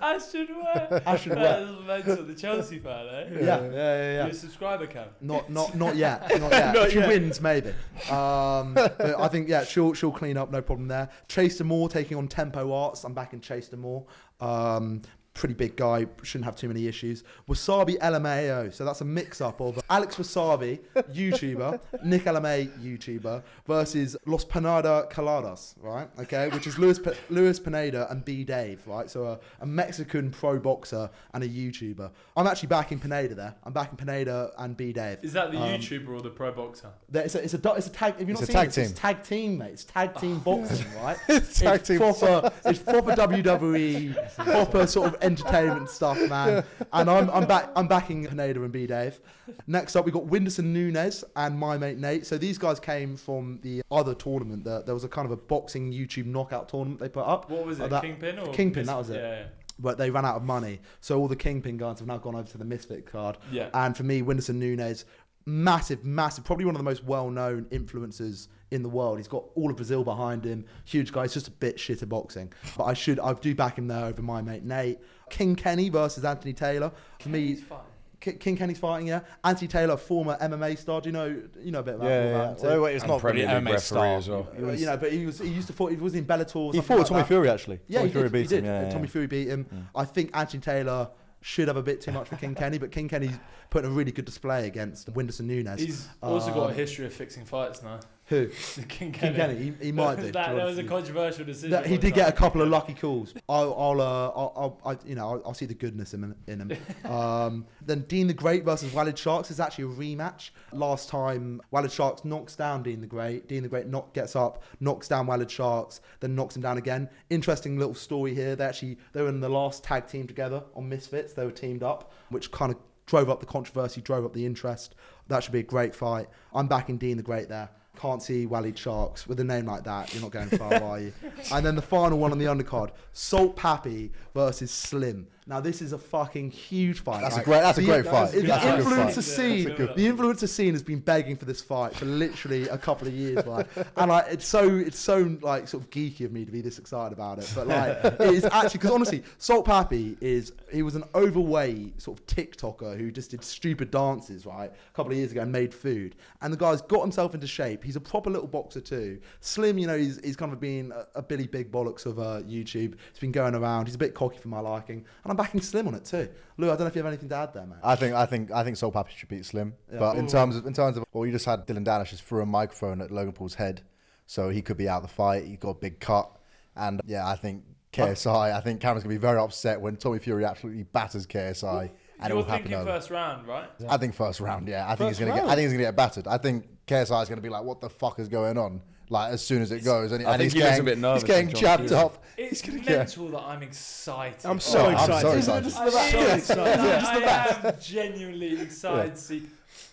[SPEAKER 1] Ashton
[SPEAKER 5] *laughs*
[SPEAKER 1] Webb. *laughs*
[SPEAKER 5] Ashton
[SPEAKER 1] That is mental, the Chelsea fan, eh?
[SPEAKER 5] yeah yeah yeah. yeah.
[SPEAKER 1] Your subscriber count.
[SPEAKER 5] Not, not, not yet. Not yet.
[SPEAKER 4] Not
[SPEAKER 5] if she
[SPEAKER 4] yet.
[SPEAKER 5] wins, maybe. Um, but I think yeah, she'll she'll clean up, no problem there. Chase Moore taking on Tempo Arts. I'm back in Chase Moore. Um, pretty big guy, shouldn't have too many issues. Wasabi LMAO. So that's a mix up of Alex Wasabi, YouTuber, Nick LMA, YouTuber, versus Los Panada Caladas, right? Okay, which is Luis P- Luis Pineda and B Dave, right? So a, a Mexican pro boxer and a YouTuber. I'm actually backing Pineda there. I'm backing Pineda and B Dave.
[SPEAKER 1] Is that the
[SPEAKER 5] Um,
[SPEAKER 1] YouTuber or the pro boxer?
[SPEAKER 5] There- It's a, it's a, du- it's a tag. If you're
[SPEAKER 3] It's
[SPEAKER 5] not
[SPEAKER 3] a
[SPEAKER 5] seeing
[SPEAKER 3] tag
[SPEAKER 5] this, it's
[SPEAKER 3] team.
[SPEAKER 5] tag team, mate. It's tag
[SPEAKER 3] *laughs*
[SPEAKER 5] team boxing, right?
[SPEAKER 3] It's tag team
[SPEAKER 5] Proper, it's proper WWE, proper sort of entertainment stuff, man. And I'm, I'm back. I'm backing Pineda and B Dave. Next up, we got Winderson Nunes and my mate Nate. So these guys came from the other tournament. That there was a kind of a boxing YouTube knockout tournament they put up,
[SPEAKER 1] What was
[SPEAKER 5] Oh,
[SPEAKER 1] it?
[SPEAKER 5] that-
[SPEAKER 1] Kingpin or
[SPEAKER 5] Kingpin, that was it.
[SPEAKER 1] Yeah,
[SPEAKER 5] but they ran out of money. So all the kingpin guys have now gone over to the Misfit card.
[SPEAKER 1] yeah. yeah.
[SPEAKER 5] And for me, Winderson Nunes, massive, massive, probably one of the most well known influencers in the world. He's got all of Brazil behind him. Huge guy. He's just a bit shit at boxing. But I should, I do back him there over my mate Nate. King Kenny versus Anthony Taylor. For me,
[SPEAKER 1] He's fine.
[SPEAKER 5] Ki- King Kenny's fighting, yeah. Anthony Taylor, former MMA star. Do you know, you know a bit about,
[SPEAKER 2] Yeah, yeah, yeah.
[SPEAKER 5] about him
[SPEAKER 2] Well,
[SPEAKER 5] too?
[SPEAKER 2] wait, it's
[SPEAKER 6] And
[SPEAKER 2] not
[SPEAKER 6] Premier
[SPEAKER 2] really
[SPEAKER 6] League
[SPEAKER 2] MMA
[SPEAKER 6] referee
[SPEAKER 2] style.
[SPEAKER 6] as well.
[SPEAKER 2] He was-
[SPEAKER 5] You know, but he was he used to fight. He was in Bellator. Or
[SPEAKER 2] he
[SPEAKER 5] something
[SPEAKER 2] fought
[SPEAKER 5] like
[SPEAKER 2] Tommy
[SPEAKER 5] that.
[SPEAKER 2] Fury actually.
[SPEAKER 5] Yeah,
[SPEAKER 2] Tommy
[SPEAKER 5] he
[SPEAKER 2] Fury
[SPEAKER 5] did,
[SPEAKER 2] beat
[SPEAKER 5] he did.
[SPEAKER 2] him. Yeah, yeah.
[SPEAKER 5] Tommy Fury beat him. I think Anthony Taylor should have a bit too much
[SPEAKER 2] *laughs*
[SPEAKER 5] for King Kenny, but King Kenny's putting a really good display against Winderson Nunes.
[SPEAKER 1] He's also got a
[SPEAKER 5] Um,
[SPEAKER 1] history of fixing fights now. *laughs*
[SPEAKER 5] Who?
[SPEAKER 1] King
[SPEAKER 5] King
[SPEAKER 1] Kenny.
[SPEAKER 5] Kenny. He,
[SPEAKER 1] *laughs*
[SPEAKER 5] he *laughs* might
[SPEAKER 1] that,
[SPEAKER 5] do. to be
[SPEAKER 1] that was
[SPEAKER 5] honest
[SPEAKER 1] a
[SPEAKER 5] with you.
[SPEAKER 1] controversial decision.
[SPEAKER 5] That- he
[SPEAKER 1] one
[SPEAKER 5] did get a
[SPEAKER 1] time.
[SPEAKER 5] couple of lucky calls. I'll, I'll, uh, I'll, I'll I, you know, I'll, I'll see the goodness in,
[SPEAKER 1] *laughs*
[SPEAKER 5] in him. Um, then Dean the Great versus Walid Sharks is actually a rematch. Last time Walid Sharks knocks down Dean the Great. Dean the Great knock, gets up, knocks down Walid Sharks, then knocks him down again. Interesting little story here. They actually they were in the last tag team together on Misfits. They were teamed up, which kind of drove up the controversy, drove up the interest. That should be a great fight. I'm backing Dean the Great there. Can't see Walid Sharks with a name like that. You're not going far, are you? And then the final one on the undercard: Salt Pappy versus Slim. Now this is a fucking huge fight.
[SPEAKER 3] That's a
[SPEAKER 5] right?
[SPEAKER 3] great- that's a
[SPEAKER 5] The-
[SPEAKER 3] great fight.
[SPEAKER 5] The
[SPEAKER 3] That's a good
[SPEAKER 5] influencer
[SPEAKER 1] fight.
[SPEAKER 5] scene,
[SPEAKER 1] Yeah, that's a good-
[SPEAKER 5] the influencer scene has been begging for this fight for literally a couple of years, like, and like it's so it's so like sort of geeky of me to be this excited about it, but like it is actually because honestly, Salt Pappy is he was an overweight sort of TikToker who just did stupid dances, right? A couple of years ago and made food, and the guy's got himself into shape. He's a proper little boxer too. Slim, you know, he's he's kind of been a, a Billy Big Bollocks of uh, YouTube. He's been going around. He's a bit cocky for my liking, and I'm backing Slim on it too. Lou, I don't know if you have anything to add there, man.
[SPEAKER 3] I think I think I think Soul Pappy should beat Slim.
[SPEAKER 5] Yeah.
[SPEAKER 3] But in terms of in terms of well, you just had Dylan Danish just threw a microphone at Logan Paul's head, so he could be out the fight. He got a big cut, and yeah, I think KSI. I think Cameron's gonna be very upset when Tommy Fury absolutely batters KSI, and it will
[SPEAKER 1] You're
[SPEAKER 3] happen.
[SPEAKER 1] thinking
[SPEAKER 3] early.
[SPEAKER 1] first round, right?
[SPEAKER 3] I think first round. Yeah, I think
[SPEAKER 4] First
[SPEAKER 3] he's gonna
[SPEAKER 4] round?
[SPEAKER 3] get. I think he's gonna get battered. I think KSI is gonna be like, "What the fuck is going on?" Like as soon as it goes, and,
[SPEAKER 6] I
[SPEAKER 3] and he's
[SPEAKER 6] think he looks a
[SPEAKER 3] getting
[SPEAKER 6] bit nervous
[SPEAKER 3] he's getting
[SPEAKER 6] when John
[SPEAKER 3] jabbed
[SPEAKER 6] sees him.
[SPEAKER 3] up.
[SPEAKER 1] It's
[SPEAKER 3] he's gonna get.
[SPEAKER 1] mental that I'm excited.
[SPEAKER 4] I'm so
[SPEAKER 3] Oh,
[SPEAKER 4] excited.
[SPEAKER 3] I'm so excited.
[SPEAKER 1] I am-
[SPEAKER 4] *laughs* So excited.
[SPEAKER 1] I am genuinely excited to see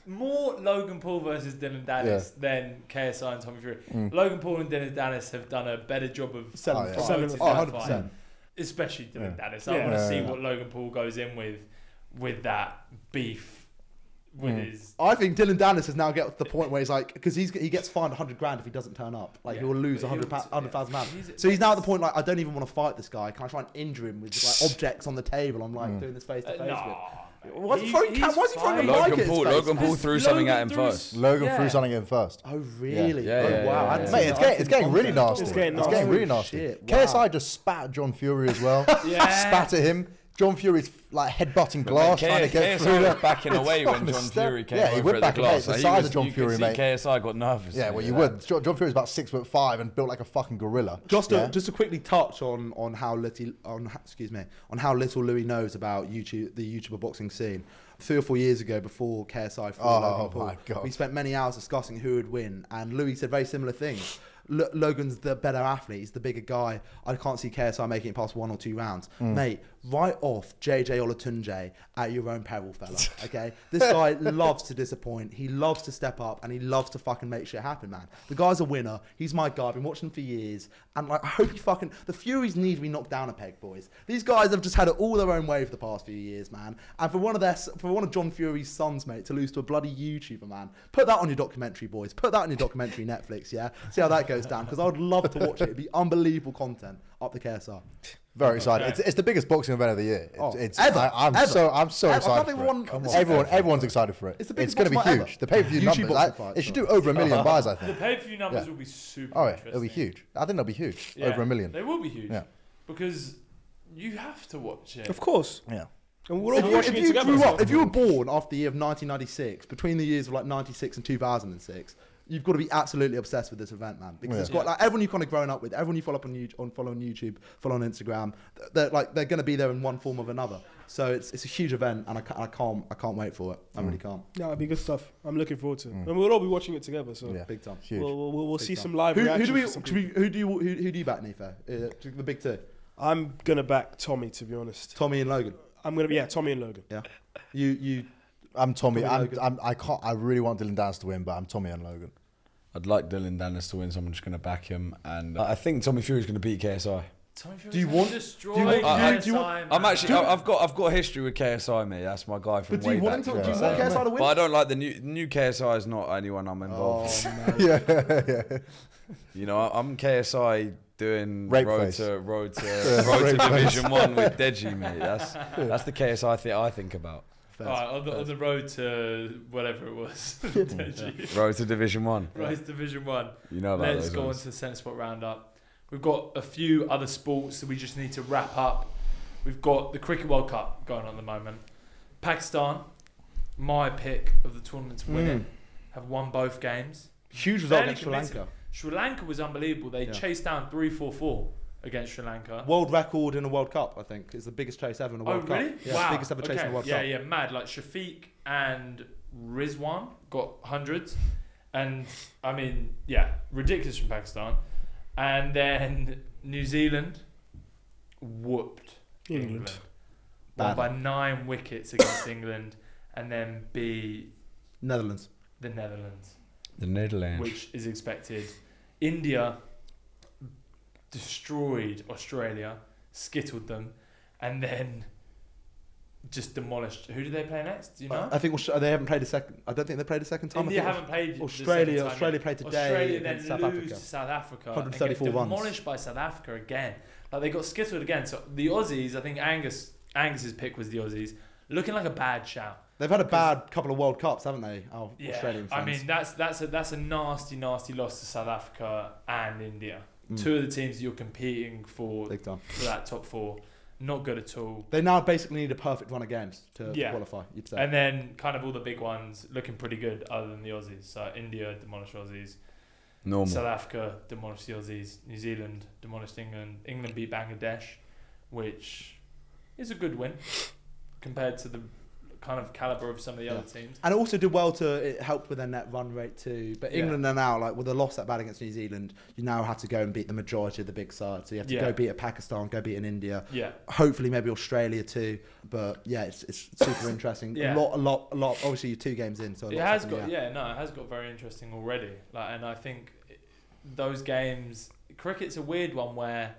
[SPEAKER 1] more Logan Paul versus Dylan Dennis than KSI and Tommy Fury. Logan Paul and Dylan Dennis have done a better job of
[SPEAKER 3] Oh, yeah.
[SPEAKER 1] promoting
[SPEAKER 4] Selling-
[SPEAKER 1] that
[SPEAKER 3] Oh, 100%.
[SPEAKER 1] fight, especially Dylan Dennis. I
[SPEAKER 4] Yeah.
[SPEAKER 1] want to
[SPEAKER 3] Yeah.
[SPEAKER 1] see what Logan Paul goes in with with that beef with
[SPEAKER 5] Hmm.
[SPEAKER 1] his.
[SPEAKER 5] I think Dylan Dennis has now get to the point where he's like, because he's he gets fined 100 grand if he doesn't turn up. Like
[SPEAKER 1] Yeah,
[SPEAKER 5] he'll lose
[SPEAKER 1] but
[SPEAKER 5] 100
[SPEAKER 1] he'll-
[SPEAKER 5] pa- 100,000
[SPEAKER 1] yeah.
[SPEAKER 5] pounds.
[SPEAKER 1] He's-
[SPEAKER 5] So he's now at the point like, I don't even want to fight this guy. Can I try and injure him with like objects on the table? I'm
[SPEAKER 3] Mm.
[SPEAKER 5] like doing this face to
[SPEAKER 1] Uh,
[SPEAKER 5] face with.
[SPEAKER 1] nah, mate.
[SPEAKER 5] What's
[SPEAKER 1] He-
[SPEAKER 5] throwing Cam-
[SPEAKER 1] he's
[SPEAKER 5] why's he throwing a
[SPEAKER 1] fine.
[SPEAKER 5] mic at
[SPEAKER 6] Logan
[SPEAKER 5] his
[SPEAKER 6] Paul,
[SPEAKER 5] face?
[SPEAKER 6] Logan Paul
[SPEAKER 1] That's-
[SPEAKER 6] threw something at
[SPEAKER 1] Logan
[SPEAKER 6] him
[SPEAKER 1] threw
[SPEAKER 6] first.
[SPEAKER 3] Logan
[SPEAKER 1] Yeah.
[SPEAKER 3] threw something in first.
[SPEAKER 5] Oh really?
[SPEAKER 6] Yeah,
[SPEAKER 5] oh
[SPEAKER 6] yeah,
[SPEAKER 5] wow!
[SPEAKER 6] yeah,
[SPEAKER 5] I didn't
[SPEAKER 6] yeah.
[SPEAKER 5] see
[SPEAKER 3] Mate, it's
[SPEAKER 5] that.
[SPEAKER 3] getting, it's getting really nasty.
[SPEAKER 4] It's getting
[SPEAKER 3] It's getting
[SPEAKER 5] nasty.
[SPEAKER 3] really nasty.
[SPEAKER 5] Shit, wow.
[SPEAKER 3] KSI just spat at John Fury as well.
[SPEAKER 1] Yeah.
[SPEAKER 3] Spat at him. John Fury's like headbutting glass
[SPEAKER 6] Mate,
[SPEAKER 3] trying to get
[SPEAKER 6] KSI
[SPEAKER 3] through.
[SPEAKER 6] was
[SPEAKER 3] that.
[SPEAKER 6] backing
[SPEAKER 3] It's
[SPEAKER 6] away
[SPEAKER 3] *laughs*
[SPEAKER 6] when
[SPEAKER 3] fucking
[SPEAKER 6] John
[SPEAKER 3] hyster-
[SPEAKER 6] Fury came
[SPEAKER 3] Yeah, he
[SPEAKER 6] over
[SPEAKER 3] went
[SPEAKER 6] at
[SPEAKER 3] back
[SPEAKER 6] the
[SPEAKER 3] away.
[SPEAKER 6] glass.
[SPEAKER 3] It's The
[SPEAKER 6] Like, he
[SPEAKER 3] size
[SPEAKER 6] was-
[SPEAKER 3] of John
[SPEAKER 6] you could
[SPEAKER 3] Fury,
[SPEAKER 6] see
[SPEAKER 3] mate.
[SPEAKER 6] KSI got nervous.
[SPEAKER 3] Yeah, well, you
[SPEAKER 6] Yeah.
[SPEAKER 3] would. John, John Fury's about six foot five and built like a fucking gorilla.
[SPEAKER 5] Just to,
[SPEAKER 3] yeah?
[SPEAKER 5] just to quickly touch on on how little on h- excuse me on how little Louis knows about YouTube the YouTuber boxing scene. Three or four years ago, before KSI fought
[SPEAKER 3] Oh,
[SPEAKER 5] Logan Paul,
[SPEAKER 3] my God.
[SPEAKER 5] we spent many hours discussing who would win, and Louis said very similar things. Lo- Logan's the better athlete, he's the bigger guy. I can't see KSI making it past one or two rounds,
[SPEAKER 3] Hmm.
[SPEAKER 5] mate. Right off JJ Olatunje at your own
[SPEAKER 3] *laughs*
[SPEAKER 5] peril, fella. Okay, this guy loves to disappoint. He loves to step up, and he loves to fucking make shit happen, man. The guy's a winner. He's my guy. I've been watching him for years, and like *laughs* I hope he fucking the Furies need to be knocked down a peg, boys. These guys have just had it all their own way for the past few years, man. And for one of their for one of John Fury's sons, mate, to lose to a bloody YouTuber, man, put that on your documentary, boys. Put that on your documentary, *laughs* Netflix. Yeah, see how that goes down because I would love to watch it. It'd be unbelievable content up the KSR.
[SPEAKER 3] Very excited. It's, it's the biggest boxing event of the year. It's,
[SPEAKER 5] Oh,
[SPEAKER 3] it's
[SPEAKER 5] ever,
[SPEAKER 3] I, am
[SPEAKER 5] ever.
[SPEAKER 3] so I'm so
[SPEAKER 5] Ever. I
[SPEAKER 3] excited.
[SPEAKER 5] can't think
[SPEAKER 3] for
[SPEAKER 5] of one-
[SPEAKER 3] it.
[SPEAKER 5] Come on.
[SPEAKER 3] Everyone, everyone's excited for it.
[SPEAKER 5] It's
[SPEAKER 3] It's,
[SPEAKER 5] the biggest
[SPEAKER 3] going to be
[SPEAKER 5] boxing
[SPEAKER 3] huge.
[SPEAKER 5] fight ever.
[SPEAKER 3] The pay per view
[SPEAKER 5] YouTube
[SPEAKER 3] numbers.
[SPEAKER 5] boxing
[SPEAKER 3] like,
[SPEAKER 5] fight,
[SPEAKER 3] it should
[SPEAKER 5] sorry.
[SPEAKER 3] do over a million buys. I think.
[SPEAKER 1] The pay-per-view numbers
[SPEAKER 3] Yeah.
[SPEAKER 1] will be super
[SPEAKER 3] Oh yeah,
[SPEAKER 1] interesting.
[SPEAKER 3] it'll be huge. I think it'll be huge.
[SPEAKER 1] Yeah,
[SPEAKER 3] Over a million.
[SPEAKER 1] They will be huge.
[SPEAKER 3] Yeah.
[SPEAKER 1] Because you have to watch it.
[SPEAKER 4] Of course.
[SPEAKER 3] Yeah.
[SPEAKER 4] And we're
[SPEAKER 5] If
[SPEAKER 4] all
[SPEAKER 5] you,
[SPEAKER 4] watching
[SPEAKER 5] if
[SPEAKER 4] it
[SPEAKER 5] you
[SPEAKER 4] together.
[SPEAKER 5] grew up, if you were born after the year of 1996, between the years of like 96 and 2006, you've got to be absolutely obsessed with this event, man. Because it's
[SPEAKER 1] Yeah.
[SPEAKER 5] got like everyone you've kind of grown up with, everyone you follow up on, you, on follow on YouTube, follow on Instagram, th- they're like they're going to be there in one form or another. So it's, it's a huge event, and I, ca- I can't I can't wait for it. I really can't.
[SPEAKER 4] No, it'd be good stuff. I'm looking forward to it.
[SPEAKER 5] Mm.
[SPEAKER 4] And we'll all be watching it together, so
[SPEAKER 3] Yeah.
[SPEAKER 5] Big time.
[SPEAKER 3] Huge.
[SPEAKER 4] we'll, we'll, we'll, we'll see
[SPEAKER 5] time.
[SPEAKER 4] some live
[SPEAKER 5] Who, who
[SPEAKER 4] reactions.
[SPEAKER 5] do we,
[SPEAKER 4] to some
[SPEAKER 5] should we- who do you who, who do you back, Nifa? Uh, to the big two,
[SPEAKER 4] people. I'm going to back Tommy, to be honest.
[SPEAKER 5] Tommy and Logan.
[SPEAKER 4] I'm going to, yeah, Tommy and Logan.
[SPEAKER 5] Yeah, you you.
[SPEAKER 3] I'm Tommy.
[SPEAKER 5] Tommy
[SPEAKER 3] I'm,
[SPEAKER 5] Logan.
[SPEAKER 3] I'm, I can't. I really want Dylan Dance to win, but I'm Tommy and Logan.
[SPEAKER 6] I'd like Dylan Dennis to win, so I'm just going to back him. And I think Tommy Fury's going to beat KSI.
[SPEAKER 1] Time for
[SPEAKER 5] Do you
[SPEAKER 1] us to
[SPEAKER 5] want-
[SPEAKER 1] destroy
[SPEAKER 5] do you want-
[SPEAKER 6] do you-
[SPEAKER 1] KSI,
[SPEAKER 5] do you
[SPEAKER 1] man.
[SPEAKER 6] I'm actually, I- I've got, I've got a history with KSI, mate. That's my guy from
[SPEAKER 5] But do you
[SPEAKER 6] way
[SPEAKER 5] want him
[SPEAKER 6] back.
[SPEAKER 5] to? Do you
[SPEAKER 3] Yeah.
[SPEAKER 5] want KSI to
[SPEAKER 6] But I
[SPEAKER 5] win? Oh.
[SPEAKER 6] don't like the new new KSI. Is not anyone I'm involved. with.
[SPEAKER 3] yeah, yeah.
[SPEAKER 6] You know, I- I'm KSI doing
[SPEAKER 3] Rape
[SPEAKER 6] road
[SPEAKER 3] face.
[SPEAKER 6] to road
[SPEAKER 5] *laughs*
[SPEAKER 6] to road to Division One with Deji, mate. That's that's the KSI thing I think about.
[SPEAKER 1] All right, on the, on the road to whatever it was. *laughs* Deji.
[SPEAKER 6] Road to Division One.
[SPEAKER 1] Rise Division 1.
[SPEAKER 6] You know about
[SPEAKER 1] Let's
[SPEAKER 6] those
[SPEAKER 1] go on
[SPEAKER 6] ones.
[SPEAKER 1] to the centre spot roundup. We've got a few other sports that we just need to wrap up. We've got the Cricket World Cup going on at the moment. Pakistan, my pick of the tournament to win it, have won both games.
[SPEAKER 5] Huge result
[SPEAKER 1] Fairly
[SPEAKER 5] against Sri
[SPEAKER 1] convincing.
[SPEAKER 5] Lanka.
[SPEAKER 1] Sri Lanka was unbelievable. They
[SPEAKER 5] Yeah.
[SPEAKER 1] chased down 3 4 4 against Sri Lanka.
[SPEAKER 5] World record in a World Cup, I think, is the biggest chase ever in a
[SPEAKER 1] Oh,
[SPEAKER 5] World Cup.
[SPEAKER 1] really?
[SPEAKER 5] Yeah,
[SPEAKER 1] Wow.
[SPEAKER 5] biggest ever chase in
[SPEAKER 1] Okay.
[SPEAKER 5] a World
[SPEAKER 1] yeah,
[SPEAKER 5] Cup.
[SPEAKER 1] yeah, mad. Like Shafiq and Rizwan got hundreds, and I mean, yeah, ridiculous from Pakistan. And then New Zealand whooped
[SPEAKER 4] England.
[SPEAKER 1] Won
[SPEAKER 5] Bad.
[SPEAKER 1] by nine wickets against England, and then beat
[SPEAKER 5] Netherlands.
[SPEAKER 1] the Netherlands,
[SPEAKER 6] The Netherlands.
[SPEAKER 1] which is expected. India destroyed Australia, skittled them, and then just demolished. Who did they play next? Do you know?
[SPEAKER 5] I think Aus- they haven't played a second. I don't think they played a second time.
[SPEAKER 1] India
[SPEAKER 5] I think
[SPEAKER 1] haven't played the
[SPEAKER 5] Australia-
[SPEAKER 1] second time
[SPEAKER 5] Australia
[SPEAKER 1] yet.
[SPEAKER 5] played today
[SPEAKER 1] Australia then
[SPEAKER 5] against South
[SPEAKER 1] lose
[SPEAKER 5] Africa.
[SPEAKER 1] to South Africa.
[SPEAKER 5] 134
[SPEAKER 1] and get
[SPEAKER 5] runs.
[SPEAKER 1] Demolished by South Africa again. Like they got skittled again. So the Aussies, I think Angus Angus's pick was the Aussies, looking like a bad shout.
[SPEAKER 5] they've had a bad couple of World Cups, haven't they? Our
[SPEAKER 1] Yeah,
[SPEAKER 5] Australian fans.
[SPEAKER 1] I mean that's that's a that's a nasty nasty loss to South Africa and India.
[SPEAKER 5] Mm.
[SPEAKER 1] Two of the teams you're competing for
[SPEAKER 5] big time.
[SPEAKER 1] for that top four, not good at all.
[SPEAKER 5] They now basically need a perfect run of games to
[SPEAKER 1] Yeah.
[SPEAKER 5] qualify. You'd say.
[SPEAKER 1] And then kind of all the big ones looking pretty good other than the Aussies. So India demolished Aussies.
[SPEAKER 6] Normal.
[SPEAKER 1] South Africa demolished the Aussies. New Zealand demolished England. England beat Bangladesh, which is a good win compared to the kind of caliber of some of the other teams.
[SPEAKER 5] And it also did well to it helped with their net run rate too. But
[SPEAKER 1] Yeah.
[SPEAKER 5] England are now like with a loss that bad against New Zealand, you now have to go and beat the majority of the big sides. So you have to
[SPEAKER 1] Yeah.
[SPEAKER 5] go beat a Pakistan, go beat an India,
[SPEAKER 1] Yeah,
[SPEAKER 5] hopefully maybe Australia too. But yeah, it's, it's super
[SPEAKER 1] *laughs*
[SPEAKER 5] interesting.
[SPEAKER 1] Yeah.
[SPEAKER 5] A lot, a lot, a lot. Obviously, you're two games in, so a
[SPEAKER 1] it
[SPEAKER 5] lot's
[SPEAKER 1] has
[SPEAKER 5] happening,
[SPEAKER 1] got yeah. no, it has got very interesting already. Like, and I think it- those games, cricket's a weird one where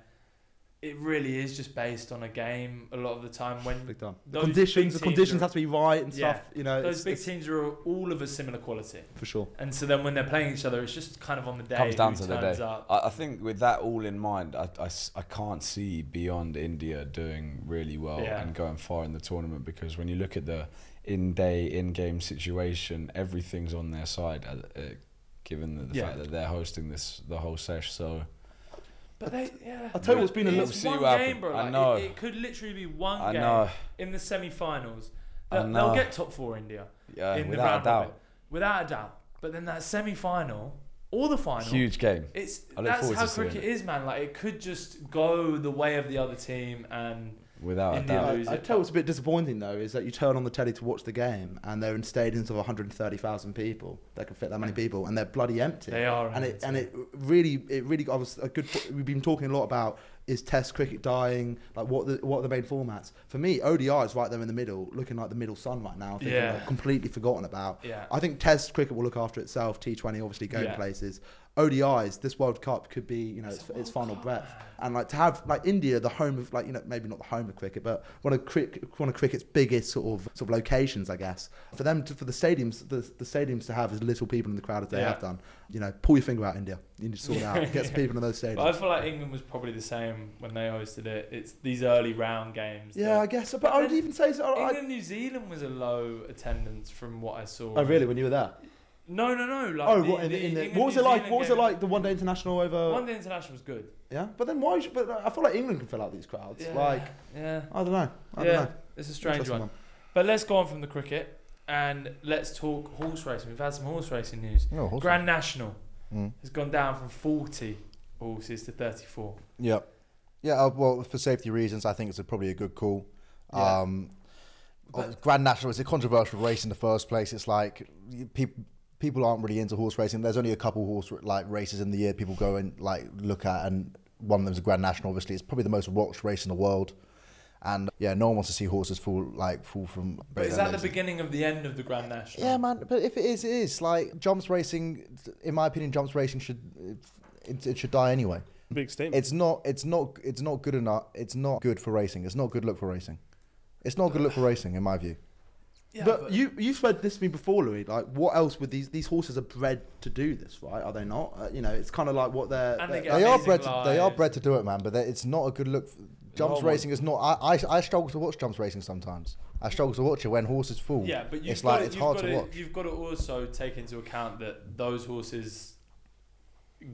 [SPEAKER 1] it really is just based on a game a lot of the time. When
[SPEAKER 5] Big time. The
[SPEAKER 1] Those big
[SPEAKER 5] conditions, the
[SPEAKER 1] teams
[SPEAKER 5] conditions
[SPEAKER 1] are-
[SPEAKER 5] have to be right and
[SPEAKER 1] Yeah.
[SPEAKER 5] stuff. You know,
[SPEAKER 1] those
[SPEAKER 5] it's-
[SPEAKER 1] big
[SPEAKER 5] it's
[SPEAKER 1] teams are all of a similar quality,
[SPEAKER 5] for sure.
[SPEAKER 1] and so then when they're playing each other, it's just kind of on the day.
[SPEAKER 6] Comes down
[SPEAKER 1] who
[SPEAKER 6] to the
[SPEAKER 1] turns
[SPEAKER 6] day.
[SPEAKER 1] Up.
[SPEAKER 6] I, I think with that all in mind, I, I s- I can't see beyond India doing really well
[SPEAKER 1] Yeah.
[SPEAKER 6] and going far in the tournament because when you look at the in day, in game situation, everything's on their side, uh, uh, given the, the
[SPEAKER 1] Yeah.
[SPEAKER 6] fact that they're hosting this the whole sesh. So
[SPEAKER 1] But they, yeah.
[SPEAKER 5] I tell you what's been a
[SPEAKER 1] It's
[SPEAKER 5] little-
[SPEAKER 6] See
[SPEAKER 1] one
[SPEAKER 6] what
[SPEAKER 1] game,
[SPEAKER 6] happens.
[SPEAKER 1] bro.
[SPEAKER 6] I
[SPEAKER 1] Like, it-
[SPEAKER 6] know.
[SPEAKER 1] It, could literally be one
[SPEAKER 6] I
[SPEAKER 1] game
[SPEAKER 6] know.
[SPEAKER 1] in the semi-finals.
[SPEAKER 6] I
[SPEAKER 1] They'll, they'll
[SPEAKER 6] know.
[SPEAKER 1] get top four India
[SPEAKER 6] Yeah,
[SPEAKER 1] in the
[SPEAKER 6] without a
[SPEAKER 1] round
[SPEAKER 6] doubt.
[SPEAKER 1] robin. without a doubt. But then that semi-final or the final,
[SPEAKER 6] huge game.
[SPEAKER 1] It's
[SPEAKER 6] I look
[SPEAKER 1] that's
[SPEAKER 6] forward
[SPEAKER 1] how
[SPEAKER 6] to seeing
[SPEAKER 1] cricket is, man. Like it could just go the way of the other team, and
[SPEAKER 6] Without a
[SPEAKER 1] India
[SPEAKER 6] doubt.
[SPEAKER 1] lose
[SPEAKER 5] I, I
[SPEAKER 1] it.
[SPEAKER 5] tell you what's a bit disappointing though is that you turn on the telly to watch the game and they're in stadiums of 130,000 people that can fit that many people and they're bloody empty.
[SPEAKER 1] they are.
[SPEAKER 5] and it and it really it really got us a good. po- We've been talking a lot about is Test cricket dying? Like what the, what are the main formats? For me, ODI is right there in the middle, looking like the middle sun right now. Thinking,
[SPEAKER 1] Yeah.
[SPEAKER 5] like, completely forgotten about.
[SPEAKER 1] yeah,
[SPEAKER 5] I think Test cricket will look after itself. T20 obviously going
[SPEAKER 1] Yeah.
[SPEAKER 5] places. ODIs, this World Cup could be you know
[SPEAKER 1] It's
[SPEAKER 5] its,
[SPEAKER 1] a
[SPEAKER 5] its
[SPEAKER 1] World
[SPEAKER 5] final
[SPEAKER 1] Cup,
[SPEAKER 5] breath.
[SPEAKER 1] man.
[SPEAKER 5] And like to have like India, the home of like you know maybe not the home of cricket, but one of cric- one of cricket's biggest sort of sort of locations, I guess. For them, to, for the stadiums, the, the stadiums to have as little people in the crowd as they
[SPEAKER 1] Yeah.
[SPEAKER 5] have done. You know, pull your finger out, India. You need to sort
[SPEAKER 1] *laughs*
[SPEAKER 5] it out. Get some people in those
[SPEAKER 1] But I
[SPEAKER 5] stadiums.
[SPEAKER 1] feel like England was probably the same when they hosted it. It's these early round games.
[SPEAKER 5] Yeah, I
[SPEAKER 1] that-
[SPEAKER 5] guess. But I would
[SPEAKER 1] then
[SPEAKER 5] even say so. I, I,
[SPEAKER 1] England New Zealand was a low attendance from what I saw.
[SPEAKER 5] oh really? When you were there?
[SPEAKER 1] No, no, no. Like
[SPEAKER 5] Oh,
[SPEAKER 1] the-
[SPEAKER 5] what, in,
[SPEAKER 1] the
[SPEAKER 5] the, in the,
[SPEAKER 1] England,
[SPEAKER 5] what was
[SPEAKER 1] New
[SPEAKER 5] it like?
[SPEAKER 1] Zealand
[SPEAKER 5] What was it
[SPEAKER 1] game-
[SPEAKER 5] like? Uh, The one day international over.
[SPEAKER 1] One Day International was good.
[SPEAKER 5] Yeah, but then why? Should, but I feel like England can fill out these crowds.
[SPEAKER 1] Yeah.
[SPEAKER 5] Like
[SPEAKER 1] Yeah,
[SPEAKER 5] I don't know. I
[SPEAKER 1] yeah.
[SPEAKER 5] don't know.
[SPEAKER 1] It's a strange
[SPEAKER 5] Interesting
[SPEAKER 1] one. But let's go on from the cricket and let's talk horse racing. We've had some horse racing news.
[SPEAKER 3] Oh, awesome.
[SPEAKER 1] Grand National
[SPEAKER 3] Mm.
[SPEAKER 1] has gone down from 40 horses to 34.
[SPEAKER 3] Yeah. Yeah, uh, well, for safety reasons, I think it's a, probably a good call.
[SPEAKER 1] Yeah.
[SPEAKER 3] Um, uh, Grand National is a controversial race in the first place. It's like people people aren't really into horse racing. There's only a couple horse r- like races in the year people go and like look at, and one of them's a Grand National. Obviously, it's probably the most watched race in the world. And yeah, no one wants to see horses fall like fall from.
[SPEAKER 1] But is that the beginning of the end of the Grand National?
[SPEAKER 3] Yeah, man. But if it is, it is like jumps racing. In my opinion, jumps racing should it, it should die anyway.
[SPEAKER 4] Big statement.
[SPEAKER 3] It's not. It's not. It's not good enough. It's not good for racing. It's not good look for racing. It's not good look for racing, in my view.
[SPEAKER 1] Yeah,
[SPEAKER 5] but, you you've said this to me before, Louis. Like, what else would these these horses are bred to do this, right? Are they not? Uh, you know, it's kind of like what they're.
[SPEAKER 1] And they
[SPEAKER 5] they're-
[SPEAKER 1] Yeah,
[SPEAKER 3] they are
[SPEAKER 1] amazing
[SPEAKER 3] bred. To, they are
[SPEAKER 1] lives.
[SPEAKER 3] bred to do it, man. But they- it's not a good look. For, jumps
[SPEAKER 1] one-
[SPEAKER 3] racing is not. I, I I struggle to watch jumps racing sometimes. I struggle to watch it when horses fall.
[SPEAKER 1] yeah, but you've
[SPEAKER 3] it's
[SPEAKER 1] got
[SPEAKER 3] like
[SPEAKER 1] to-
[SPEAKER 3] it's
[SPEAKER 1] you've
[SPEAKER 3] hard
[SPEAKER 1] got
[SPEAKER 3] to,
[SPEAKER 1] to,
[SPEAKER 3] watch.
[SPEAKER 1] You've got to also take into account that those horses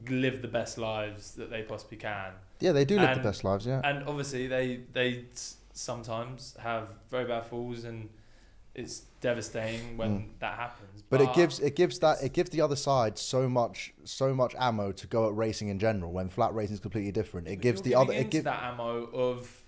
[SPEAKER 1] live the best lives that they possibly can.
[SPEAKER 3] Yeah, they do live
[SPEAKER 1] and-
[SPEAKER 3] the best lives. Yeah.
[SPEAKER 1] and obviously they they s- sometimes have very bad falls and it's devastating when that happens
[SPEAKER 3] Mm. But it gives it gives that it gives the other side so much so much ammo to go at racing in general when flat racing is completely different. It
[SPEAKER 1] but
[SPEAKER 3] gives
[SPEAKER 1] you're
[SPEAKER 3] the
[SPEAKER 1] giving
[SPEAKER 3] other it
[SPEAKER 1] into
[SPEAKER 3] gives
[SPEAKER 1] that ammo of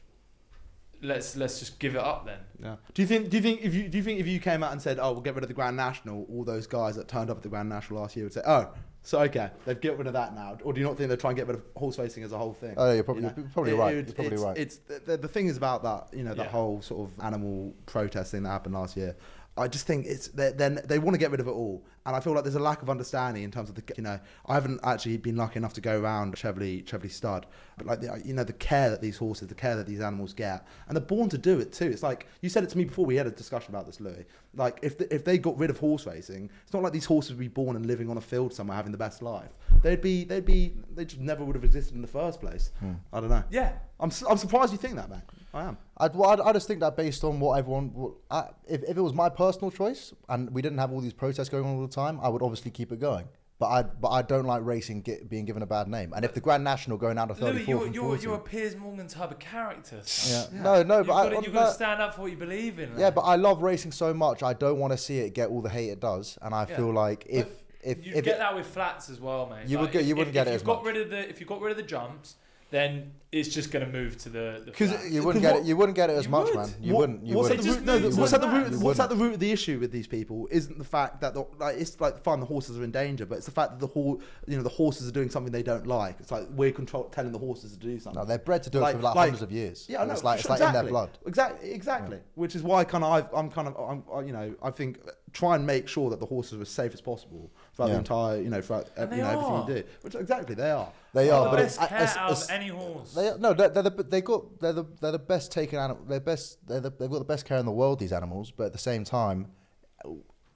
[SPEAKER 1] let's let's just give it up then
[SPEAKER 5] yeah. Do you think? Do you think if you do you think if you came out and said, "Oh, we'll get rid of the Grand National," all those guys that turned up at the Grand National last year would say, "Oh, so okay, they've get rid of that now," or do you not think they're trying to get rid of horse racing as a whole thing?
[SPEAKER 3] Oh, you're probably,
[SPEAKER 5] you know,
[SPEAKER 3] you're probably
[SPEAKER 5] it-
[SPEAKER 3] right.
[SPEAKER 5] it-
[SPEAKER 3] you're probably
[SPEAKER 5] it's,
[SPEAKER 3] right.
[SPEAKER 5] It's the, the, the thing is about that, you know, that
[SPEAKER 1] Yeah.
[SPEAKER 5] whole sort of animal protest thing that happened last year. I just think it's they- then they want to get rid of it all, and I feel like there's a lack of understanding in terms of the you know I haven't actually been lucky enough to go around Chevrolet Chevrolet Stud, but like the, uh, you know the care that these horses, the care that these animals get, and they're born to do it too. It's like you said it to me before we had a discussion about this, Louis. Like if the, if they got rid of horse racing, it's not like these horses would be born and living on a field somewhere having the best life. They'd be they'd be they just never would have existed in the first place.
[SPEAKER 3] Hmm.
[SPEAKER 5] I don't know.
[SPEAKER 1] yeah
[SPEAKER 5] I'm, su- I'm surprised you think that, man. I am.
[SPEAKER 3] I'd, well, I'd, I just think that based on what everyone, what, I, if, if it was my personal choice and we didn't have all these protests going on all the time, I would obviously keep it going. But I, but I don't like racing get, being given a bad name. And if the Grand National going down to
[SPEAKER 1] Louis,
[SPEAKER 3] 34
[SPEAKER 1] you're,
[SPEAKER 3] from
[SPEAKER 1] you're,
[SPEAKER 3] 40,
[SPEAKER 1] you're a Piers Morgan type of character son.
[SPEAKER 3] yeah. no, no,
[SPEAKER 1] you've,
[SPEAKER 3] but
[SPEAKER 1] got
[SPEAKER 3] I,
[SPEAKER 1] to,
[SPEAKER 3] no,
[SPEAKER 1] you've got to stand up for what you believe in
[SPEAKER 3] yeah,
[SPEAKER 1] like.
[SPEAKER 3] but I love racing so much. I don't want to see it get all the hate it does. And I
[SPEAKER 1] Yeah.
[SPEAKER 3] feel like if if
[SPEAKER 1] you
[SPEAKER 3] if
[SPEAKER 1] get
[SPEAKER 3] it-
[SPEAKER 1] that with flats as well, mate.
[SPEAKER 3] You would get-
[SPEAKER 1] if-
[SPEAKER 3] you
[SPEAKER 1] if,
[SPEAKER 3] wouldn't get
[SPEAKER 1] if
[SPEAKER 3] it
[SPEAKER 1] you
[SPEAKER 3] as
[SPEAKER 1] got
[SPEAKER 3] much.
[SPEAKER 1] rid of the if you got rid of the jumps, then it's just gonna move to the. the
[SPEAKER 3] because
[SPEAKER 1] flat.
[SPEAKER 3] you wouldn't get it. You wouldn't get it as
[SPEAKER 1] You
[SPEAKER 3] much,
[SPEAKER 1] would.
[SPEAKER 3] man. You
[SPEAKER 5] What-
[SPEAKER 3] wouldn't. You
[SPEAKER 5] what's
[SPEAKER 3] wouldn't.
[SPEAKER 5] at
[SPEAKER 1] It
[SPEAKER 5] the
[SPEAKER 1] just
[SPEAKER 5] root? No,
[SPEAKER 1] moves
[SPEAKER 5] the- what's at the
[SPEAKER 1] like
[SPEAKER 5] root?
[SPEAKER 1] that.
[SPEAKER 3] You
[SPEAKER 5] What's at the
[SPEAKER 3] wouldn't.
[SPEAKER 5] root of the issue with these people? Isn't the fact that the, like it's like fine, the horses are in danger, but it's the fact that the hor you know, the horses are doing something they don't like. It's like we're control telling the horses to do something.
[SPEAKER 3] No, they're bred to do it for like, hundreds of years.
[SPEAKER 5] Yeah, I
[SPEAKER 3] And
[SPEAKER 5] know.
[SPEAKER 3] It's like it's
[SPEAKER 5] sure,
[SPEAKER 3] like
[SPEAKER 5] exactly.
[SPEAKER 3] in their blood.
[SPEAKER 5] Exactly, exactly. Which is why kind of I've, I'm kind of I'm, I, you know I think uh, try and make sure that the horses are as safe as possible throughout
[SPEAKER 3] Yeah.
[SPEAKER 5] the entire you know throughout ev-
[SPEAKER 1] they
[SPEAKER 5] you know, everything
[SPEAKER 1] are.
[SPEAKER 5] you do. Which exactly they are.
[SPEAKER 3] They
[SPEAKER 1] Got
[SPEAKER 3] are,
[SPEAKER 1] the
[SPEAKER 3] but it's,
[SPEAKER 1] best care
[SPEAKER 3] it's,
[SPEAKER 1] out
[SPEAKER 3] it's
[SPEAKER 1] of any horse.
[SPEAKER 3] they are, no, they're, they're the, they got they're the they're the best taken animal. They're best. They're the, they've got the best care in the world. These animals, but at the same time,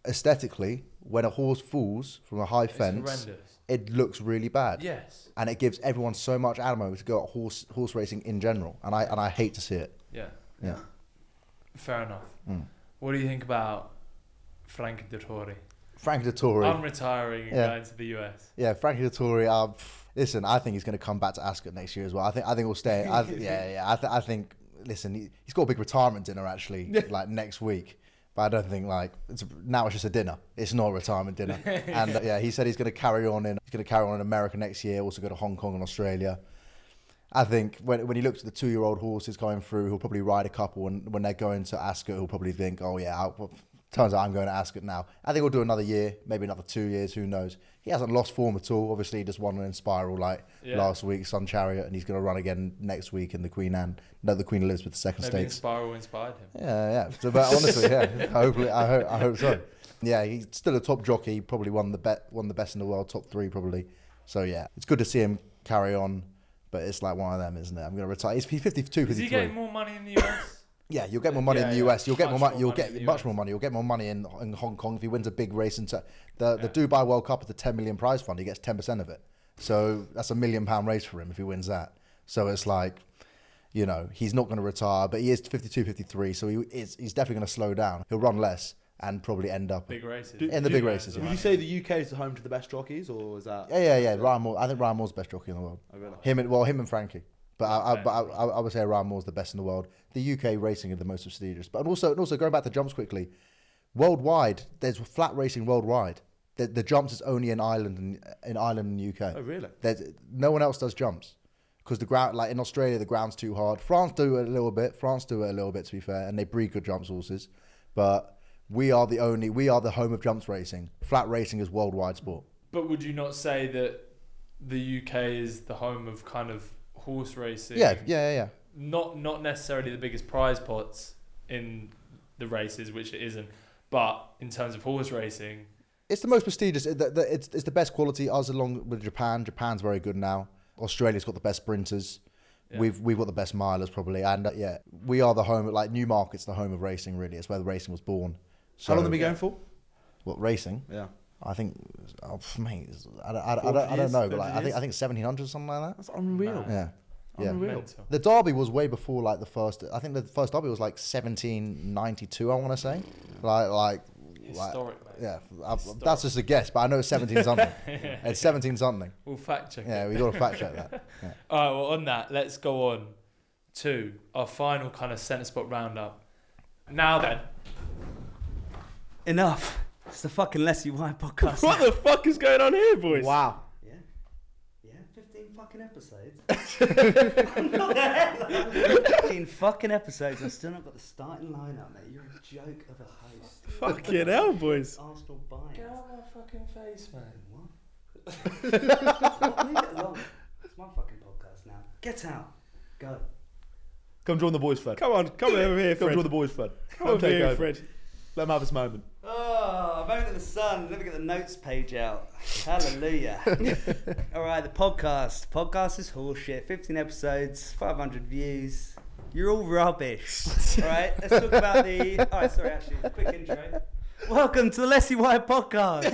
[SPEAKER 3] aesthetically, when a horse falls from a high fence,
[SPEAKER 1] horrendous.
[SPEAKER 3] it looks really bad.
[SPEAKER 1] yes.
[SPEAKER 3] and it gives everyone so much ammo to go at horse horse racing in general. And I and I hate to see it.
[SPEAKER 1] Yeah.
[SPEAKER 3] Yeah.
[SPEAKER 1] Fair enough.
[SPEAKER 3] Mm.
[SPEAKER 1] What do you think about Frank Dettori?
[SPEAKER 3] Frankie Dettori.
[SPEAKER 1] I'm retiring and
[SPEAKER 3] Yeah.
[SPEAKER 1] going to the *laughs* US.
[SPEAKER 3] yeah, Frankie Dettori. Uh, pff, listen, I think he's going to come back to Ascot next year as well. I think I think he'll stay.
[SPEAKER 1] *laughs*
[SPEAKER 3] I th- yeah, yeah. I, th- I think. Listen, he, he's got a big retirement dinner actually, like next week. But I don't think like it's a, now it's just a dinner. It's not a retirement dinner.
[SPEAKER 1] *laughs*
[SPEAKER 3] and uh, yeah, he said he's going to carry on in. He's going to carry on in America next year. Also go to Hong Kong and Australia. I think when, when he looks at the two year old horses coming through, he'll probably ride a couple. And when they're going to Ascot, he'll probably think, oh, yeah, I'll, well, turns out I'm going to Ascot now. I think he'll do another year, maybe another two years, who knows. He hasn't lost form at all. Obviously, he just won an Inspiral like
[SPEAKER 1] Yeah.
[SPEAKER 3] last week, Sun Chariot, and he's going to run again next week in the Queen Anne, no, the Queen Elizabeth II
[SPEAKER 1] Maybe
[SPEAKER 3] Stakes.
[SPEAKER 1] Inspiral inspired him.
[SPEAKER 3] Yeah, yeah. So, but honestly, yeah. *laughs* Hopefully, I hope, I hope so. Yeah, he's still a top jockey. Probably won the bet, one of the best in the world, top three probably. So yeah, it's good to see him carry on. But it's like one of them, isn't it? I'm gonna retire. He's he's 52,
[SPEAKER 1] Is he
[SPEAKER 3] 53.
[SPEAKER 1] getting more money in the US?
[SPEAKER 3] yeah, you'll get more money
[SPEAKER 1] Yeah,
[SPEAKER 3] in the
[SPEAKER 1] yeah.
[SPEAKER 3] US. You'll get more
[SPEAKER 1] Much
[SPEAKER 3] money.
[SPEAKER 1] more
[SPEAKER 3] You'll
[SPEAKER 1] money in
[SPEAKER 3] get
[SPEAKER 1] the
[SPEAKER 3] much
[SPEAKER 1] US.
[SPEAKER 3] more money. You'll get more money in, in Hong Kong if he wins a big race. And the the Dubai World Cup, the 10 million prize fund, he gets 10 percent of it. So that's a million pound race for him if he wins that. So it's like you know, he's not going to retire, but he is 52, 53, so he is, he's definitely going to slow down. He'll run less and probably end up.
[SPEAKER 1] big races.
[SPEAKER 3] In the big races, yeah.
[SPEAKER 5] Would you say the UK is the home to the best jockeys, or is that? oh,
[SPEAKER 3] Yeah, yeah, yeah. Ryan Moore, I think Ryan Moore's the best jockey in the world. Him and well, him and Frankie. But I, I, but I, I I would say Ryan Moore's the best in the world. The UK racing are the most prestigious. But and also, and also going back to jumps quickly, worldwide there's flat racing worldwide. The, the jumps is only in Ireland and in Ireland and UK.
[SPEAKER 5] Oh, really?
[SPEAKER 3] There's no one else does jumps because the ground, like in Australia, the ground's too hard. France do it a little bit. France do it a little bit, to be fair, and they breed good jumps horses. But we are the only, we are the home of jumps racing. Flat racing is worldwide sport.
[SPEAKER 1] But would you not say that the UK is the home of kind of horse racing?
[SPEAKER 3] Yeah, yeah, yeah, yeah.
[SPEAKER 1] Not not necessarily the biggest prize pots in the races, which it isn't. But in terms of horse racing,
[SPEAKER 3] It's the most prestigious. it- the- the- It's, it's the best quality. Us along with Japan. Japan's very good now. Australia's got the best sprinters.
[SPEAKER 1] Yeah.
[SPEAKER 3] We've we've got the best milers probably. And uh, yeah, we are the home. Like Newmarket's the home of racing. Really, it's where the racing was born. So,
[SPEAKER 5] How long have we going for?
[SPEAKER 3] What racing?
[SPEAKER 5] Yeah,
[SPEAKER 3] I think, oh, pff, mate, it's- I don't, I don't, I
[SPEAKER 5] 40
[SPEAKER 3] don't, I don't
[SPEAKER 5] years,
[SPEAKER 3] know, but like,
[SPEAKER 5] 30
[SPEAKER 3] I think
[SPEAKER 5] years?
[SPEAKER 3] I think seventeen hundred something like
[SPEAKER 5] that's unreal.
[SPEAKER 1] Mad.
[SPEAKER 3] that. Yeah, yeah.
[SPEAKER 5] Unreal.
[SPEAKER 1] mental.
[SPEAKER 3] The Derby was way before like the first. I think the first Derby was like seventeen ninety two. I want to say, like like. like
[SPEAKER 1] Historic, mate.
[SPEAKER 3] yeah, I, that's just a guess, but I know it's 17 something. It's 17 something.
[SPEAKER 1] We'll fact check.
[SPEAKER 3] Yeah,
[SPEAKER 1] it.
[SPEAKER 3] we got to fact check that.
[SPEAKER 1] All right. Well, on that, let's go on to our final kind of centre spot roundup. Now then,
[SPEAKER 7] Enough. It's the fucking Leslie White
[SPEAKER 4] *laughs*
[SPEAKER 7] podcast.
[SPEAKER 4] What the fuck is going on here, boys?
[SPEAKER 5] Wow.
[SPEAKER 7] Yeah. Yeah, 15 fucking episodes. I'm not there, like, 15 fucking episodes. I've still not got the starting lineup, mate. You're a joke of a
[SPEAKER 3] *laughs*
[SPEAKER 7] host.
[SPEAKER 4] Fucking hell, boys.
[SPEAKER 7] Arsenal
[SPEAKER 1] get
[SPEAKER 7] bias.
[SPEAKER 1] out of my fucking face, man.
[SPEAKER 7] What? Leave it alone. It's my fucking podcast now. Get out. Go.
[SPEAKER 5] Come join the boys, Fred.
[SPEAKER 4] Come on, come over here,
[SPEAKER 5] Come
[SPEAKER 4] Fred.
[SPEAKER 5] join the boys, Fred.
[SPEAKER 4] Come
[SPEAKER 5] Let him
[SPEAKER 4] over
[SPEAKER 5] take
[SPEAKER 4] here,
[SPEAKER 5] over.
[SPEAKER 4] Fred.
[SPEAKER 5] Let him have his moment.
[SPEAKER 7] Oh, moment in the sun. Let me get the notes page out. *laughs* Hallelujah. All right, the podcast. Podcast is horseshit. 15 episodes, 500 views. You're all rubbish. all right, let's talk about the. All right, sorry, actually, quick intro. Welcome to the Leslie White podcast.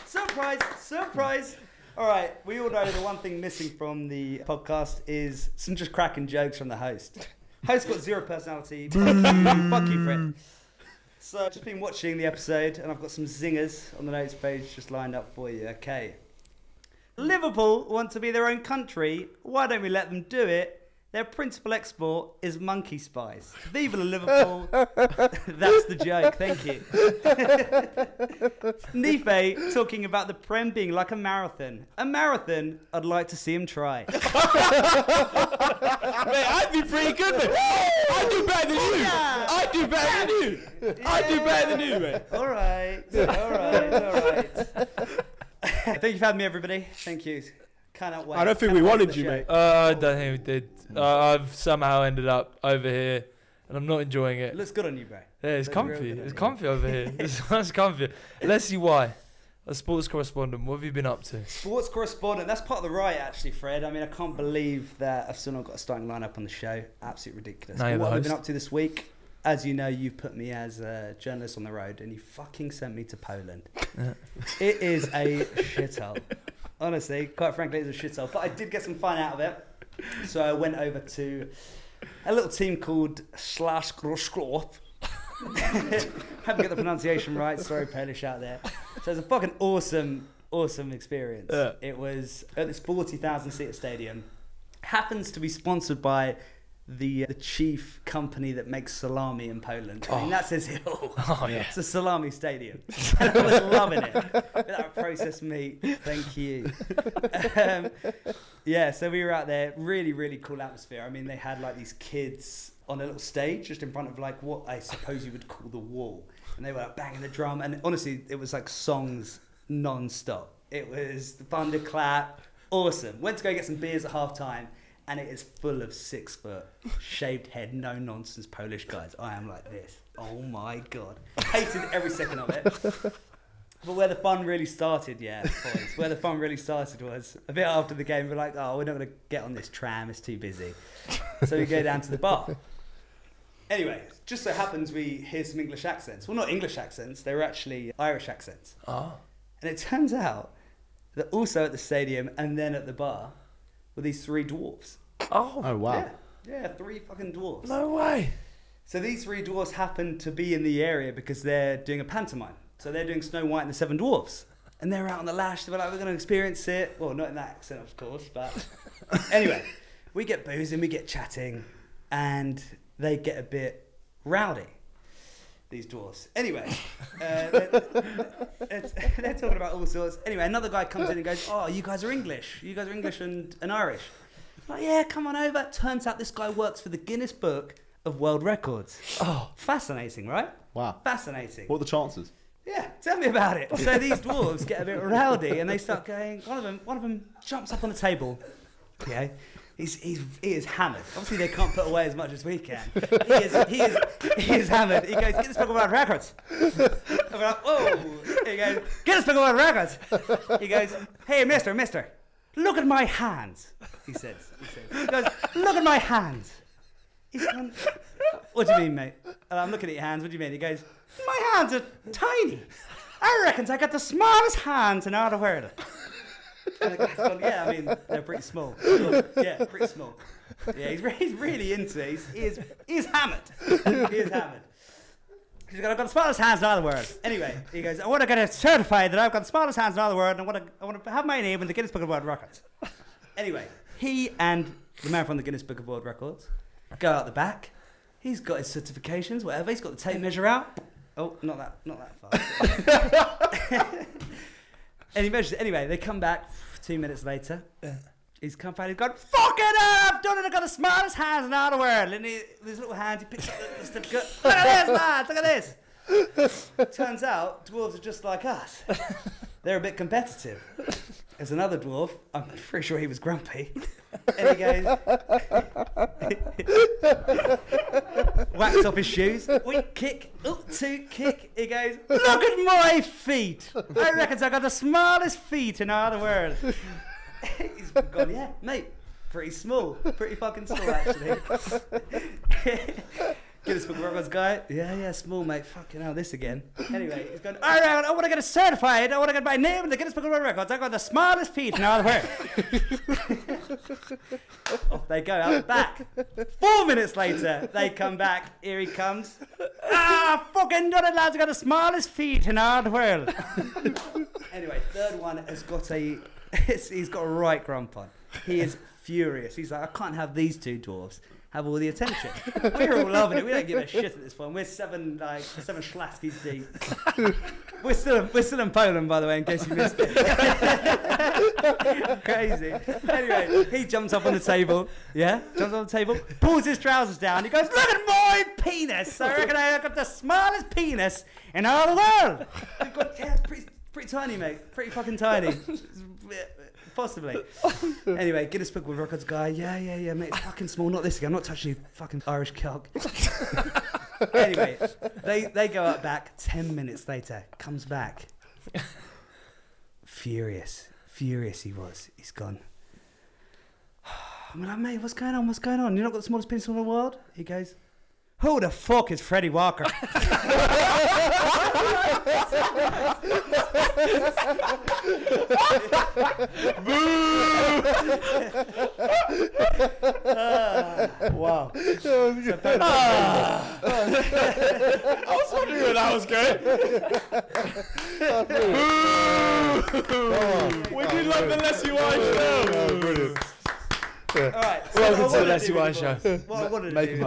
[SPEAKER 7] *laughs* surprise, surprise. All right, we all know the one thing missing from the podcast is some just cracking jokes from the host. Host got
[SPEAKER 2] *laughs*
[SPEAKER 7] zero personality. Fuck you, Fred. *laughs* So, just been watching the episode, and I've got some zingers on the notes page just lined up for you. Okay. Liverpool want to be their own country. Why don't we let them do it? Their principal export is monkey spice. Viva
[SPEAKER 2] *laughs*
[SPEAKER 7] la Liverpool. That's the joke. Thank you. *laughs* Nife talking about the Prem being like a marathon. A marathon, I'd like to see him try.
[SPEAKER 2] Mate, I'd be pretty good, mate. I do better than you. I do better than you. *laughs* I do better than you, mate.
[SPEAKER 7] All right. All right. All right. *laughs* I think you've had me, everybody. Thank you. Cannot wait.
[SPEAKER 4] I don't think
[SPEAKER 7] Can't
[SPEAKER 4] we
[SPEAKER 7] wait for
[SPEAKER 4] wanted
[SPEAKER 7] the
[SPEAKER 4] you,
[SPEAKER 7] show.
[SPEAKER 4] mate.
[SPEAKER 1] Uh, I don't think we did. Uh, I've somehow ended up over here, and I'm not enjoying
[SPEAKER 7] It
[SPEAKER 1] it.
[SPEAKER 7] looks good on you, bro.
[SPEAKER 1] Yeah, it's
[SPEAKER 7] Look
[SPEAKER 1] comfy.
[SPEAKER 7] real good,
[SPEAKER 1] It's
[SPEAKER 7] yeah.
[SPEAKER 1] comfy
[SPEAKER 2] *laughs*
[SPEAKER 1] over here. It's, it's comfy. Let's see why. A sports correspondent, what have you been up to?
[SPEAKER 7] Sports correspondent. That's part of the right, actually, Fred. I mean, I can't believe that I've still not got a starting lineup on the show. Absolutely ridiculous.
[SPEAKER 1] Now you're
[SPEAKER 7] what
[SPEAKER 1] the
[SPEAKER 7] have we been
[SPEAKER 1] host.
[SPEAKER 7] up to this week? As you know, you put me as a journalist on the road, and you fucking sent me to Poland. it is a shithole. Honestly, quite frankly, it's a shithole. But I did get some fun out of it. So I went over to a little team called Slash Grosklof. *laughs* Haven't got the pronunciation right. Sorry, Polish out there. So it's a fucking awesome, awesome experience.
[SPEAKER 1] Yeah.
[SPEAKER 7] It was at this 40,000 seat stadium. Happens to be sponsored by the the chief company that makes salami in Poland. I mean, that says it all.
[SPEAKER 1] *laughs* Oh, yeah.
[SPEAKER 7] It's a salami stadium. And I was loving it. That processed meat. Thank you. Um, yeah, so we were out there. Really, really cool atmosphere. I mean, they had like these kids on a little stage just in front of like what I suppose you would call the wall. And they were like, banging the drum. And honestly, it was like songs non stop. It was the thunderclap. Awesome. Went to go get some beers at half time. And it is full of six foot, shaved head, no nonsense Polish guys. I am like this. Oh my God. Hated every second of it. But where the fun really started, yeah, boys, where the fun really started was a bit after the game, we're like, oh, we're not going to get on this tram, it's too busy. So we go down to the bar. Anyway, just so happens we hear some English accents. Well, not English accents, they were actually Irish accents.
[SPEAKER 1] Ah.
[SPEAKER 7] And it turns out that also at the stadium and then at the bar were these three dwarfs.
[SPEAKER 1] Oh,
[SPEAKER 5] Oh wow.
[SPEAKER 7] Yeah, yeah, three fucking dwarfs.
[SPEAKER 1] no way.
[SPEAKER 7] So these three dwarfs happen to be in the area because they're doing a pantomime. So they're doing Snow White and the Seven Dwarfs. And they're out on the lash. They were like, we're going to experience it. Well, not in that accent, of course. But anyway, we get boozing, we get chatting, and they get a bit rowdy, these dwarfs. Anyway, uh, they're, they're- they're talking about all sorts. Anyway, another guy comes in and goes, oh, you guys are English. You guys are English and, and Irish. Like, yeah, come on over. Turns out this guy works for the Guinness Book of World Records. Oh, fascinating, right?
[SPEAKER 5] Wow.
[SPEAKER 7] Fascinating.
[SPEAKER 5] What are the chances?
[SPEAKER 7] Yeah, tell me about it. So these dwarves get a bit rowdy and they start going. One of them, one of them jumps up on the table. Yeah, he's, he's he is hammered. Obviously, they can't put away as much as we can. He is he is he is hammered. He goes, get this book about records. And we're like, whoa. He goes, get this book about records. He goes, hey, mister, mister, look at my hands. He says, he says, he goes, look at my hands. He's gone, what do you mean, mate? And I'm looking at your hands. What do you mean? He goes, my hands are tiny. I reckons I got the smallest hands in all the world. And the guy's gone, yeah, I mean, they're pretty small. Yeah, pretty small. Yeah, he's, re- he's really into it. He's, he is, he is hammered. He is hammered. He's got, I've got the smallest hands in all the world. Anyway, he goes, I want to get it certified that I've got the smallest hands in all the world, and I want to, I want to have my name in the Guinness Book of World Records. Anyway, he and the man from the Guinness Book of World Records go out the back. He's got his certifications, whatever. He's got the tape measure out. Oh, not that, not that far. *laughs* and he measures it. Anyway, they come back two minutes later. He's come back. He's gone, fuck it up! Don't it got the smartest hands in all the world? And he, with his little hands, he picks up the certificate. Look at this, lads! Look at this! Turns out, dwarves are just like us. They're a bit competitive. There's another dwarf. I'm pretty sure he was grumpy. And he goes, whacks off his shoes. We kick, up two kick. He goes, look at my feet. I reckons I got the smallest feet in all the world. *laughs* He's gone, yeah, mate. Pretty small, pretty fucking small actually. *laughs* Guinness Book of Records guy. Yeah, yeah, small mate. Fucking hell, this again. Anyway, he's going. All right, I want to get it certified. I want to get my name in the Guinness Book of World Records. I got the smallest feet in all the world. *laughs* Off they go out the back. Four minutes later, they come back. Here he comes. Ah, fucking nutted lads, got the smallest feet in all the world. *laughs* anyway, third one has got a. He's got a right grump on. He is furious. He's like, I can't have these two dwarves have all the attention. We're all loving it. We don't give a shit at this point. We're seven like seven schlaskys deep. we're still we're still in Poland, by the way, in case you missed it. *laughs* Crazy. Anyway, he jumps up on the table. Yeah, jumps on the table, pulls his trousers down. He goes, "Look at my penis! I reckon I got the smallest penis in all the world." I've got- yeah, it's pretty, pretty tiny, mate. Pretty fucking tiny. Possibly. Anyway, Guinness Book of Records guy. Yeah, yeah, yeah, mate. It's fucking small. Not this again. I'm not touching your fucking Irish cock. anyway, they they go up back. Ten minutes later, comes back. Furious, furious he was. He's gone. I'm like, mate, what's going on? What's going on? You're not got the smallest penis in the world. He goes, who the fuck is Freddie Walker? wow.
[SPEAKER 2] knew where that was going.
[SPEAKER 1] We do love the Leslie Wine show.
[SPEAKER 7] *laughs* All right. So
[SPEAKER 1] Welcome
[SPEAKER 7] what I
[SPEAKER 1] to the
[SPEAKER 7] wanted
[SPEAKER 1] Leslie
[SPEAKER 7] do
[SPEAKER 1] Wine
[SPEAKER 7] was-
[SPEAKER 1] show.
[SPEAKER 7] What I wanted to
[SPEAKER 3] Make
[SPEAKER 7] do
[SPEAKER 3] the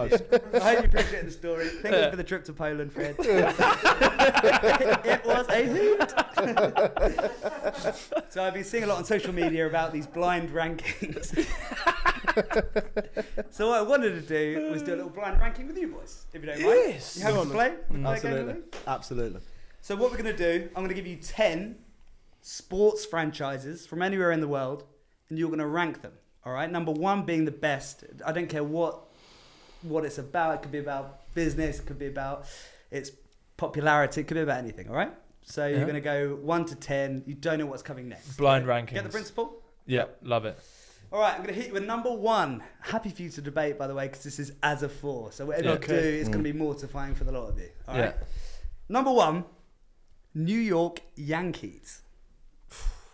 [SPEAKER 7] was- *laughs* I hope you appreciate the story. Thank you for the trip to
[SPEAKER 3] *laughs*
[SPEAKER 7] Poland, Fred. *laughs* it was a hoot. *laughs* so I've been seeing a lot on social media about these blind rankings. *laughs* so what I wanted to do was do a little blind ranking with you boys, if you don't mind.
[SPEAKER 4] Yes.
[SPEAKER 7] You have to play?
[SPEAKER 3] Mm.
[SPEAKER 7] Play a game with
[SPEAKER 3] Absolutely. Absolutely.
[SPEAKER 7] me? So what we're going to do, I'm going to give you 10 sports franchises from anywhere in the world and you're going to rank them. All right? Number 1 being the best. I don't care what what it's about. It could be about business, it could be about its popularity, it could be about anything, all right? So you're
[SPEAKER 1] Yeah.
[SPEAKER 7] going to go 1 to 10. You don't know what's coming next.
[SPEAKER 1] Blind
[SPEAKER 7] Get the
[SPEAKER 1] rankings.
[SPEAKER 7] principle?
[SPEAKER 1] Yeah, love it.
[SPEAKER 7] All right, I'm going to hit you with number one. Happy for you to debate, by the way, because this is as a four. So whatever
[SPEAKER 1] Yeah.
[SPEAKER 7] you do, it's going to be mortifying for the lot of you. All right.
[SPEAKER 1] Mm. Yeah.
[SPEAKER 7] Number one, New York Yankees.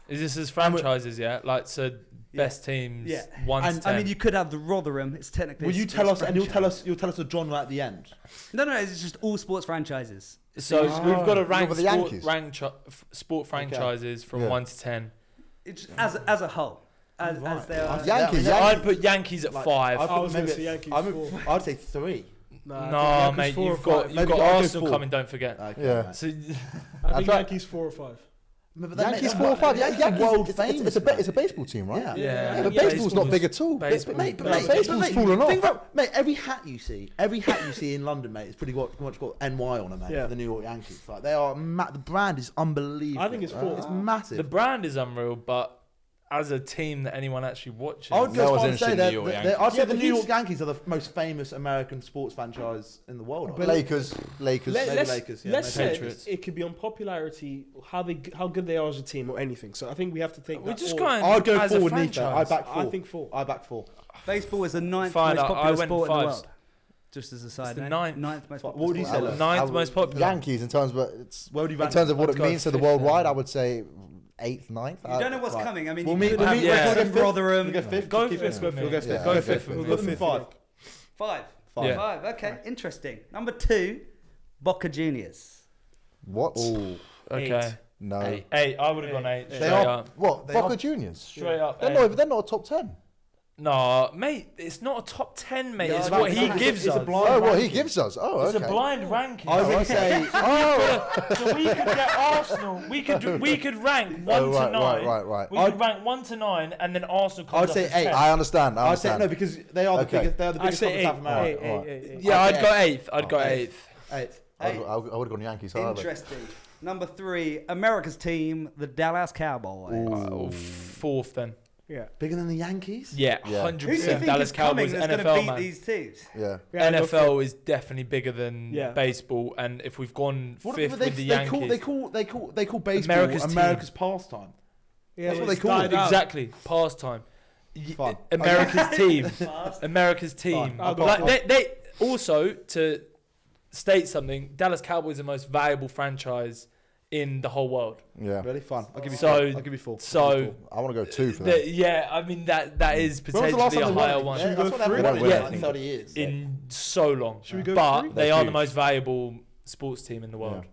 [SPEAKER 1] Is this as franchises? Yeah, like so best teams.
[SPEAKER 7] Yeah.
[SPEAKER 1] One to
[SPEAKER 5] And-
[SPEAKER 1] ten.
[SPEAKER 7] I mean, you could have the Rotherham. It's technically.
[SPEAKER 5] Will
[SPEAKER 7] a
[SPEAKER 5] you
[SPEAKER 7] sports
[SPEAKER 5] tell us, and you'll tell
[SPEAKER 7] franchise.
[SPEAKER 5] us, you'll tell us a genre at the end.
[SPEAKER 7] No, no, it's just all sports franchises.
[SPEAKER 1] so
[SPEAKER 5] Ah.
[SPEAKER 1] we've got to rank
[SPEAKER 3] with the
[SPEAKER 1] sport,
[SPEAKER 3] Yankees.
[SPEAKER 1] rank ch- f- sport franchises from
[SPEAKER 3] Yeah.
[SPEAKER 1] one to ten.
[SPEAKER 7] It's just as as a whole, as as they are.
[SPEAKER 3] Yankees.
[SPEAKER 1] So
[SPEAKER 3] Yankees.
[SPEAKER 1] I'd put Yankees at
[SPEAKER 5] Like,
[SPEAKER 1] five. Oh,
[SPEAKER 5] I'd put uh,
[SPEAKER 4] I was gonna
[SPEAKER 5] maybe-
[SPEAKER 4] say Yankees
[SPEAKER 5] I'm a-
[SPEAKER 4] four.
[SPEAKER 5] I'd say three.
[SPEAKER 1] no, mate, you've got you've
[SPEAKER 5] Maybe
[SPEAKER 1] got
[SPEAKER 5] I'll go
[SPEAKER 1] Arsenal
[SPEAKER 5] four.
[SPEAKER 1] coming. Don't forget.
[SPEAKER 5] Okay,
[SPEAKER 3] Yeah.
[SPEAKER 5] mate.
[SPEAKER 1] So
[SPEAKER 4] I think
[SPEAKER 3] tried-
[SPEAKER 4] Yankees four or five.
[SPEAKER 5] But then
[SPEAKER 3] Yankees
[SPEAKER 5] they-
[SPEAKER 3] four or five.
[SPEAKER 5] they're
[SPEAKER 3] Yeah, Yankees.
[SPEAKER 5] world
[SPEAKER 3] it's, it's, it's, a,
[SPEAKER 5] famous,
[SPEAKER 3] ba- it's a
[SPEAKER 5] mate.
[SPEAKER 3] baseball team, right?
[SPEAKER 5] Yeah.
[SPEAKER 1] yeah,
[SPEAKER 3] but baseball's not big at all.
[SPEAKER 1] Baseball.
[SPEAKER 5] Mate, but
[SPEAKER 3] Yeah.
[SPEAKER 5] mate,
[SPEAKER 3] Baseball's
[SPEAKER 5] but mate,
[SPEAKER 3] fallen
[SPEAKER 5] think
[SPEAKER 3] off.
[SPEAKER 5] about- mate, every hat you see, every hat you see in London, mate, is pretty much pretty much got NY on it, mate.
[SPEAKER 4] Yeah.
[SPEAKER 5] For the New York Yankees, like they are, ma- the brand is unbelievable.
[SPEAKER 4] I think it's four.
[SPEAKER 5] It's
[SPEAKER 1] The
[SPEAKER 5] massive.
[SPEAKER 1] brand is unreal, but as a team that anyone actually watches,
[SPEAKER 5] I would
[SPEAKER 2] No
[SPEAKER 5] go
[SPEAKER 2] one's
[SPEAKER 5] far and
[SPEAKER 2] interested
[SPEAKER 5] say
[SPEAKER 2] in
[SPEAKER 5] they're,
[SPEAKER 2] New York
[SPEAKER 5] they're-
[SPEAKER 2] Yankees.
[SPEAKER 5] I'd
[SPEAKER 4] Yeah,
[SPEAKER 5] say the
[SPEAKER 4] but
[SPEAKER 5] New
[SPEAKER 4] he's-
[SPEAKER 5] York Yankees are the most famous American sports franchise in the world. I think.
[SPEAKER 3] Lakers. Lakers.
[SPEAKER 4] Let,
[SPEAKER 5] maybe
[SPEAKER 4] let's
[SPEAKER 5] Lakers, yeah,
[SPEAKER 4] let's
[SPEAKER 5] maybe
[SPEAKER 4] say
[SPEAKER 1] Patriots.
[SPEAKER 4] it could be on popularity, how they how good they are as a team, or anything. So I think we have to take.
[SPEAKER 1] we're
[SPEAKER 4] that
[SPEAKER 1] just
[SPEAKER 4] forward.
[SPEAKER 1] going.
[SPEAKER 5] I'd go
[SPEAKER 1] as
[SPEAKER 5] forward,
[SPEAKER 1] a
[SPEAKER 5] Nico. I
[SPEAKER 1] franchise.
[SPEAKER 5] back four.
[SPEAKER 4] I think four.
[SPEAKER 5] I back four.
[SPEAKER 7] Baseball is the ninth
[SPEAKER 1] Fine,
[SPEAKER 7] most
[SPEAKER 1] I- I
[SPEAKER 7] popular
[SPEAKER 1] went
[SPEAKER 7] sport in the
[SPEAKER 1] five.
[SPEAKER 7] world. Just as a side
[SPEAKER 1] the
[SPEAKER 7] note,
[SPEAKER 1] ninth.
[SPEAKER 7] most
[SPEAKER 5] What
[SPEAKER 7] popular.
[SPEAKER 5] would you
[SPEAKER 7] sport in
[SPEAKER 5] say,
[SPEAKER 7] the
[SPEAKER 5] Look,
[SPEAKER 1] ninth
[SPEAKER 5] I
[SPEAKER 1] most
[SPEAKER 5] would-
[SPEAKER 1] popular.
[SPEAKER 3] Yankees in terms of it's
[SPEAKER 5] Where would you
[SPEAKER 3] in
[SPEAKER 5] rank
[SPEAKER 3] terms of
[SPEAKER 5] them?
[SPEAKER 3] what
[SPEAKER 5] I'd
[SPEAKER 3] it
[SPEAKER 5] go
[SPEAKER 3] means to the
[SPEAKER 5] fifth,
[SPEAKER 3] worldwide.
[SPEAKER 5] then.
[SPEAKER 3] I would say eighth, ninth.
[SPEAKER 7] world. You don't know what's
[SPEAKER 5] Uh, Right.
[SPEAKER 7] coming. I mean,
[SPEAKER 5] We'll
[SPEAKER 7] you
[SPEAKER 5] meet.
[SPEAKER 7] could
[SPEAKER 5] We'll
[SPEAKER 7] have
[SPEAKER 5] meet.
[SPEAKER 1] yeah.
[SPEAKER 5] We'll go
[SPEAKER 7] Wrexham,
[SPEAKER 5] fifth.
[SPEAKER 7] Rotherham.
[SPEAKER 5] We'll go fifth.
[SPEAKER 1] Go
[SPEAKER 5] We'll keep
[SPEAKER 1] fifth
[SPEAKER 5] it.
[SPEAKER 1] with
[SPEAKER 5] We'll
[SPEAKER 1] me.
[SPEAKER 5] go fifth.
[SPEAKER 1] Yeah,
[SPEAKER 5] We'll
[SPEAKER 1] go
[SPEAKER 5] go
[SPEAKER 1] fifth
[SPEAKER 5] fifth.
[SPEAKER 1] with
[SPEAKER 5] We'll
[SPEAKER 1] me.
[SPEAKER 5] go fifth. Five.
[SPEAKER 7] Five.
[SPEAKER 5] Five.
[SPEAKER 1] Yeah.
[SPEAKER 7] Five. Okay, interesting. Number two, Boca Juniors.
[SPEAKER 3] What?
[SPEAKER 1] Okay,
[SPEAKER 3] No.
[SPEAKER 2] Eight.
[SPEAKER 1] eight. I would have gone eight. Straight
[SPEAKER 3] They are
[SPEAKER 1] up.
[SPEAKER 3] what?
[SPEAKER 5] They
[SPEAKER 3] Boca
[SPEAKER 5] are-
[SPEAKER 3] Juniors.
[SPEAKER 1] Straight up.
[SPEAKER 3] They're
[SPEAKER 1] eight.
[SPEAKER 3] not. even- They're not a top ten.
[SPEAKER 1] No, mate, it's not a top ten, mate.
[SPEAKER 7] No,
[SPEAKER 1] it's
[SPEAKER 7] no,
[SPEAKER 1] what
[SPEAKER 7] no,
[SPEAKER 1] he
[SPEAKER 7] it's a-
[SPEAKER 1] gives
[SPEAKER 5] it's a
[SPEAKER 1] us.
[SPEAKER 5] blind-
[SPEAKER 3] Oh, well, he
[SPEAKER 5] ranking.
[SPEAKER 3] gives us. Oh,
[SPEAKER 1] It's
[SPEAKER 3] okay. Oh,
[SPEAKER 1] a blind ranking.
[SPEAKER 5] I would say.
[SPEAKER 1] so we could get Arsenal. We could do, we could rank one
[SPEAKER 3] Oh, right,
[SPEAKER 1] to nine.
[SPEAKER 3] right, right, right.
[SPEAKER 1] We
[SPEAKER 5] I'd-
[SPEAKER 1] could rank one to nine, and then Arsenal comes
[SPEAKER 5] I'd
[SPEAKER 1] up
[SPEAKER 5] say
[SPEAKER 1] as
[SPEAKER 5] eight.
[SPEAKER 1] 10.
[SPEAKER 3] I understand. I
[SPEAKER 5] I'd say
[SPEAKER 3] understand.
[SPEAKER 5] no because they are the
[SPEAKER 3] Okay.
[SPEAKER 5] biggest. They are the
[SPEAKER 4] I
[SPEAKER 5] biggest
[SPEAKER 4] say
[SPEAKER 5] club
[SPEAKER 4] eight.
[SPEAKER 5] in South America.
[SPEAKER 4] Eight, eight, eight, eight.
[SPEAKER 1] yeah,
[SPEAKER 3] I'd
[SPEAKER 1] I'd
[SPEAKER 3] go
[SPEAKER 1] go eighth. I'd go eighth.
[SPEAKER 5] Eight.
[SPEAKER 3] I would- I would I would have gone Yankees. higher, but-
[SPEAKER 7] Interesting. Number three, America's team, the Dallas Cowboys.
[SPEAKER 1] Oh, fourth then.
[SPEAKER 4] Yeah.
[SPEAKER 5] Bigger than the Yankees?
[SPEAKER 1] Yeah,
[SPEAKER 7] Who do
[SPEAKER 1] hundred
[SPEAKER 7] you think
[SPEAKER 1] percent. Dallas
[SPEAKER 7] is coming
[SPEAKER 1] Cowboys
[SPEAKER 7] that's going to
[SPEAKER 1] NFL
[SPEAKER 7] beat
[SPEAKER 1] man.
[SPEAKER 7] these
[SPEAKER 5] *laughs*
[SPEAKER 7] teams?
[SPEAKER 3] Yeah.
[SPEAKER 4] Yeah, go for it.
[SPEAKER 1] NFL is definitely bigger than
[SPEAKER 4] Yeah.
[SPEAKER 1] baseball, and if we've gone
[SPEAKER 5] What,
[SPEAKER 1] fifth
[SPEAKER 5] but they,
[SPEAKER 1] with the
[SPEAKER 5] they
[SPEAKER 1] Yankees,
[SPEAKER 5] call they call they call they call baseball
[SPEAKER 1] America's
[SPEAKER 5] America's,
[SPEAKER 1] team.
[SPEAKER 5] pastime.
[SPEAKER 4] Yeah,
[SPEAKER 5] That's what
[SPEAKER 4] it's
[SPEAKER 5] they call it.
[SPEAKER 4] died out.
[SPEAKER 1] exactly pastime. Y-
[SPEAKER 5] Fun.
[SPEAKER 1] *laughs* America's team, America's team.
[SPEAKER 4] I'll go
[SPEAKER 1] Like
[SPEAKER 4] for
[SPEAKER 1] they, they also to state something. Dallas Cowboys are the most valuable franchise in the whole world.
[SPEAKER 3] Yeah.
[SPEAKER 5] Really fun. I'll give you
[SPEAKER 1] So-
[SPEAKER 5] four. I'll give you four.
[SPEAKER 1] So
[SPEAKER 3] I want to go two for
[SPEAKER 1] the,
[SPEAKER 3] that.
[SPEAKER 1] yeah, I mean that that is
[SPEAKER 5] When was the last
[SPEAKER 1] potentially
[SPEAKER 5] time
[SPEAKER 1] a
[SPEAKER 5] they won
[SPEAKER 1] higher
[SPEAKER 5] it?
[SPEAKER 1] one.
[SPEAKER 5] Yeah, that's what
[SPEAKER 3] They
[SPEAKER 5] happened
[SPEAKER 3] don't
[SPEAKER 5] in
[SPEAKER 3] win
[SPEAKER 5] like
[SPEAKER 3] anything.
[SPEAKER 5] thirty years.
[SPEAKER 1] in so long.
[SPEAKER 4] Should we go
[SPEAKER 1] but
[SPEAKER 4] three?
[SPEAKER 1] they
[SPEAKER 3] They're
[SPEAKER 1] are the
[SPEAKER 3] huge.
[SPEAKER 1] most valuable sports team in the world.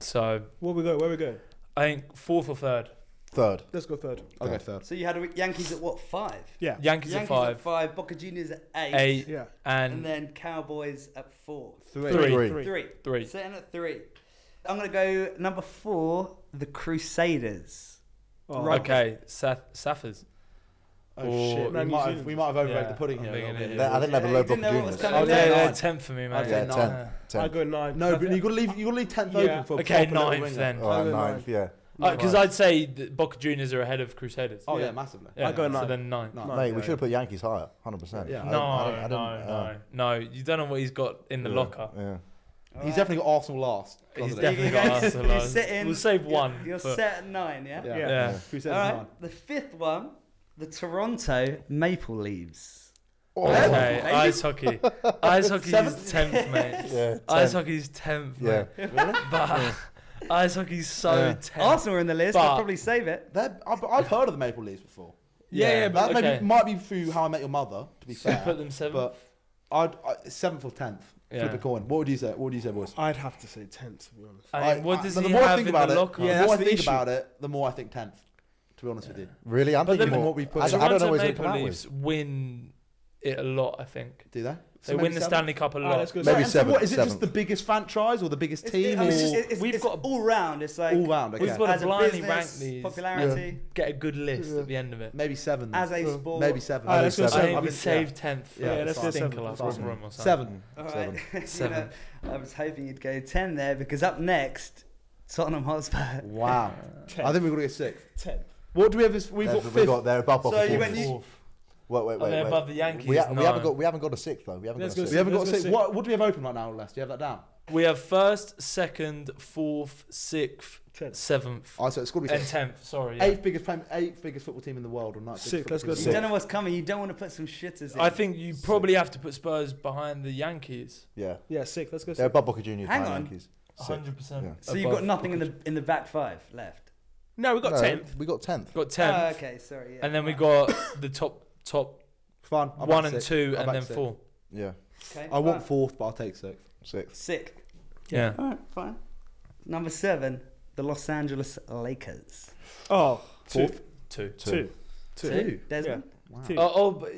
[SPEAKER 1] So
[SPEAKER 4] Where we go? Where we go?
[SPEAKER 1] I think fourth or third.
[SPEAKER 3] Third.
[SPEAKER 4] Let's go third.
[SPEAKER 5] I'll go third.
[SPEAKER 7] So you had a Yankees at what five?
[SPEAKER 4] Yeah.
[SPEAKER 1] Yankees, at
[SPEAKER 7] Yankees
[SPEAKER 1] five,
[SPEAKER 7] at five. Boca Juniors at eight.
[SPEAKER 1] eight,
[SPEAKER 4] Yeah.
[SPEAKER 7] And
[SPEAKER 1] and
[SPEAKER 7] then Cowboys at four.
[SPEAKER 1] three.
[SPEAKER 3] Three.
[SPEAKER 4] Three.
[SPEAKER 7] Three.
[SPEAKER 1] Three.
[SPEAKER 7] Sitting at three. I'm gonna go number four. The Crusaders.
[SPEAKER 4] Oh,
[SPEAKER 1] Okay, Saf- Saffers.
[SPEAKER 5] Oh
[SPEAKER 1] Or-
[SPEAKER 5] shit!
[SPEAKER 4] No,
[SPEAKER 5] We
[SPEAKER 4] New
[SPEAKER 5] might, have,
[SPEAKER 4] Zealand.
[SPEAKER 5] we might have overrated
[SPEAKER 1] Yeah,
[SPEAKER 5] the pudding
[SPEAKER 1] I'm
[SPEAKER 5] here. a
[SPEAKER 1] thinking
[SPEAKER 5] little bit.
[SPEAKER 1] it.
[SPEAKER 3] They- I think they
[SPEAKER 7] Yeah,
[SPEAKER 3] below
[SPEAKER 7] you didn't know what
[SPEAKER 3] Boca
[SPEAKER 7] was
[SPEAKER 3] Juniors.
[SPEAKER 7] coming
[SPEAKER 5] Oh,
[SPEAKER 7] next.
[SPEAKER 1] They're, they're
[SPEAKER 5] nine.
[SPEAKER 1] tenth for me,
[SPEAKER 5] I'd
[SPEAKER 1] man.
[SPEAKER 5] say
[SPEAKER 3] Yeah,
[SPEAKER 5] nine.
[SPEAKER 3] tenth.
[SPEAKER 4] I
[SPEAKER 3] Tenth.
[SPEAKER 4] go nine.
[SPEAKER 5] No, but you gotta leave. You gotta leave tenth
[SPEAKER 4] Yeah.
[SPEAKER 5] open for a
[SPEAKER 1] Okay,
[SPEAKER 5] proper little
[SPEAKER 1] ninth
[SPEAKER 5] winger.
[SPEAKER 1] then.
[SPEAKER 3] All right,
[SPEAKER 4] I'll go
[SPEAKER 3] ninth. Yeah.
[SPEAKER 1] Because Uh, I'd say that Boca Juniors are ahead of Crusaders.
[SPEAKER 5] Oh yeah, massively.
[SPEAKER 1] Yeah,
[SPEAKER 4] I'd go
[SPEAKER 1] So
[SPEAKER 4] nine.
[SPEAKER 1] then nine.
[SPEAKER 5] Nine.
[SPEAKER 3] Mate, we should have put Yankees higher, hundred percent.
[SPEAKER 5] Yeah.
[SPEAKER 1] No, no, no, no. You don't know what he's got in the locker.
[SPEAKER 3] uh, Yeah.
[SPEAKER 7] All
[SPEAKER 5] He's
[SPEAKER 7] right.
[SPEAKER 5] definitely got Arsenal last.
[SPEAKER 1] He's
[SPEAKER 5] Doesn't it?
[SPEAKER 1] definitely got
[SPEAKER 7] You
[SPEAKER 1] us.
[SPEAKER 7] guys-
[SPEAKER 1] a
[SPEAKER 7] you
[SPEAKER 1] lot.
[SPEAKER 7] sit in,
[SPEAKER 1] We'll save
[SPEAKER 7] you're-
[SPEAKER 1] one.
[SPEAKER 7] You're
[SPEAKER 1] but-
[SPEAKER 7] set at nine, yeah.
[SPEAKER 5] Yeah.
[SPEAKER 4] Yeah.
[SPEAKER 1] Yeah.
[SPEAKER 5] Who says
[SPEAKER 7] All
[SPEAKER 5] nine?
[SPEAKER 7] right. The fifth one, the Toronto Maple Leaves.
[SPEAKER 1] Oh, Okay, ice hockey. Ice hockey is
[SPEAKER 5] Seventh?
[SPEAKER 1] tenth, mate.
[SPEAKER 3] Yeah.
[SPEAKER 1] Ice
[SPEAKER 3] tenth.
[SPEAKER 1] hockey's tenth,
[SPEAKER 3] Yeah.
[SPEAKER 1] mate. *laughs* But ice hockey's so
[SPEAKER 3] Yeah.
[SPEAKER 1] tense.
[SPEAKER 7] Arsenal are in the list. I'll
[SPEAKER 1] But-
[SPEAKER 7] probably save it.
[SPEAKER 5] They're- I've, I've heard of the Maple Leafs before.
[SPEAKER 1] Yeah, yeah, but
[SPEAKER 5] that maybe-
[SPEAKER 1] okay.
[SPEAKER 5] might be through How I Met Your Mother.
[SPEAKER 1] *laughs*
[SPEAKER 5] To be
[SPEAKER 1] So you
[SPEAKER 5] fair,
[SPEAKER 1] put them seventh.
[SPEAKER 5] but I'd I, seventh or tenth.
[SPEAKER 1] Yeah.
[SPEAKER 5] Flip a coin. What would you say? What would you say, boys?
[SPEAKER 4] I'd have to say tenth to be honest.
[SPEAKER 1] I mean,
[SPEAKER 5] I-
[SPEAKER 1] what
[SPEAKER 5] I-
[SPEAKER 1] does
[SPEAKER 5] the
[SPEAKER 1] he
[SPEAKER 5] more I
[SPEAKER 1] have
[SPEAKER 5] think
[SPEAKER 1] in
[SPEAKER 5] about
[SPEAKER 1] the
[SPEAKER 5] it,
[SPEAKER 1] locker?
[SPEAKER 5] the
[SPEAKER 4] yeah,
[SPEAKER 5] more I
[SPEAKER 4] that's the
[SPEAKER 5] think
[SPEAKER 4] issue.
[SPEAKER 5] about it, the more I think tenth. To be honest with you,
[SPEAKER 3] Really? I'm
[SPEAKER 1] But
[SPEAKER 3] thinking
[SPEAKER 1] then-
[SPEAKER 3] more.
[SPEAKER 5] what we put
[SPEAKER 3] I, I
[SPEAKER 5] in-
[SPEAKER 3] don't know
[SPEAKER 1] Toronto
[SPEAKER 3] what he's going to
[SPEAKER 1] Maple
[SPEAKER 3] come out with.
[SPEAKER 1] Leafs win it a lot. I think
[SPEAKER 5] do they?
[SPEAKER 1] they win the Stanley Cup a
[SPEAKER 4] All right, let's
[SPEAKER 1] lot.
[SPEAKER 4] go.
[SPEAKER 3] Maybe
[SPEAKER 4] seven.
[SPEAKER 5] And so
[SPEAKER 3] seventh,
[SPEAKER 5] what is it? Just
[SPEAKER 3] seventh.
[SPEAKER 5] the biggest franchise or the biggest
[SPEAKER 7] It's,
[SPEAKER 5] team?
[SPEAKER 7] I
[SPEAKER 5] or-
[SPEAKER 7] mean, it's, it's, it's,
[SPEAKER 1] We've
[SPEAKER 7] it's
[SPEAKER 1] got-
[SPEAKER 7] all round. It's like
[SPEAKER 5] all round. Okay.
[SPEAKER 1] We've got
[SPEAKER 7] as
[SPEAKER 1] to
[SPEAKER 7] a
[SPEAKER 1] blindly
[SPEAKER 7] business,
[SPEAKER 1] rank these.
[SPEAKER 7] popularity,
[SPEAKER 1] Get a good list at the end of it.
[SPEAKER 5] Maybe seven. then.
[SPEAKER 7] as a sport.
[SPEAKER 5] Maybe seven.
[SPEAKER 4] All right, let's go
[SPEAKER 3] Maybe
[SPEAKER 1] I think
[SPEAKER 4] seven.
[SPEAKER 5] seven.
[SPEAKER 1] we
[SPEAKER 5] yeah.
[SPEAKER 1] saved tenth.
[SPEAKER 5] Yeah,
[SPEAKER 1] Yeah,
[SPEAKER 5] that's
[SPEAKER 1] let's
[SPEAKER 5] fine.
[SPEAKER 1] think
[SPEAKER 4] That's
[SPEAKER 1] a lot.
[SPEAKER 4] fine.
[SPEAKER 1] Rotherham or something.
[SPEAKER 5] Seven.
[SPEAKER 7] All right.
[SPEAKER 3] Seven.
[SPEAKER 7] You
[SPEAKER 1] *laughs*
[SPEAKER 7] know, *laughs*
[SPEAKER 1] Seven.
[SPEAKER 7] I was hoping you'd go ten there because up next, Tottenham Hotspur. *laughs*
[SPEAKER 5] *laughs* Wow. I think we're gonna get six.
[SPEAKER 4] Ten.
[SPEAKER 5] What do we have? This, we've
[SPEAKER 3] They're-
[SPEAKER 5] got
[SPEAKER 3] we
[SPEAKER 5] fifth.
[SPEAKER 3] got they're above.
[SPEAKER 7] So
[SPEAKER 3] Boca
[SPEAKER 7] Oh, you went-
[SPEAKER 3] Juniors.
[SPEAKER 7] you-
[SPEAKER 3] Wait, wait,
[SPEAKER 1] Are
[SPEAKER 3] wait.
[SPEAKER 1] they
[SPEAKER 3] wait.
[SPEAKER 1] above the Yankees?
[SPEAKER 3] We, ha-
[SPEAKER 1] no.
[SPEAKER 3] we haven't got we haven't got a sixth though. We haven't
[SPEAKER 4] Let's
[SPEAKER 3] got a
[SPEAKER 4] go
[SPEAKER 5] we
[SPEAKER 3] sixth.
[SPEAKER 5] haven't got
[SPEAKER 4] Let's go
[SPEAKER 5] six.
[SPEAKER 4] six.
[SPEAKER 5] What, what do we have open right now, Les? Do you have that down?
[SPEAKER 1] We have first, second, fourth, sixth,
[SPEAKER 4] Tenth.
[SPEAKER 1] seventh,
[SPEAKER 5] Oh, so it's got to be
[SPEAKER 1] and
[SPEAKER 5] six.
[SPEAKER 1] tenth. Sorry. yeah.
[SPEAKER 5] Eighth biggest, prem- eighth biggest football team in the world, or ninth.
[SPEAKER 4] Six,
[SPEAKER 5] biggest
[SPEAKER 4] let's
[SPEAKER 7] You
[SPEAKER 5] football
[SPEAKER 7] don't know what's coming. You don't want to put some shitters in.
[SPEAKER 1] I think you probably have to put Spurs behind the Yankees.
[SPEAKER 3] Yeah,
[SPEAKER 4] Yeah, sick. Let's go.
[SPEAKER 3] they're
[SPEAKER 4] Six.
[SPEAKER 3] above Boca Juniors.
[SPEAKER 7] Hang
[SPEAKER 3] behind
[SPEAKER 7] on.
[SPEAKER 3] Yankees. Sixth.
[SPEAKER 1] 100. percent
[SPEAKER 7] So you've got nothing in the in the back five left.
[SPEAKER 4] No, we got
[SPEAKER 3] No,
[SPEAKER 4] tenth.
[SPEAKER 3] We got tenth.
[SPEAKER 1] Got tenth,
[SPEAKER 7] Oh, okay, sorry. Yeah.
[SPEAKER 1] and then we got *coughs* the top top
[SPEAKER 5] Fine. I'll
[SPEAKER 1] one
[SPEAKER 5] back
[SPEAKER 1] and
[SPEAKER 5] six.
[SPEAKER 1] two,
[SPEAKER 5] I'll
[SPEAKER 1] and
[SPEAKER 5] back
[SPEAKER 1] then
[SPEAKER 5] six.
[SPEAKER 1] four.
[SPEAKER 3] Yeah,
[SPEAKER 7] Okay,
[SPEAKER 5] I want
[SPEAKER 7] fine.
[SPEAKER 5] fourth, but I'll take sixth.
[SPEAKER 3] sixth.
[SPEAKER 7] sick.
[SPEAKER 1] Yeah.
[SPEAKER 7] All right, fine. Number seven, the Los Angeles Lakers.
[SPEAKER 4] Oh, two.
[SPEAKER 5] Fourth.
[SPEAKER 1] Two.
[SPEAKER 3] Two.
[SPEAKER 4] Two.
[SPEAKER 5] Two.
[SPEAKER 7] Desmond.
[SPEAKER 5] Wow.
[SPEAKER 4] Two.
[SPEAKER 1] Oh, oh, but uh,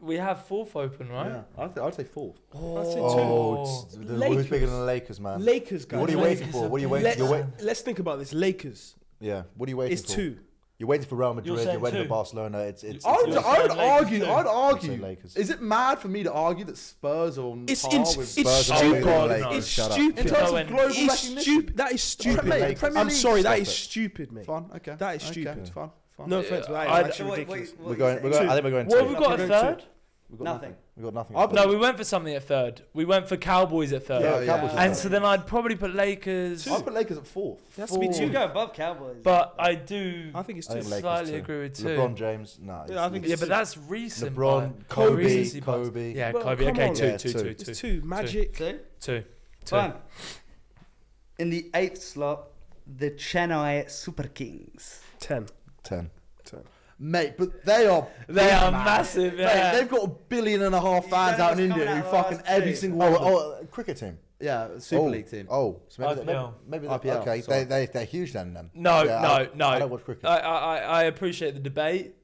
[SPEAKER 1] we have fourth open, right?
[SPEAKER 5] Yeah, I'd, th- I'd say fourth.
[SPEAKER 4] I'd say
[SPEAKER 3] Oh, t- the- who's
[SPEAKER 4] Lakers.
[SPEAKER 3] bigger than the Lakers, man?
[SPEAKER 4] Um, Lakers, guys.
[SPEAKER 3] What are you waiting for? What are you waiting?
[SPEAKER 4] Let,
[SPEAKER 3] You're wait-
[SPEAKER 4] us think about this. Lakers
[SPEAKER 3] yeah. What are you waiting
[SPEAKER 4] is
[SPEAKER 3] for?
[SPEAKER 4] two.
[SPEAKER 3] You're waiting for Real Madrid. You're
[SPEAKER 1] saying
[SPEAKER 3] waiting
[SPEAKER 1] two.
[SPEAKER 3] for Barcelona. It's it's.
[SPEAKER 5] I
[SPEAKER 3] it's
[SPEAKER 5] would,
[SPEAKER 1] You're
[SPEAKER 5] I would
[SPEAKER 1] saying Lakers
[SPEAKER 5] argue.
[SPEAKER 1] too.
[SPEAKER 5] I'd
[SPEAKER 3] I'd say
[SPEAKER 5] argue.
[SPEAKER 3] Lakers.
[SPEAKER 5] Is it mad for me to argue that Spurs are on
[SPEAKER 4] It's
[SPEAKER 5] par
[SPEAKER 4] in,
[SPEAKER 5] with
[SPEAKER 4] it's
[SPEAKER 3] Spurs are bigger
[SPEAKER 4] stupid.
[SPEAKER 3] than
[SPEAKER 1] Lakers.
[SPEAKER 4] It's
[SPEAKER 3] Shut up.
[SPEAKER 4] stupid.
[SPEAKER 5] in terms
[SPEAKER 1] No,
[SPEAKER 5] of
[SPEAKER 1] and-
[SPEAKER 5] global
[SPEAKER 4] It's
[SPEAKER 5] recognition?
[SPEAKER 4] stupid. That is stupid.
[SPEAKER 5] Premier
[SPEAKER 4] mate.
[SPEAKER 5] League.
[SPEAKER 4] Premier
[SPEAKER 5] I'm
[SPEAKER 4] League.
[SPEAKER 5] sorry,
[SPEAKER 4] That
[SPEAKER 5] stop
[SPEAKER 4] is
[SPEAKER 5] it.
[SPEAKER 4] stupid, mate.
[SPEAKER 5] Fine. Okay.
[SPEAKER 4] That is
[SPEAKER 5] okay,
[SPEAKER 4] stupid.
[SPEAKER 5] Fine. Fine.
[SPEAKER 4] No offense, but that is
[SPEAKER 1] I-
[SPEAKER 4] actually
[SPEAKER 7] What- what-
[SPEAKER 4] ridiculous.
[SPEAKER 7] what
[SPEAKER 3] We're
[SPEAKER 7] you
[SPEAKER 3] going.
[SPEAKER 7] say?
[SPEAKER 3] We're going I think we're going.
[SPEAKER 1] What have
[SPEAKER 3] two.
[SPEAKER 1] we got a
[SPEAKER 5] Two.
[SPEAKER 1] third?
[SPEAKER 5] We've got
[SPEAKER 7] Nothing.
[SPEAKER 3] We got nothing.
[SPEAKER 5] I've-
[SPEAKER 1] No, we went for something at third. We went for Cowboys at third.
[SPEAKER 5] Yeah,
[SPEAKER 3] Yeah,
[SPEAKER 5] yeah.
[SPEAKER 3] Cowboys are
[SPEAKER 1] And
[SPEAKER 3] third.
[SPEAKER 1] so then I'd probably put Lakers.
[SPEAKER 5] I put Lakers at fourth.
[SPEAKER 4] It has to be
[SPEAKER 1] Four.
[SPEAKER 7] You
[SPEAKER 4] two.
[SPEAKER 7] go above Cowboys.
[SPEAKER 1] But I do
[SPEAKER 4] I think it's
[SPEAKER 3] I
[SPEAKER 4] two.
[SPEAKER 3] think Lakers
[SPEAKER 1] slightly
[SPEAKER 3] too.
[SPEAKER 1] agree with two.
[SPEAKER 3] LeBron James. No.
[SPEAKER 4] Yeah, I think
[SPEAKER 1] yeah,
[SPEAKER 4] it's
[SPEAKER 1] but
[SPEAKER 4] two.
[SPEAKER 1] that's recent.
[SPEAKER 3] LeBron,
[SPEAKER 1] but-
[SPEAKER 3] Kobe,
[SPEAKER 1] Recency bias.
[SPEAKER 3] Kobe.
[SPEAKER 1] Yeah,
[SPEAKER 4] Well,
[SPEAKER 1] Kobe.
[SPEAKER 4] come
[SPEAKER 1] Okay,
[SPEAKER 4] on.
[SPEAKER 1] two,
[SPEAKER 3] Yeah,
[SPEAKER 1] two,
[SPEAKER 3] two.
[SPEAKER 1] two, two,
[SPEAKER 4] It's two. Magic.
[SPEAKER 7] Two?
[SPEAKER 1] two, two.
[SPEAKER 7] Fine. In the eighth slot, the Chennai Super Kings.
[SPEAKER 4] Ten.
[SPEAKER 3] ten.
[SPEAKER 5] Mate, but they are
[SPEAKER 1] They are
[SPEAKER 5] big, man.
[SPEAKER 1] massive.
[SPEAKER 5] Mate,
[SPEAKER 1] Yeah.
[SPEAKER 5] they've got a billion and a half
[SPEAKER 7] You
[SPEAKER 5] fans
[SPEAKER 7] know
[SPEAKER 5] out in
[SPEAKER 7] what's
[SPEAKER 5] India
[SPEAKER 7] coming
[SPEAKER 5] who
[SPEAKER 7] out of
[SPEAKER 5] fucking
[SPEAKER 7] last
[SPEAKER 5] every
[SPEAKER 7] two.
[SPEAKER 5] single one.
[SPEAKER 3] Oh,
[SPEAKER 5] of them.
[SPEAKER 3] oh, uh, cricket team.
[SPEAKER 5] yeah, Super
[SPEAKER 3] oh,
[SPEAKER 5] League team.
[SPEAKER 3] Oh, so maybe, they, maybe,
[SPEAKER 1] IPL.
[SPEAKER 3] maybe they-
[SPEAKER 5] IPL,
[SPEAKER 3] okay,
[SPEAKER 5] sorry.
[SPEAKER 3] they, they, they're huge then. then.
[SPEAKER 1] no,
[SPEAKER 3] Yeah,
[SPEAKER 1] no,
[SPEAKER 3] I,
[SPEAKER 1] no. Uh,
[SPEAKER 3] I don't watch cricket.
[SPEAKER 1] I, I, I appreciate the debate.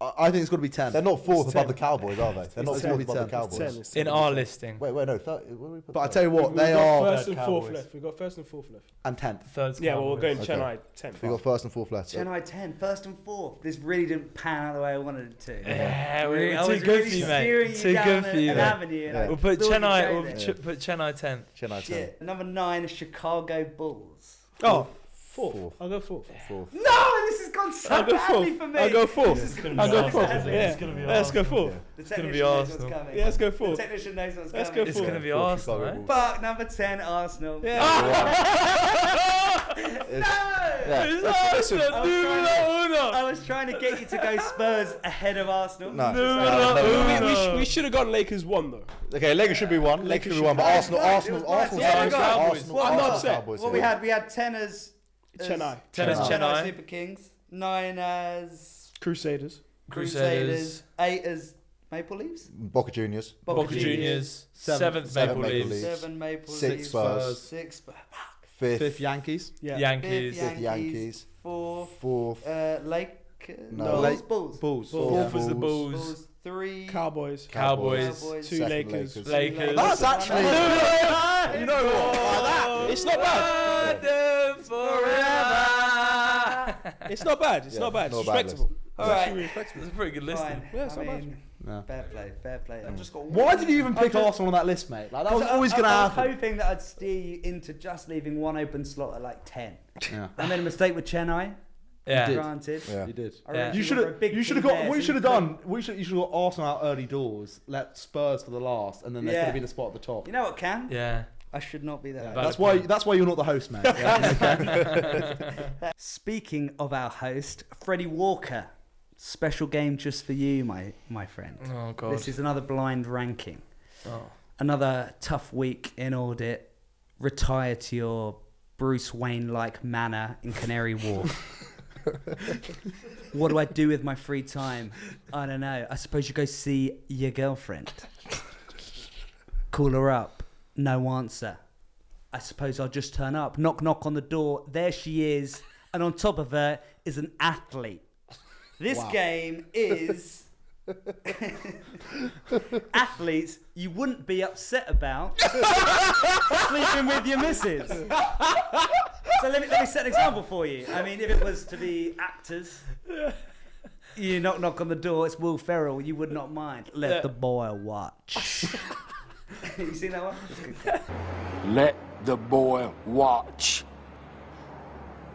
[SPEAKER 5] I, I think it's got to be ten.
[SPEAKER 3] they're not fourth
[SPEAKER 4] It's
[SPEAKER 3] above
[SPEAKER 4] ten.
[SPEAKER 3] the Cowboys, are they? They're not
[SPEAKER 5] ten.
[SPEAKER 3] fourth above
[SPEAKER 5] It's
[SPEAKER 3] the
[SPEAKER 5] ten. It's
[SPEAKER 3] Cowboys.
[SPEAKER 4] Ten. It's
[SPEAKER 1] In
[SPEAKER 4] ten.
[SPEAKER 1] our listing,
[SPEAKER 3] Wait, wait, no. Third, where do we put
[SPEAKER 5] but I
[SPEAKER 3] third?
[SPEAKER 5] tell you what,
[SPEAKER 4] We've
[SPEAKER 5] they
[SPEAKER 4] got
[SPEAKER 5] are
[SPEAKER 4] first and
[SPEAKER 1] Cowboys.
[SPEAKER 4] fourth left. We've got first and fourth left.
[SPEAKER 5] and tenth.
[SPEAKER 1] third.
[SPEAKER 4] Yeah, well, we're going
[SPEAKER 3] Okay.
[SPEAKER 4] Chennai ten.
[SPEAKER 3] we got first and fourth left. so-
[SPEAKER 7] Chennai 10, first and fourth. This really didn't pan out the way I wanted it to.
[SPEAKER 1] Yeah,
[SPEAKER 7] I
[SPEAKER 1] we're too
[SPEAKER 7] was
[SPEAKER 1] good
[SPEAKER 7] really
[SPEAKER 1] for you,
[SPEAKER 7] steering
[SPEAKER 1] mate.
[SPEAKER 7] you
[SPEAKER 1] Too
[SPEAKER 7] down
[SPEAKER 1] good
[SPEAKER 7] an-
[SPEAKER 1] for you.
[SPEAKER 7] an
[SPEAKER 1] mate.
[SPEAKER 7] avenue, and
[SPEAKER 3] Yeah.
[SPEAKER 7] I
[SPEAKER 1] We'll put
[SPEAKER 7] thought you'd
[SPEAKER 1] Chennai.
[SPEAKER 7] go
[SPEAKER 1] We'll
[SPEAKER 7] there.
[SPEAKER 1] ch- put Chennai tenth.
[SPEAKER 3] Chennai ten.
[SPEAKER 7] Shit. Number nine, is Chicago Bulls.
[SPEAKER 4] Oh, fourth.
[SPEAKER 3] Fourth.
[SPEAKER 4] I'll go fourth.
[SPEAKER 3] Fourth.
[SPEAKER 7] No, this has gone so
[SPEAKER 4] I'll go
[SPEAKER 7] badly
[SPEAKER 4] fourth.
[SPEAKER 7] for me.
[SPEAKER 4] I'll go fourth.
[SPEAKER 7] This is
[SPEAKER 4] I'll go
[SPEAKER 7] gonna be
[SPEAKER 4] fourth.
[SPEAKER 7] Arsenal.
[SPEAKER 4] Yeah.
[SPEAKER 7] It's
[SPEAKER 1] gonna be
[SPEAKER 4] Let's go fourth.
[SPEAKER 7] The
[SPEAKER 1] gonna
[SPEAKER 7] technician
[SPEAKER 1] be
[SPEAKER 7] knows what's
[SPEAKER 1] Arsenal.
[SPEAKER 7] coming.
[SPEAKER 4] Yeah, let's go
[SPEAKER 7] The
[SPEAKER 4] fourth.
[SPEAKER 7] technician knows what's
[SPEAKER 4] Let's
[SPEAKER 7] coming.
[SPEAKER 4] go
[SPEAKER 1] It's
[SPEAKER 4] fourth.
[SPEAKER 1] gonna be
[SPEAKER 3] Fourth,
[SPEAKER 1] Arsenal.
[SPEAKER 3] Chicago
[SPEAKER 1] eh?
[SPEAKER 3] Bulls.
[SPEAKER 7] Fuck, number 10, Arsenal. No!
[SPEAKER 3] Yeah, listen, listen.
[SPEAKER 7] I was trying to- I was trying to get you to go Spurs ahead of Arsenal.
[SPEAKER 3] No.
[SPEAKER 1] No,
[SPEAKER 4] We,
[SPEAKER 1] no,
[SPEAKER 4] we,
[SPEAKER 1] no.
[SPEAKER 4] we, sh- *laughs* we should have gone Lakers one though.
[SPEAKER 3] Okay, Lakers should be one. Lakers should be one, but Arsenal,
[SPEAKER 7] It was
[SPEAKER 3] Arsenal,
[SPEAKER 7] nice.
[SPEAKER 3] Arsenal,
[SPEAKER 7] Yeah,
[SPEAKER 1] we
[SPEAKER 3] Arsenal,
[SPEAKER 1] got
[SPEAKER 3] Arsenal.
[SPEAKER 7] Cowboys.
[SPEAKER 3] Arsenal,
[SPEAKER 4] I'm upset.
[SPEAKER 3] Cowboys,
[SPEAKER 7] What we
[SPEAKER 3] yeah.
[SPEAKER 7] had, we had 10 as. as-
[SPEAKER 4] Chennai.
[SPEAKER 1] Ten as
[SPEAKER 7] Chennai.
[SPEAKER 1] Chennai.
[SPEAKER 7] Super Kings. 9 as
[SPEAKER 4] Crusaders.
[SPEAKER 1] Crusaders.
[SPEAKER 7] Crusaders. 8 as Maple Leafs.
[SPEAKER 3] Boca Juniors.
[SPEAKER 1] Boca Juniors. Seventh
[SPEAKER 5] Seventh
[SPEAKER 1] Maple
[SPEAKER 3] Maple
[SPEAKER 1] Leafs.
[SPEAKER 3] Leafs.
[SPEAKER 7] 7 Maple
[SPEAKER 3] Six
[SPEAKER 7] Leafs.
[SPEAKER 3] Spurs.
[SPEAKER 7] 6 Spurs.
[SPEAKER 3] fifth,
[SPEAKER 5] Fifth Yankees.
[SPEAKER 4] Yeah.
[SPEAKER 1] Yankees.
[SPEAKER 3] Fifth Yankees.
[SPEAKER 7] Fourth,
[SPEAKER 3] fourth,
[SPEAKER 7] uh, Lake.
[SPEAKER 3] No.
[SPEAKER 7] No, Bulls.
[SPEAKER 3] Lake-
[SPEAKER 7] Bulls.
[SPEAKER 5] Bulls.
[SPEAKER 4] Bulls.
[SPEAKER 1] Fourth was the
[SPEAKER 3] Bulls.
[SPEAKER 1] Bulls.
[SPEAKER 7] Bulls. Three.
[SPEAKER 4] Cowboys.
[SPEAKER 1] Cowboys.
[SPEAKER 7] Cowboys.
[SPEAKER 4] Two
[SPEAKER 3] second
[SPEAKER 4] Lakers.
[SPEAKER 1] Lakers.
[SPEAKER 5] That's
[SPEAKER 7] *laughs*
[SPEAKER 5] actually-
[SPEAKER 1] You know what?
[SPEAKER 4] It's not bad.
[SPEAKER 1] Forever.
[SPEAKER 4] It's not bad. It's
[SPEAKER 3] Yeah,
[SPEAKER 4] not bad. It's
[SPEAKER 3] not a bad
[SPEAKER 4] respectable.
[SPEAKER 7] All
[SPEAKER 4] It's actually
[SPEAKER 7] right.
[SPEAKER 4] really respectable.
[SPEAKER 1] It's a pretty good list.
[SPEAKER 7] Fine.
[SPEAKER 4] Yeah, it's
[SPEAKER 7] I
[SPEAKER 4] not
[SPEAKER 7] mean,
[SPEAKER 6] No.
[SPEAKER 7] fair play, fair play. I've just got
[SPEAKER 5] Why did you even pick
[SPEAKER 7] Arsenal?
[SPEAKER 5] Arsenal on that list, mate? Like that was
[SPEAKER 7] I-
[SPEAKER 5] always
[SPEAKER 7] I-
[SPEAKER 5] going to
[SPEAKER 7] I
[SPEAKER 5] happen.
[SPEAKER 7] was hoping that I'd steer you into just leaving one open slot at like ten.
[SPEAKER 6] Yeah.
[SPEAKER 7] I made a mistake with Chennai.
[SPEAKER 1] Yeah.
[SPEAKER 7] Granted.
[SPEAKER 3] Yeah.
[SPEAKER 5] You did.
[SPEAKER 7] I reckon
[SPEAKER 5] You
[SPEAKER 7] we
[SPEAKER 5] should
[SPEAKER 7] were a
[SPEAKER 5] have.
[SPEAKER 7] big
[SPEAKER 5] You should have
[SPEAKER 7] team
[SPEAKER 5] got.
[SPEAKER 7] there,
[SPEAKER 5] We
[SPEAKER 7] so
[SPEAKER 5] should have
[SPEAKER 7] you could-
[SPEAKER 5] done. We should. You should have got Arsenal out early doors. Let Spurs for the last, and then there
[SPEAKER 7] Yeah.
[SPEAKER 5] could have been a spot at the top.
[SPEAKER 7] You know what, Cam?
[SPEAKER 1] Yeah.
[SPEAKER 7] I should not be there.
[SPEAKER 1] Yeah.
[SPEAKER 5] that's why. That's why you're not the host,
[SPEAKER 7] *laughs*
[SPEAKER 5] mate. Yeah.
[SPEAKER 7] Speaking of our host, Freddie Walker. Special game just for you, my my friend.
[SPEAKER 1] Oh god.
[SPEAKER 7] This is another blind ranking.
[SPEAKER 1] oh.
[SPEAKER 7] Another tough week in audit. Retire to your Bruce Wayne like manor in Canary Wharf. what do I do with my free time? I don't know. I suppose you go see your girlfriend. Call her up. No answer. I suppose I'll just turn up. Knock, knock on the door. There she is. And on top of her is an athlete. This game is athletes you wouldn't be upset about sleeping with your missus. So let me, let me set an example for you. I mean, if it was to be actors, you knock knock on the door, it's Will Ferrell, you would not mind. Let the boy watch. *laughs* you seen that one?
[SPEAKER 8] Let the boy watch.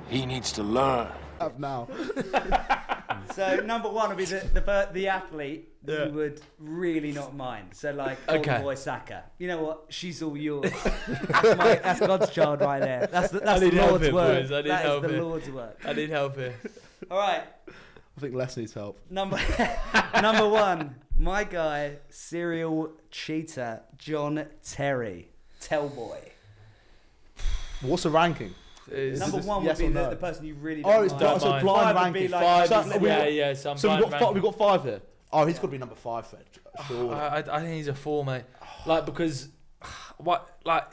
[SPEAKER 8] He needs to learn.
[SPEAKER 5] Up now.
[SPEAKER 7] So number one would be the the, fir- the athlete you would really not mind. So like
[SPEAKER 1] Okay.
[SPEAKER 7] okay. boy Saka. You know what? She's
[SPEAKER 1] *laughs*
[SPEAKER 7] all yours. that's, my, that's God's child right there. That's the, that's the
[SPEAKER 1] need help
[SPEAKER 7] Lord's
[SPEAKER 1] here,
[SPEAKER 7] work.
[SPEAKER 1] boys. I need
[SPEAKER 7] That is
[SPEAKER 1] help
[SPEAKER 7] the
[SPEAKER 1] here.
[SPEAKER 7] Lord's work.
[SPEAKER 1] I need help here.
[SPEAKER 7] All right.
[SPEAKER 5] I think Les needs help.
[SPEAKER 7] Number *laughs* number one, my guy, serial cheater John Terry, Tellboy.
[SPEAKER 5] What's the ranking?
[SPEAKER 1] It's-
[SPEAKER 7] Number
[SPEAKER 5] this
[SPEAKER 7] one would
[SPEAKER 5] yes
[SPEAKER 7] be
[SPEAKER 5] or
[SPEAKER 7] the,
[SPEAKER 5] no?
[SPEAKER 7] the person you really don't
[SPEAKER 5] Oh, it's
[SPEAKER 7] mind.
[SPEAKER 1] Don't
[SPEAKER 5] dark, so
[SPEAKER 1] mind.
[SPEAKER 5] blind
[SPEAKER 7] Five would be
[SPEAKER 5] ranking.
[SPEAKER 7] like-
[SPEAKER 5] so
[SPEAKER 7] Five-
[SPEAKER 5] we,
[SPEAKER 1] yeah, yeah. Some
[SPEAKER 5] so we
[SPEAKER 1] blind
[SPEAKER 5] got five,
[SPEAKER 1] ranking.
[SPEAKER 5] we got five here. Oh, he's got to be number five, Fred. Sure.
[SPEAKER 1] I, I, I think he's a four, mate. Like because, *sighs* what like,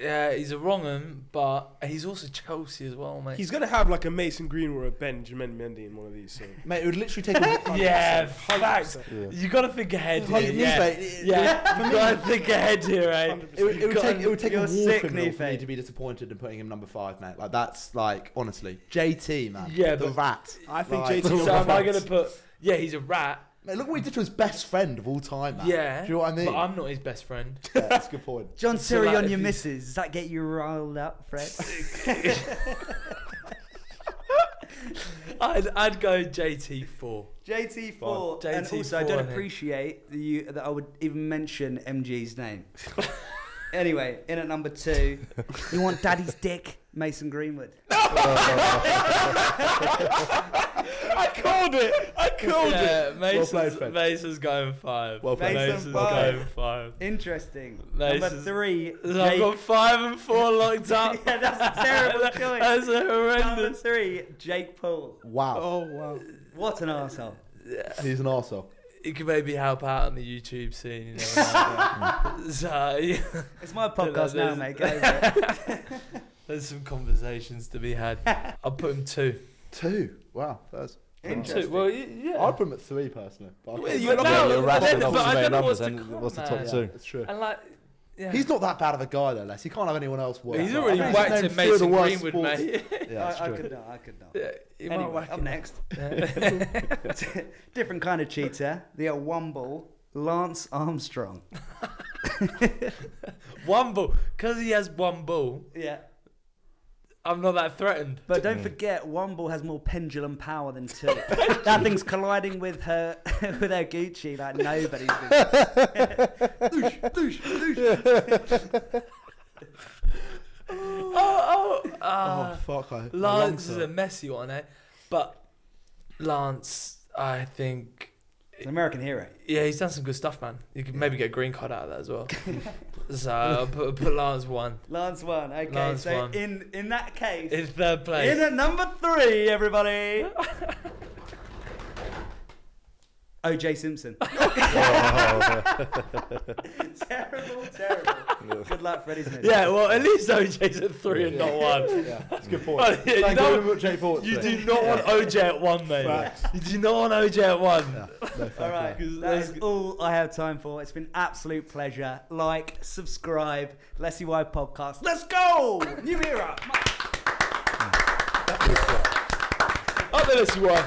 [SPEAKER 1] yeah, he's a wrong un, but he's also Chelsea as well, mate.
[SPEAKER 4] He's gonna have like a Mason Green or a Benjamin Mendy in one of these. So.
[SPEAKER 5] mate, it would literally take.
[SPEAKER 1] *laughs*
[SPEAKER 5] A,
[SPEAKER 1] yeah, facts. You gotta think ahead here.
[SPEAKER 5] Like,
[SPEAKER 1] yeah,
[SPEAKER 5] Nife, it-
[SPEAKER 1] yeah. You gotta think ahead here, eh?
[SPEAKER 5] It would, it would take, it would take a
[SPEAKER 7] You're
[SPEAKER 5] war
[SPEAKER 7] sick,
[SPEAKER 5] criminal for me
[SPEAKER 7] Nife.
[SPEAKER 5] to be disappointed in putting him number five, mate. Like that's like honestly, JT, man.
[SPEAKER 1] Yeah,
[SPEAKER 5] the
[SPEAKER 1] but-
[SPEAKER 5] rat.
[SPEAKER 4] I think
[SPEAKER 5] Like,
[SPEAKER 4] JT
[SPEAKER 5] *laughs* the
[SPEAKER 1] So am I
[SPEAKER 5] rat.
[SPEAKER 1] gonna put? Yeah, he's a rat.
[SPEAKER 5] Mate, look what he did to his best friend of all time, man.
[SPEAKER 1] Yeah,
[SPEAKER 5] Do you know what I mean?
[SPEAKER 1] but I'm not his best friend.
[SPEAKER 5] *laughs* Yeah, that's a good
[SPEAKER 1] *laughs*
[SPEAKER 5] point.
[SPEAKER 7] John
[SPEAKER 1] So,
[SPEAKER 7] Terry
[SPEAKER 1] like,
[SPEAKER 7] on
[SPEAKER 1] if
[SPEAKER 7] your
[SPEAKER 1] he's-
[SPEAKER 7] missus. Does that get you riled up, Fred?
[SPEAKER 1] *laughs* I'd I'd go JT
[SPEAKER 5] *laughs*
[SPEAKER 1] four.
[SPEAKER 7] JT four.
[SPEAKER 1] Fine.
[SPEAKER 7] and
[SPEAKER 1] JT4,
[SPEAKER 7] also, I
[SPEAKER 1] I
[SPEAKER 7] don't
[SPEAKER 1] think.
[SPEAKER 7] appreciate that you that I would even mention MG's name. anyway, in at number two, *laughs* you want Daddy's dick, Mason Greenwood.
[SPEAKER 1] I called it. I called it. Mason's,
[SPEAKER 5] played, Fred.
[SPEAKER 1] Mason's going five.
[SPEAKER 5] Well played.
[SPEAKER 1] Mason's
[SPEAKER 7] Mason five.
[SPEAKER 1] going five.
[SPEAKER 7] Interesting.
[SPEAKER 1] *laughs* Nice.
[SPEAKER 7] Number three.
[SPEAKER 1] So *laughs* I've got
[SPEAKER 7] Jake-
[SPEAKER 1] five and four locked up.
[SPEAKER 7] yeah, that's a terrible
[SPEAKER 1] *laughs*
[SPEAKER 7] choice.
[SPEAKER 1] That's a
[SPEAKER 7] Number
[SPEAKER 1] horrendous.
[SPEAKER 7] three, Jake Paul.
[SPEAKER 5] Wow. Oh wow.
[SPEAKER 7] What an arsehole.
[SPEAKER 5] He's an arsehole.
[SPEAKER 1] It could maybe help out on the YouTube scene. You know, *laughs* so yeah,
[SPEAKER 7] It's
[SPEAKER 1] *laughs*
[SPEAKER 7] my
[SPEAKER 1] Don't
[SPEAKER 7] podcast now,
[SPEAKER 1] know,
[SPEAKER 7] mate.
[SPEAKER 1] there's-
[SPEAKER 7] Go for it.
[SPEAKER 1] there's some conversations to be had. I'll put him two.
[SPEAKER 5] Two. Wow. That's.
[SPEAKER 1] Two. Well, y- yeah.
[SPEAKER 5] I'd put him at three personally. But I
[SPEAKER 1] Well,
[SPEAKER 5] think-
[SPEAKER 1] you- But now-
[SPEAKER 2] yeah, you're rattling
[SPEAKER 1] but
[SPEAKER 2] off
[SPEAKER 1] I
[SPEAKER 2] some
[SPEAKER 1] don't
[SPEAKER 2] main
[SPEAKER 1] know
[SPEAKER 2] numbers.
[SPEAKER 1] what's to
[SPEAKER 2] And
[SPEAKER 1] come,
[SPEAKER 2] what's the
[SPEAKER 1] man.
[SPEAKER 2] top two?
[SPEAKER 5] It's true.
[SPEAKER 1] and like, yeah.
[SPEAKER 5] He's not that bad of a guy though, Les. He can't have anyone else worse.
[SPEAKER 1] He's
[SPEAKER 5] Like,
[SPEAKER 1] already
[SPEAKER 5] I think
[SPEAKER 1] whacked
[SPEAKER 5] named
[SPEAKER 1] at
[SPEAKER 5] three of the
[SPEAKER 1] Mason
[SPEAKER 5] worst
[SPEAKER 1] Greenwood,
[SPEAKER 5] sports-
[SPEAKER 1] mate.
[SPEAKER 5] Yeah, that's
[SPEAKER 7] I, I
[SPEAKER 5] true.
[SPEAKER 7] could not. I could not.
[SPEAKER 1] Yeah, he might
[SPEAKER 7] Anyway,
[SPEAKER 1] whack
[SPEAKER 7] up
[SPEAKER 1] him.
[SPEAKER 7] next.
[SPEAKER 1] *laughs*
[SPEAKER 7] *laughs*
[SPEAKER 1] Yeah.
[SPEAKER 7] Different kind of cheater. The old one ball, Lance Armstrong.
[SPEAKER 1] *laughs* one ball, because he has one ball.
[SPEAKER 7] Yeah.
[SPEAKER 1] I'm not that threatened.
[SPEAKER 7] But don't forget, one ball has more pendulum power than two. that thing's colliding with her, *laughs* with her Gucci like nobody's business.
[SPEAKER 1] *gasps* Oh, oh,
[SPEAKER 5] Oh
[SPEAKER 1] ah.
[SPEAKER 5] fuck! I,
[SPEAKER 1] Lance is
[SPEAKER 5] a
[SPEAKER 1] a messy one, eh? But Lance, I think,
[SPEAKER 7] An American hero.
[SPEAKER 1] yeah, he's done some good stuff, man. You could maybe get a green card out of that as
[SPEAKER 3] *laughs*
[SPEAKER 1] well. so I'll put, put Lance one
[SPEAKER 7] Lance one. Okay,
[SPEAKER 1] Lance
[SPEAKER 7] so
[SPEAKER 1] one.
[SPEAKER 7] in in that case,
[SPEAKER 1] in third place.
[SPEAKER 7] in at number three, everybody. OJ Simpson. *laughs* terrible, terrible. Good luck, Freddie's next.
[SPEAKER 1] Yeah, well, at least OJ's at three and not one.
[SPEAKER 3] That's a good
[SPEAKER 1] *laughs*
[SPEAKER 3] point.
[SPEAKER 1] But you,
[SPEAKER 3] Thank you
[SPEAKER 1] don't-
[SPEAKER 3] very much, Jay Ports.
[SPEAKER 1] you do not want OJ at one, mate. You do not want OJ at one.
[SPEAKER 7] All right,
[SPEAKER 1] Because
[SPEAKER 7] that
[SPEAKER 1] that's
[SPEAKER 7] is
[SPEAKER 1] good.
[SPEAKER 7] all I have time for. It's been absolute pleasure. Like, subscribe, Let's See Why podcast. Let's go! New era.
[SPEAKER 1] Oh, Up there, let's see why.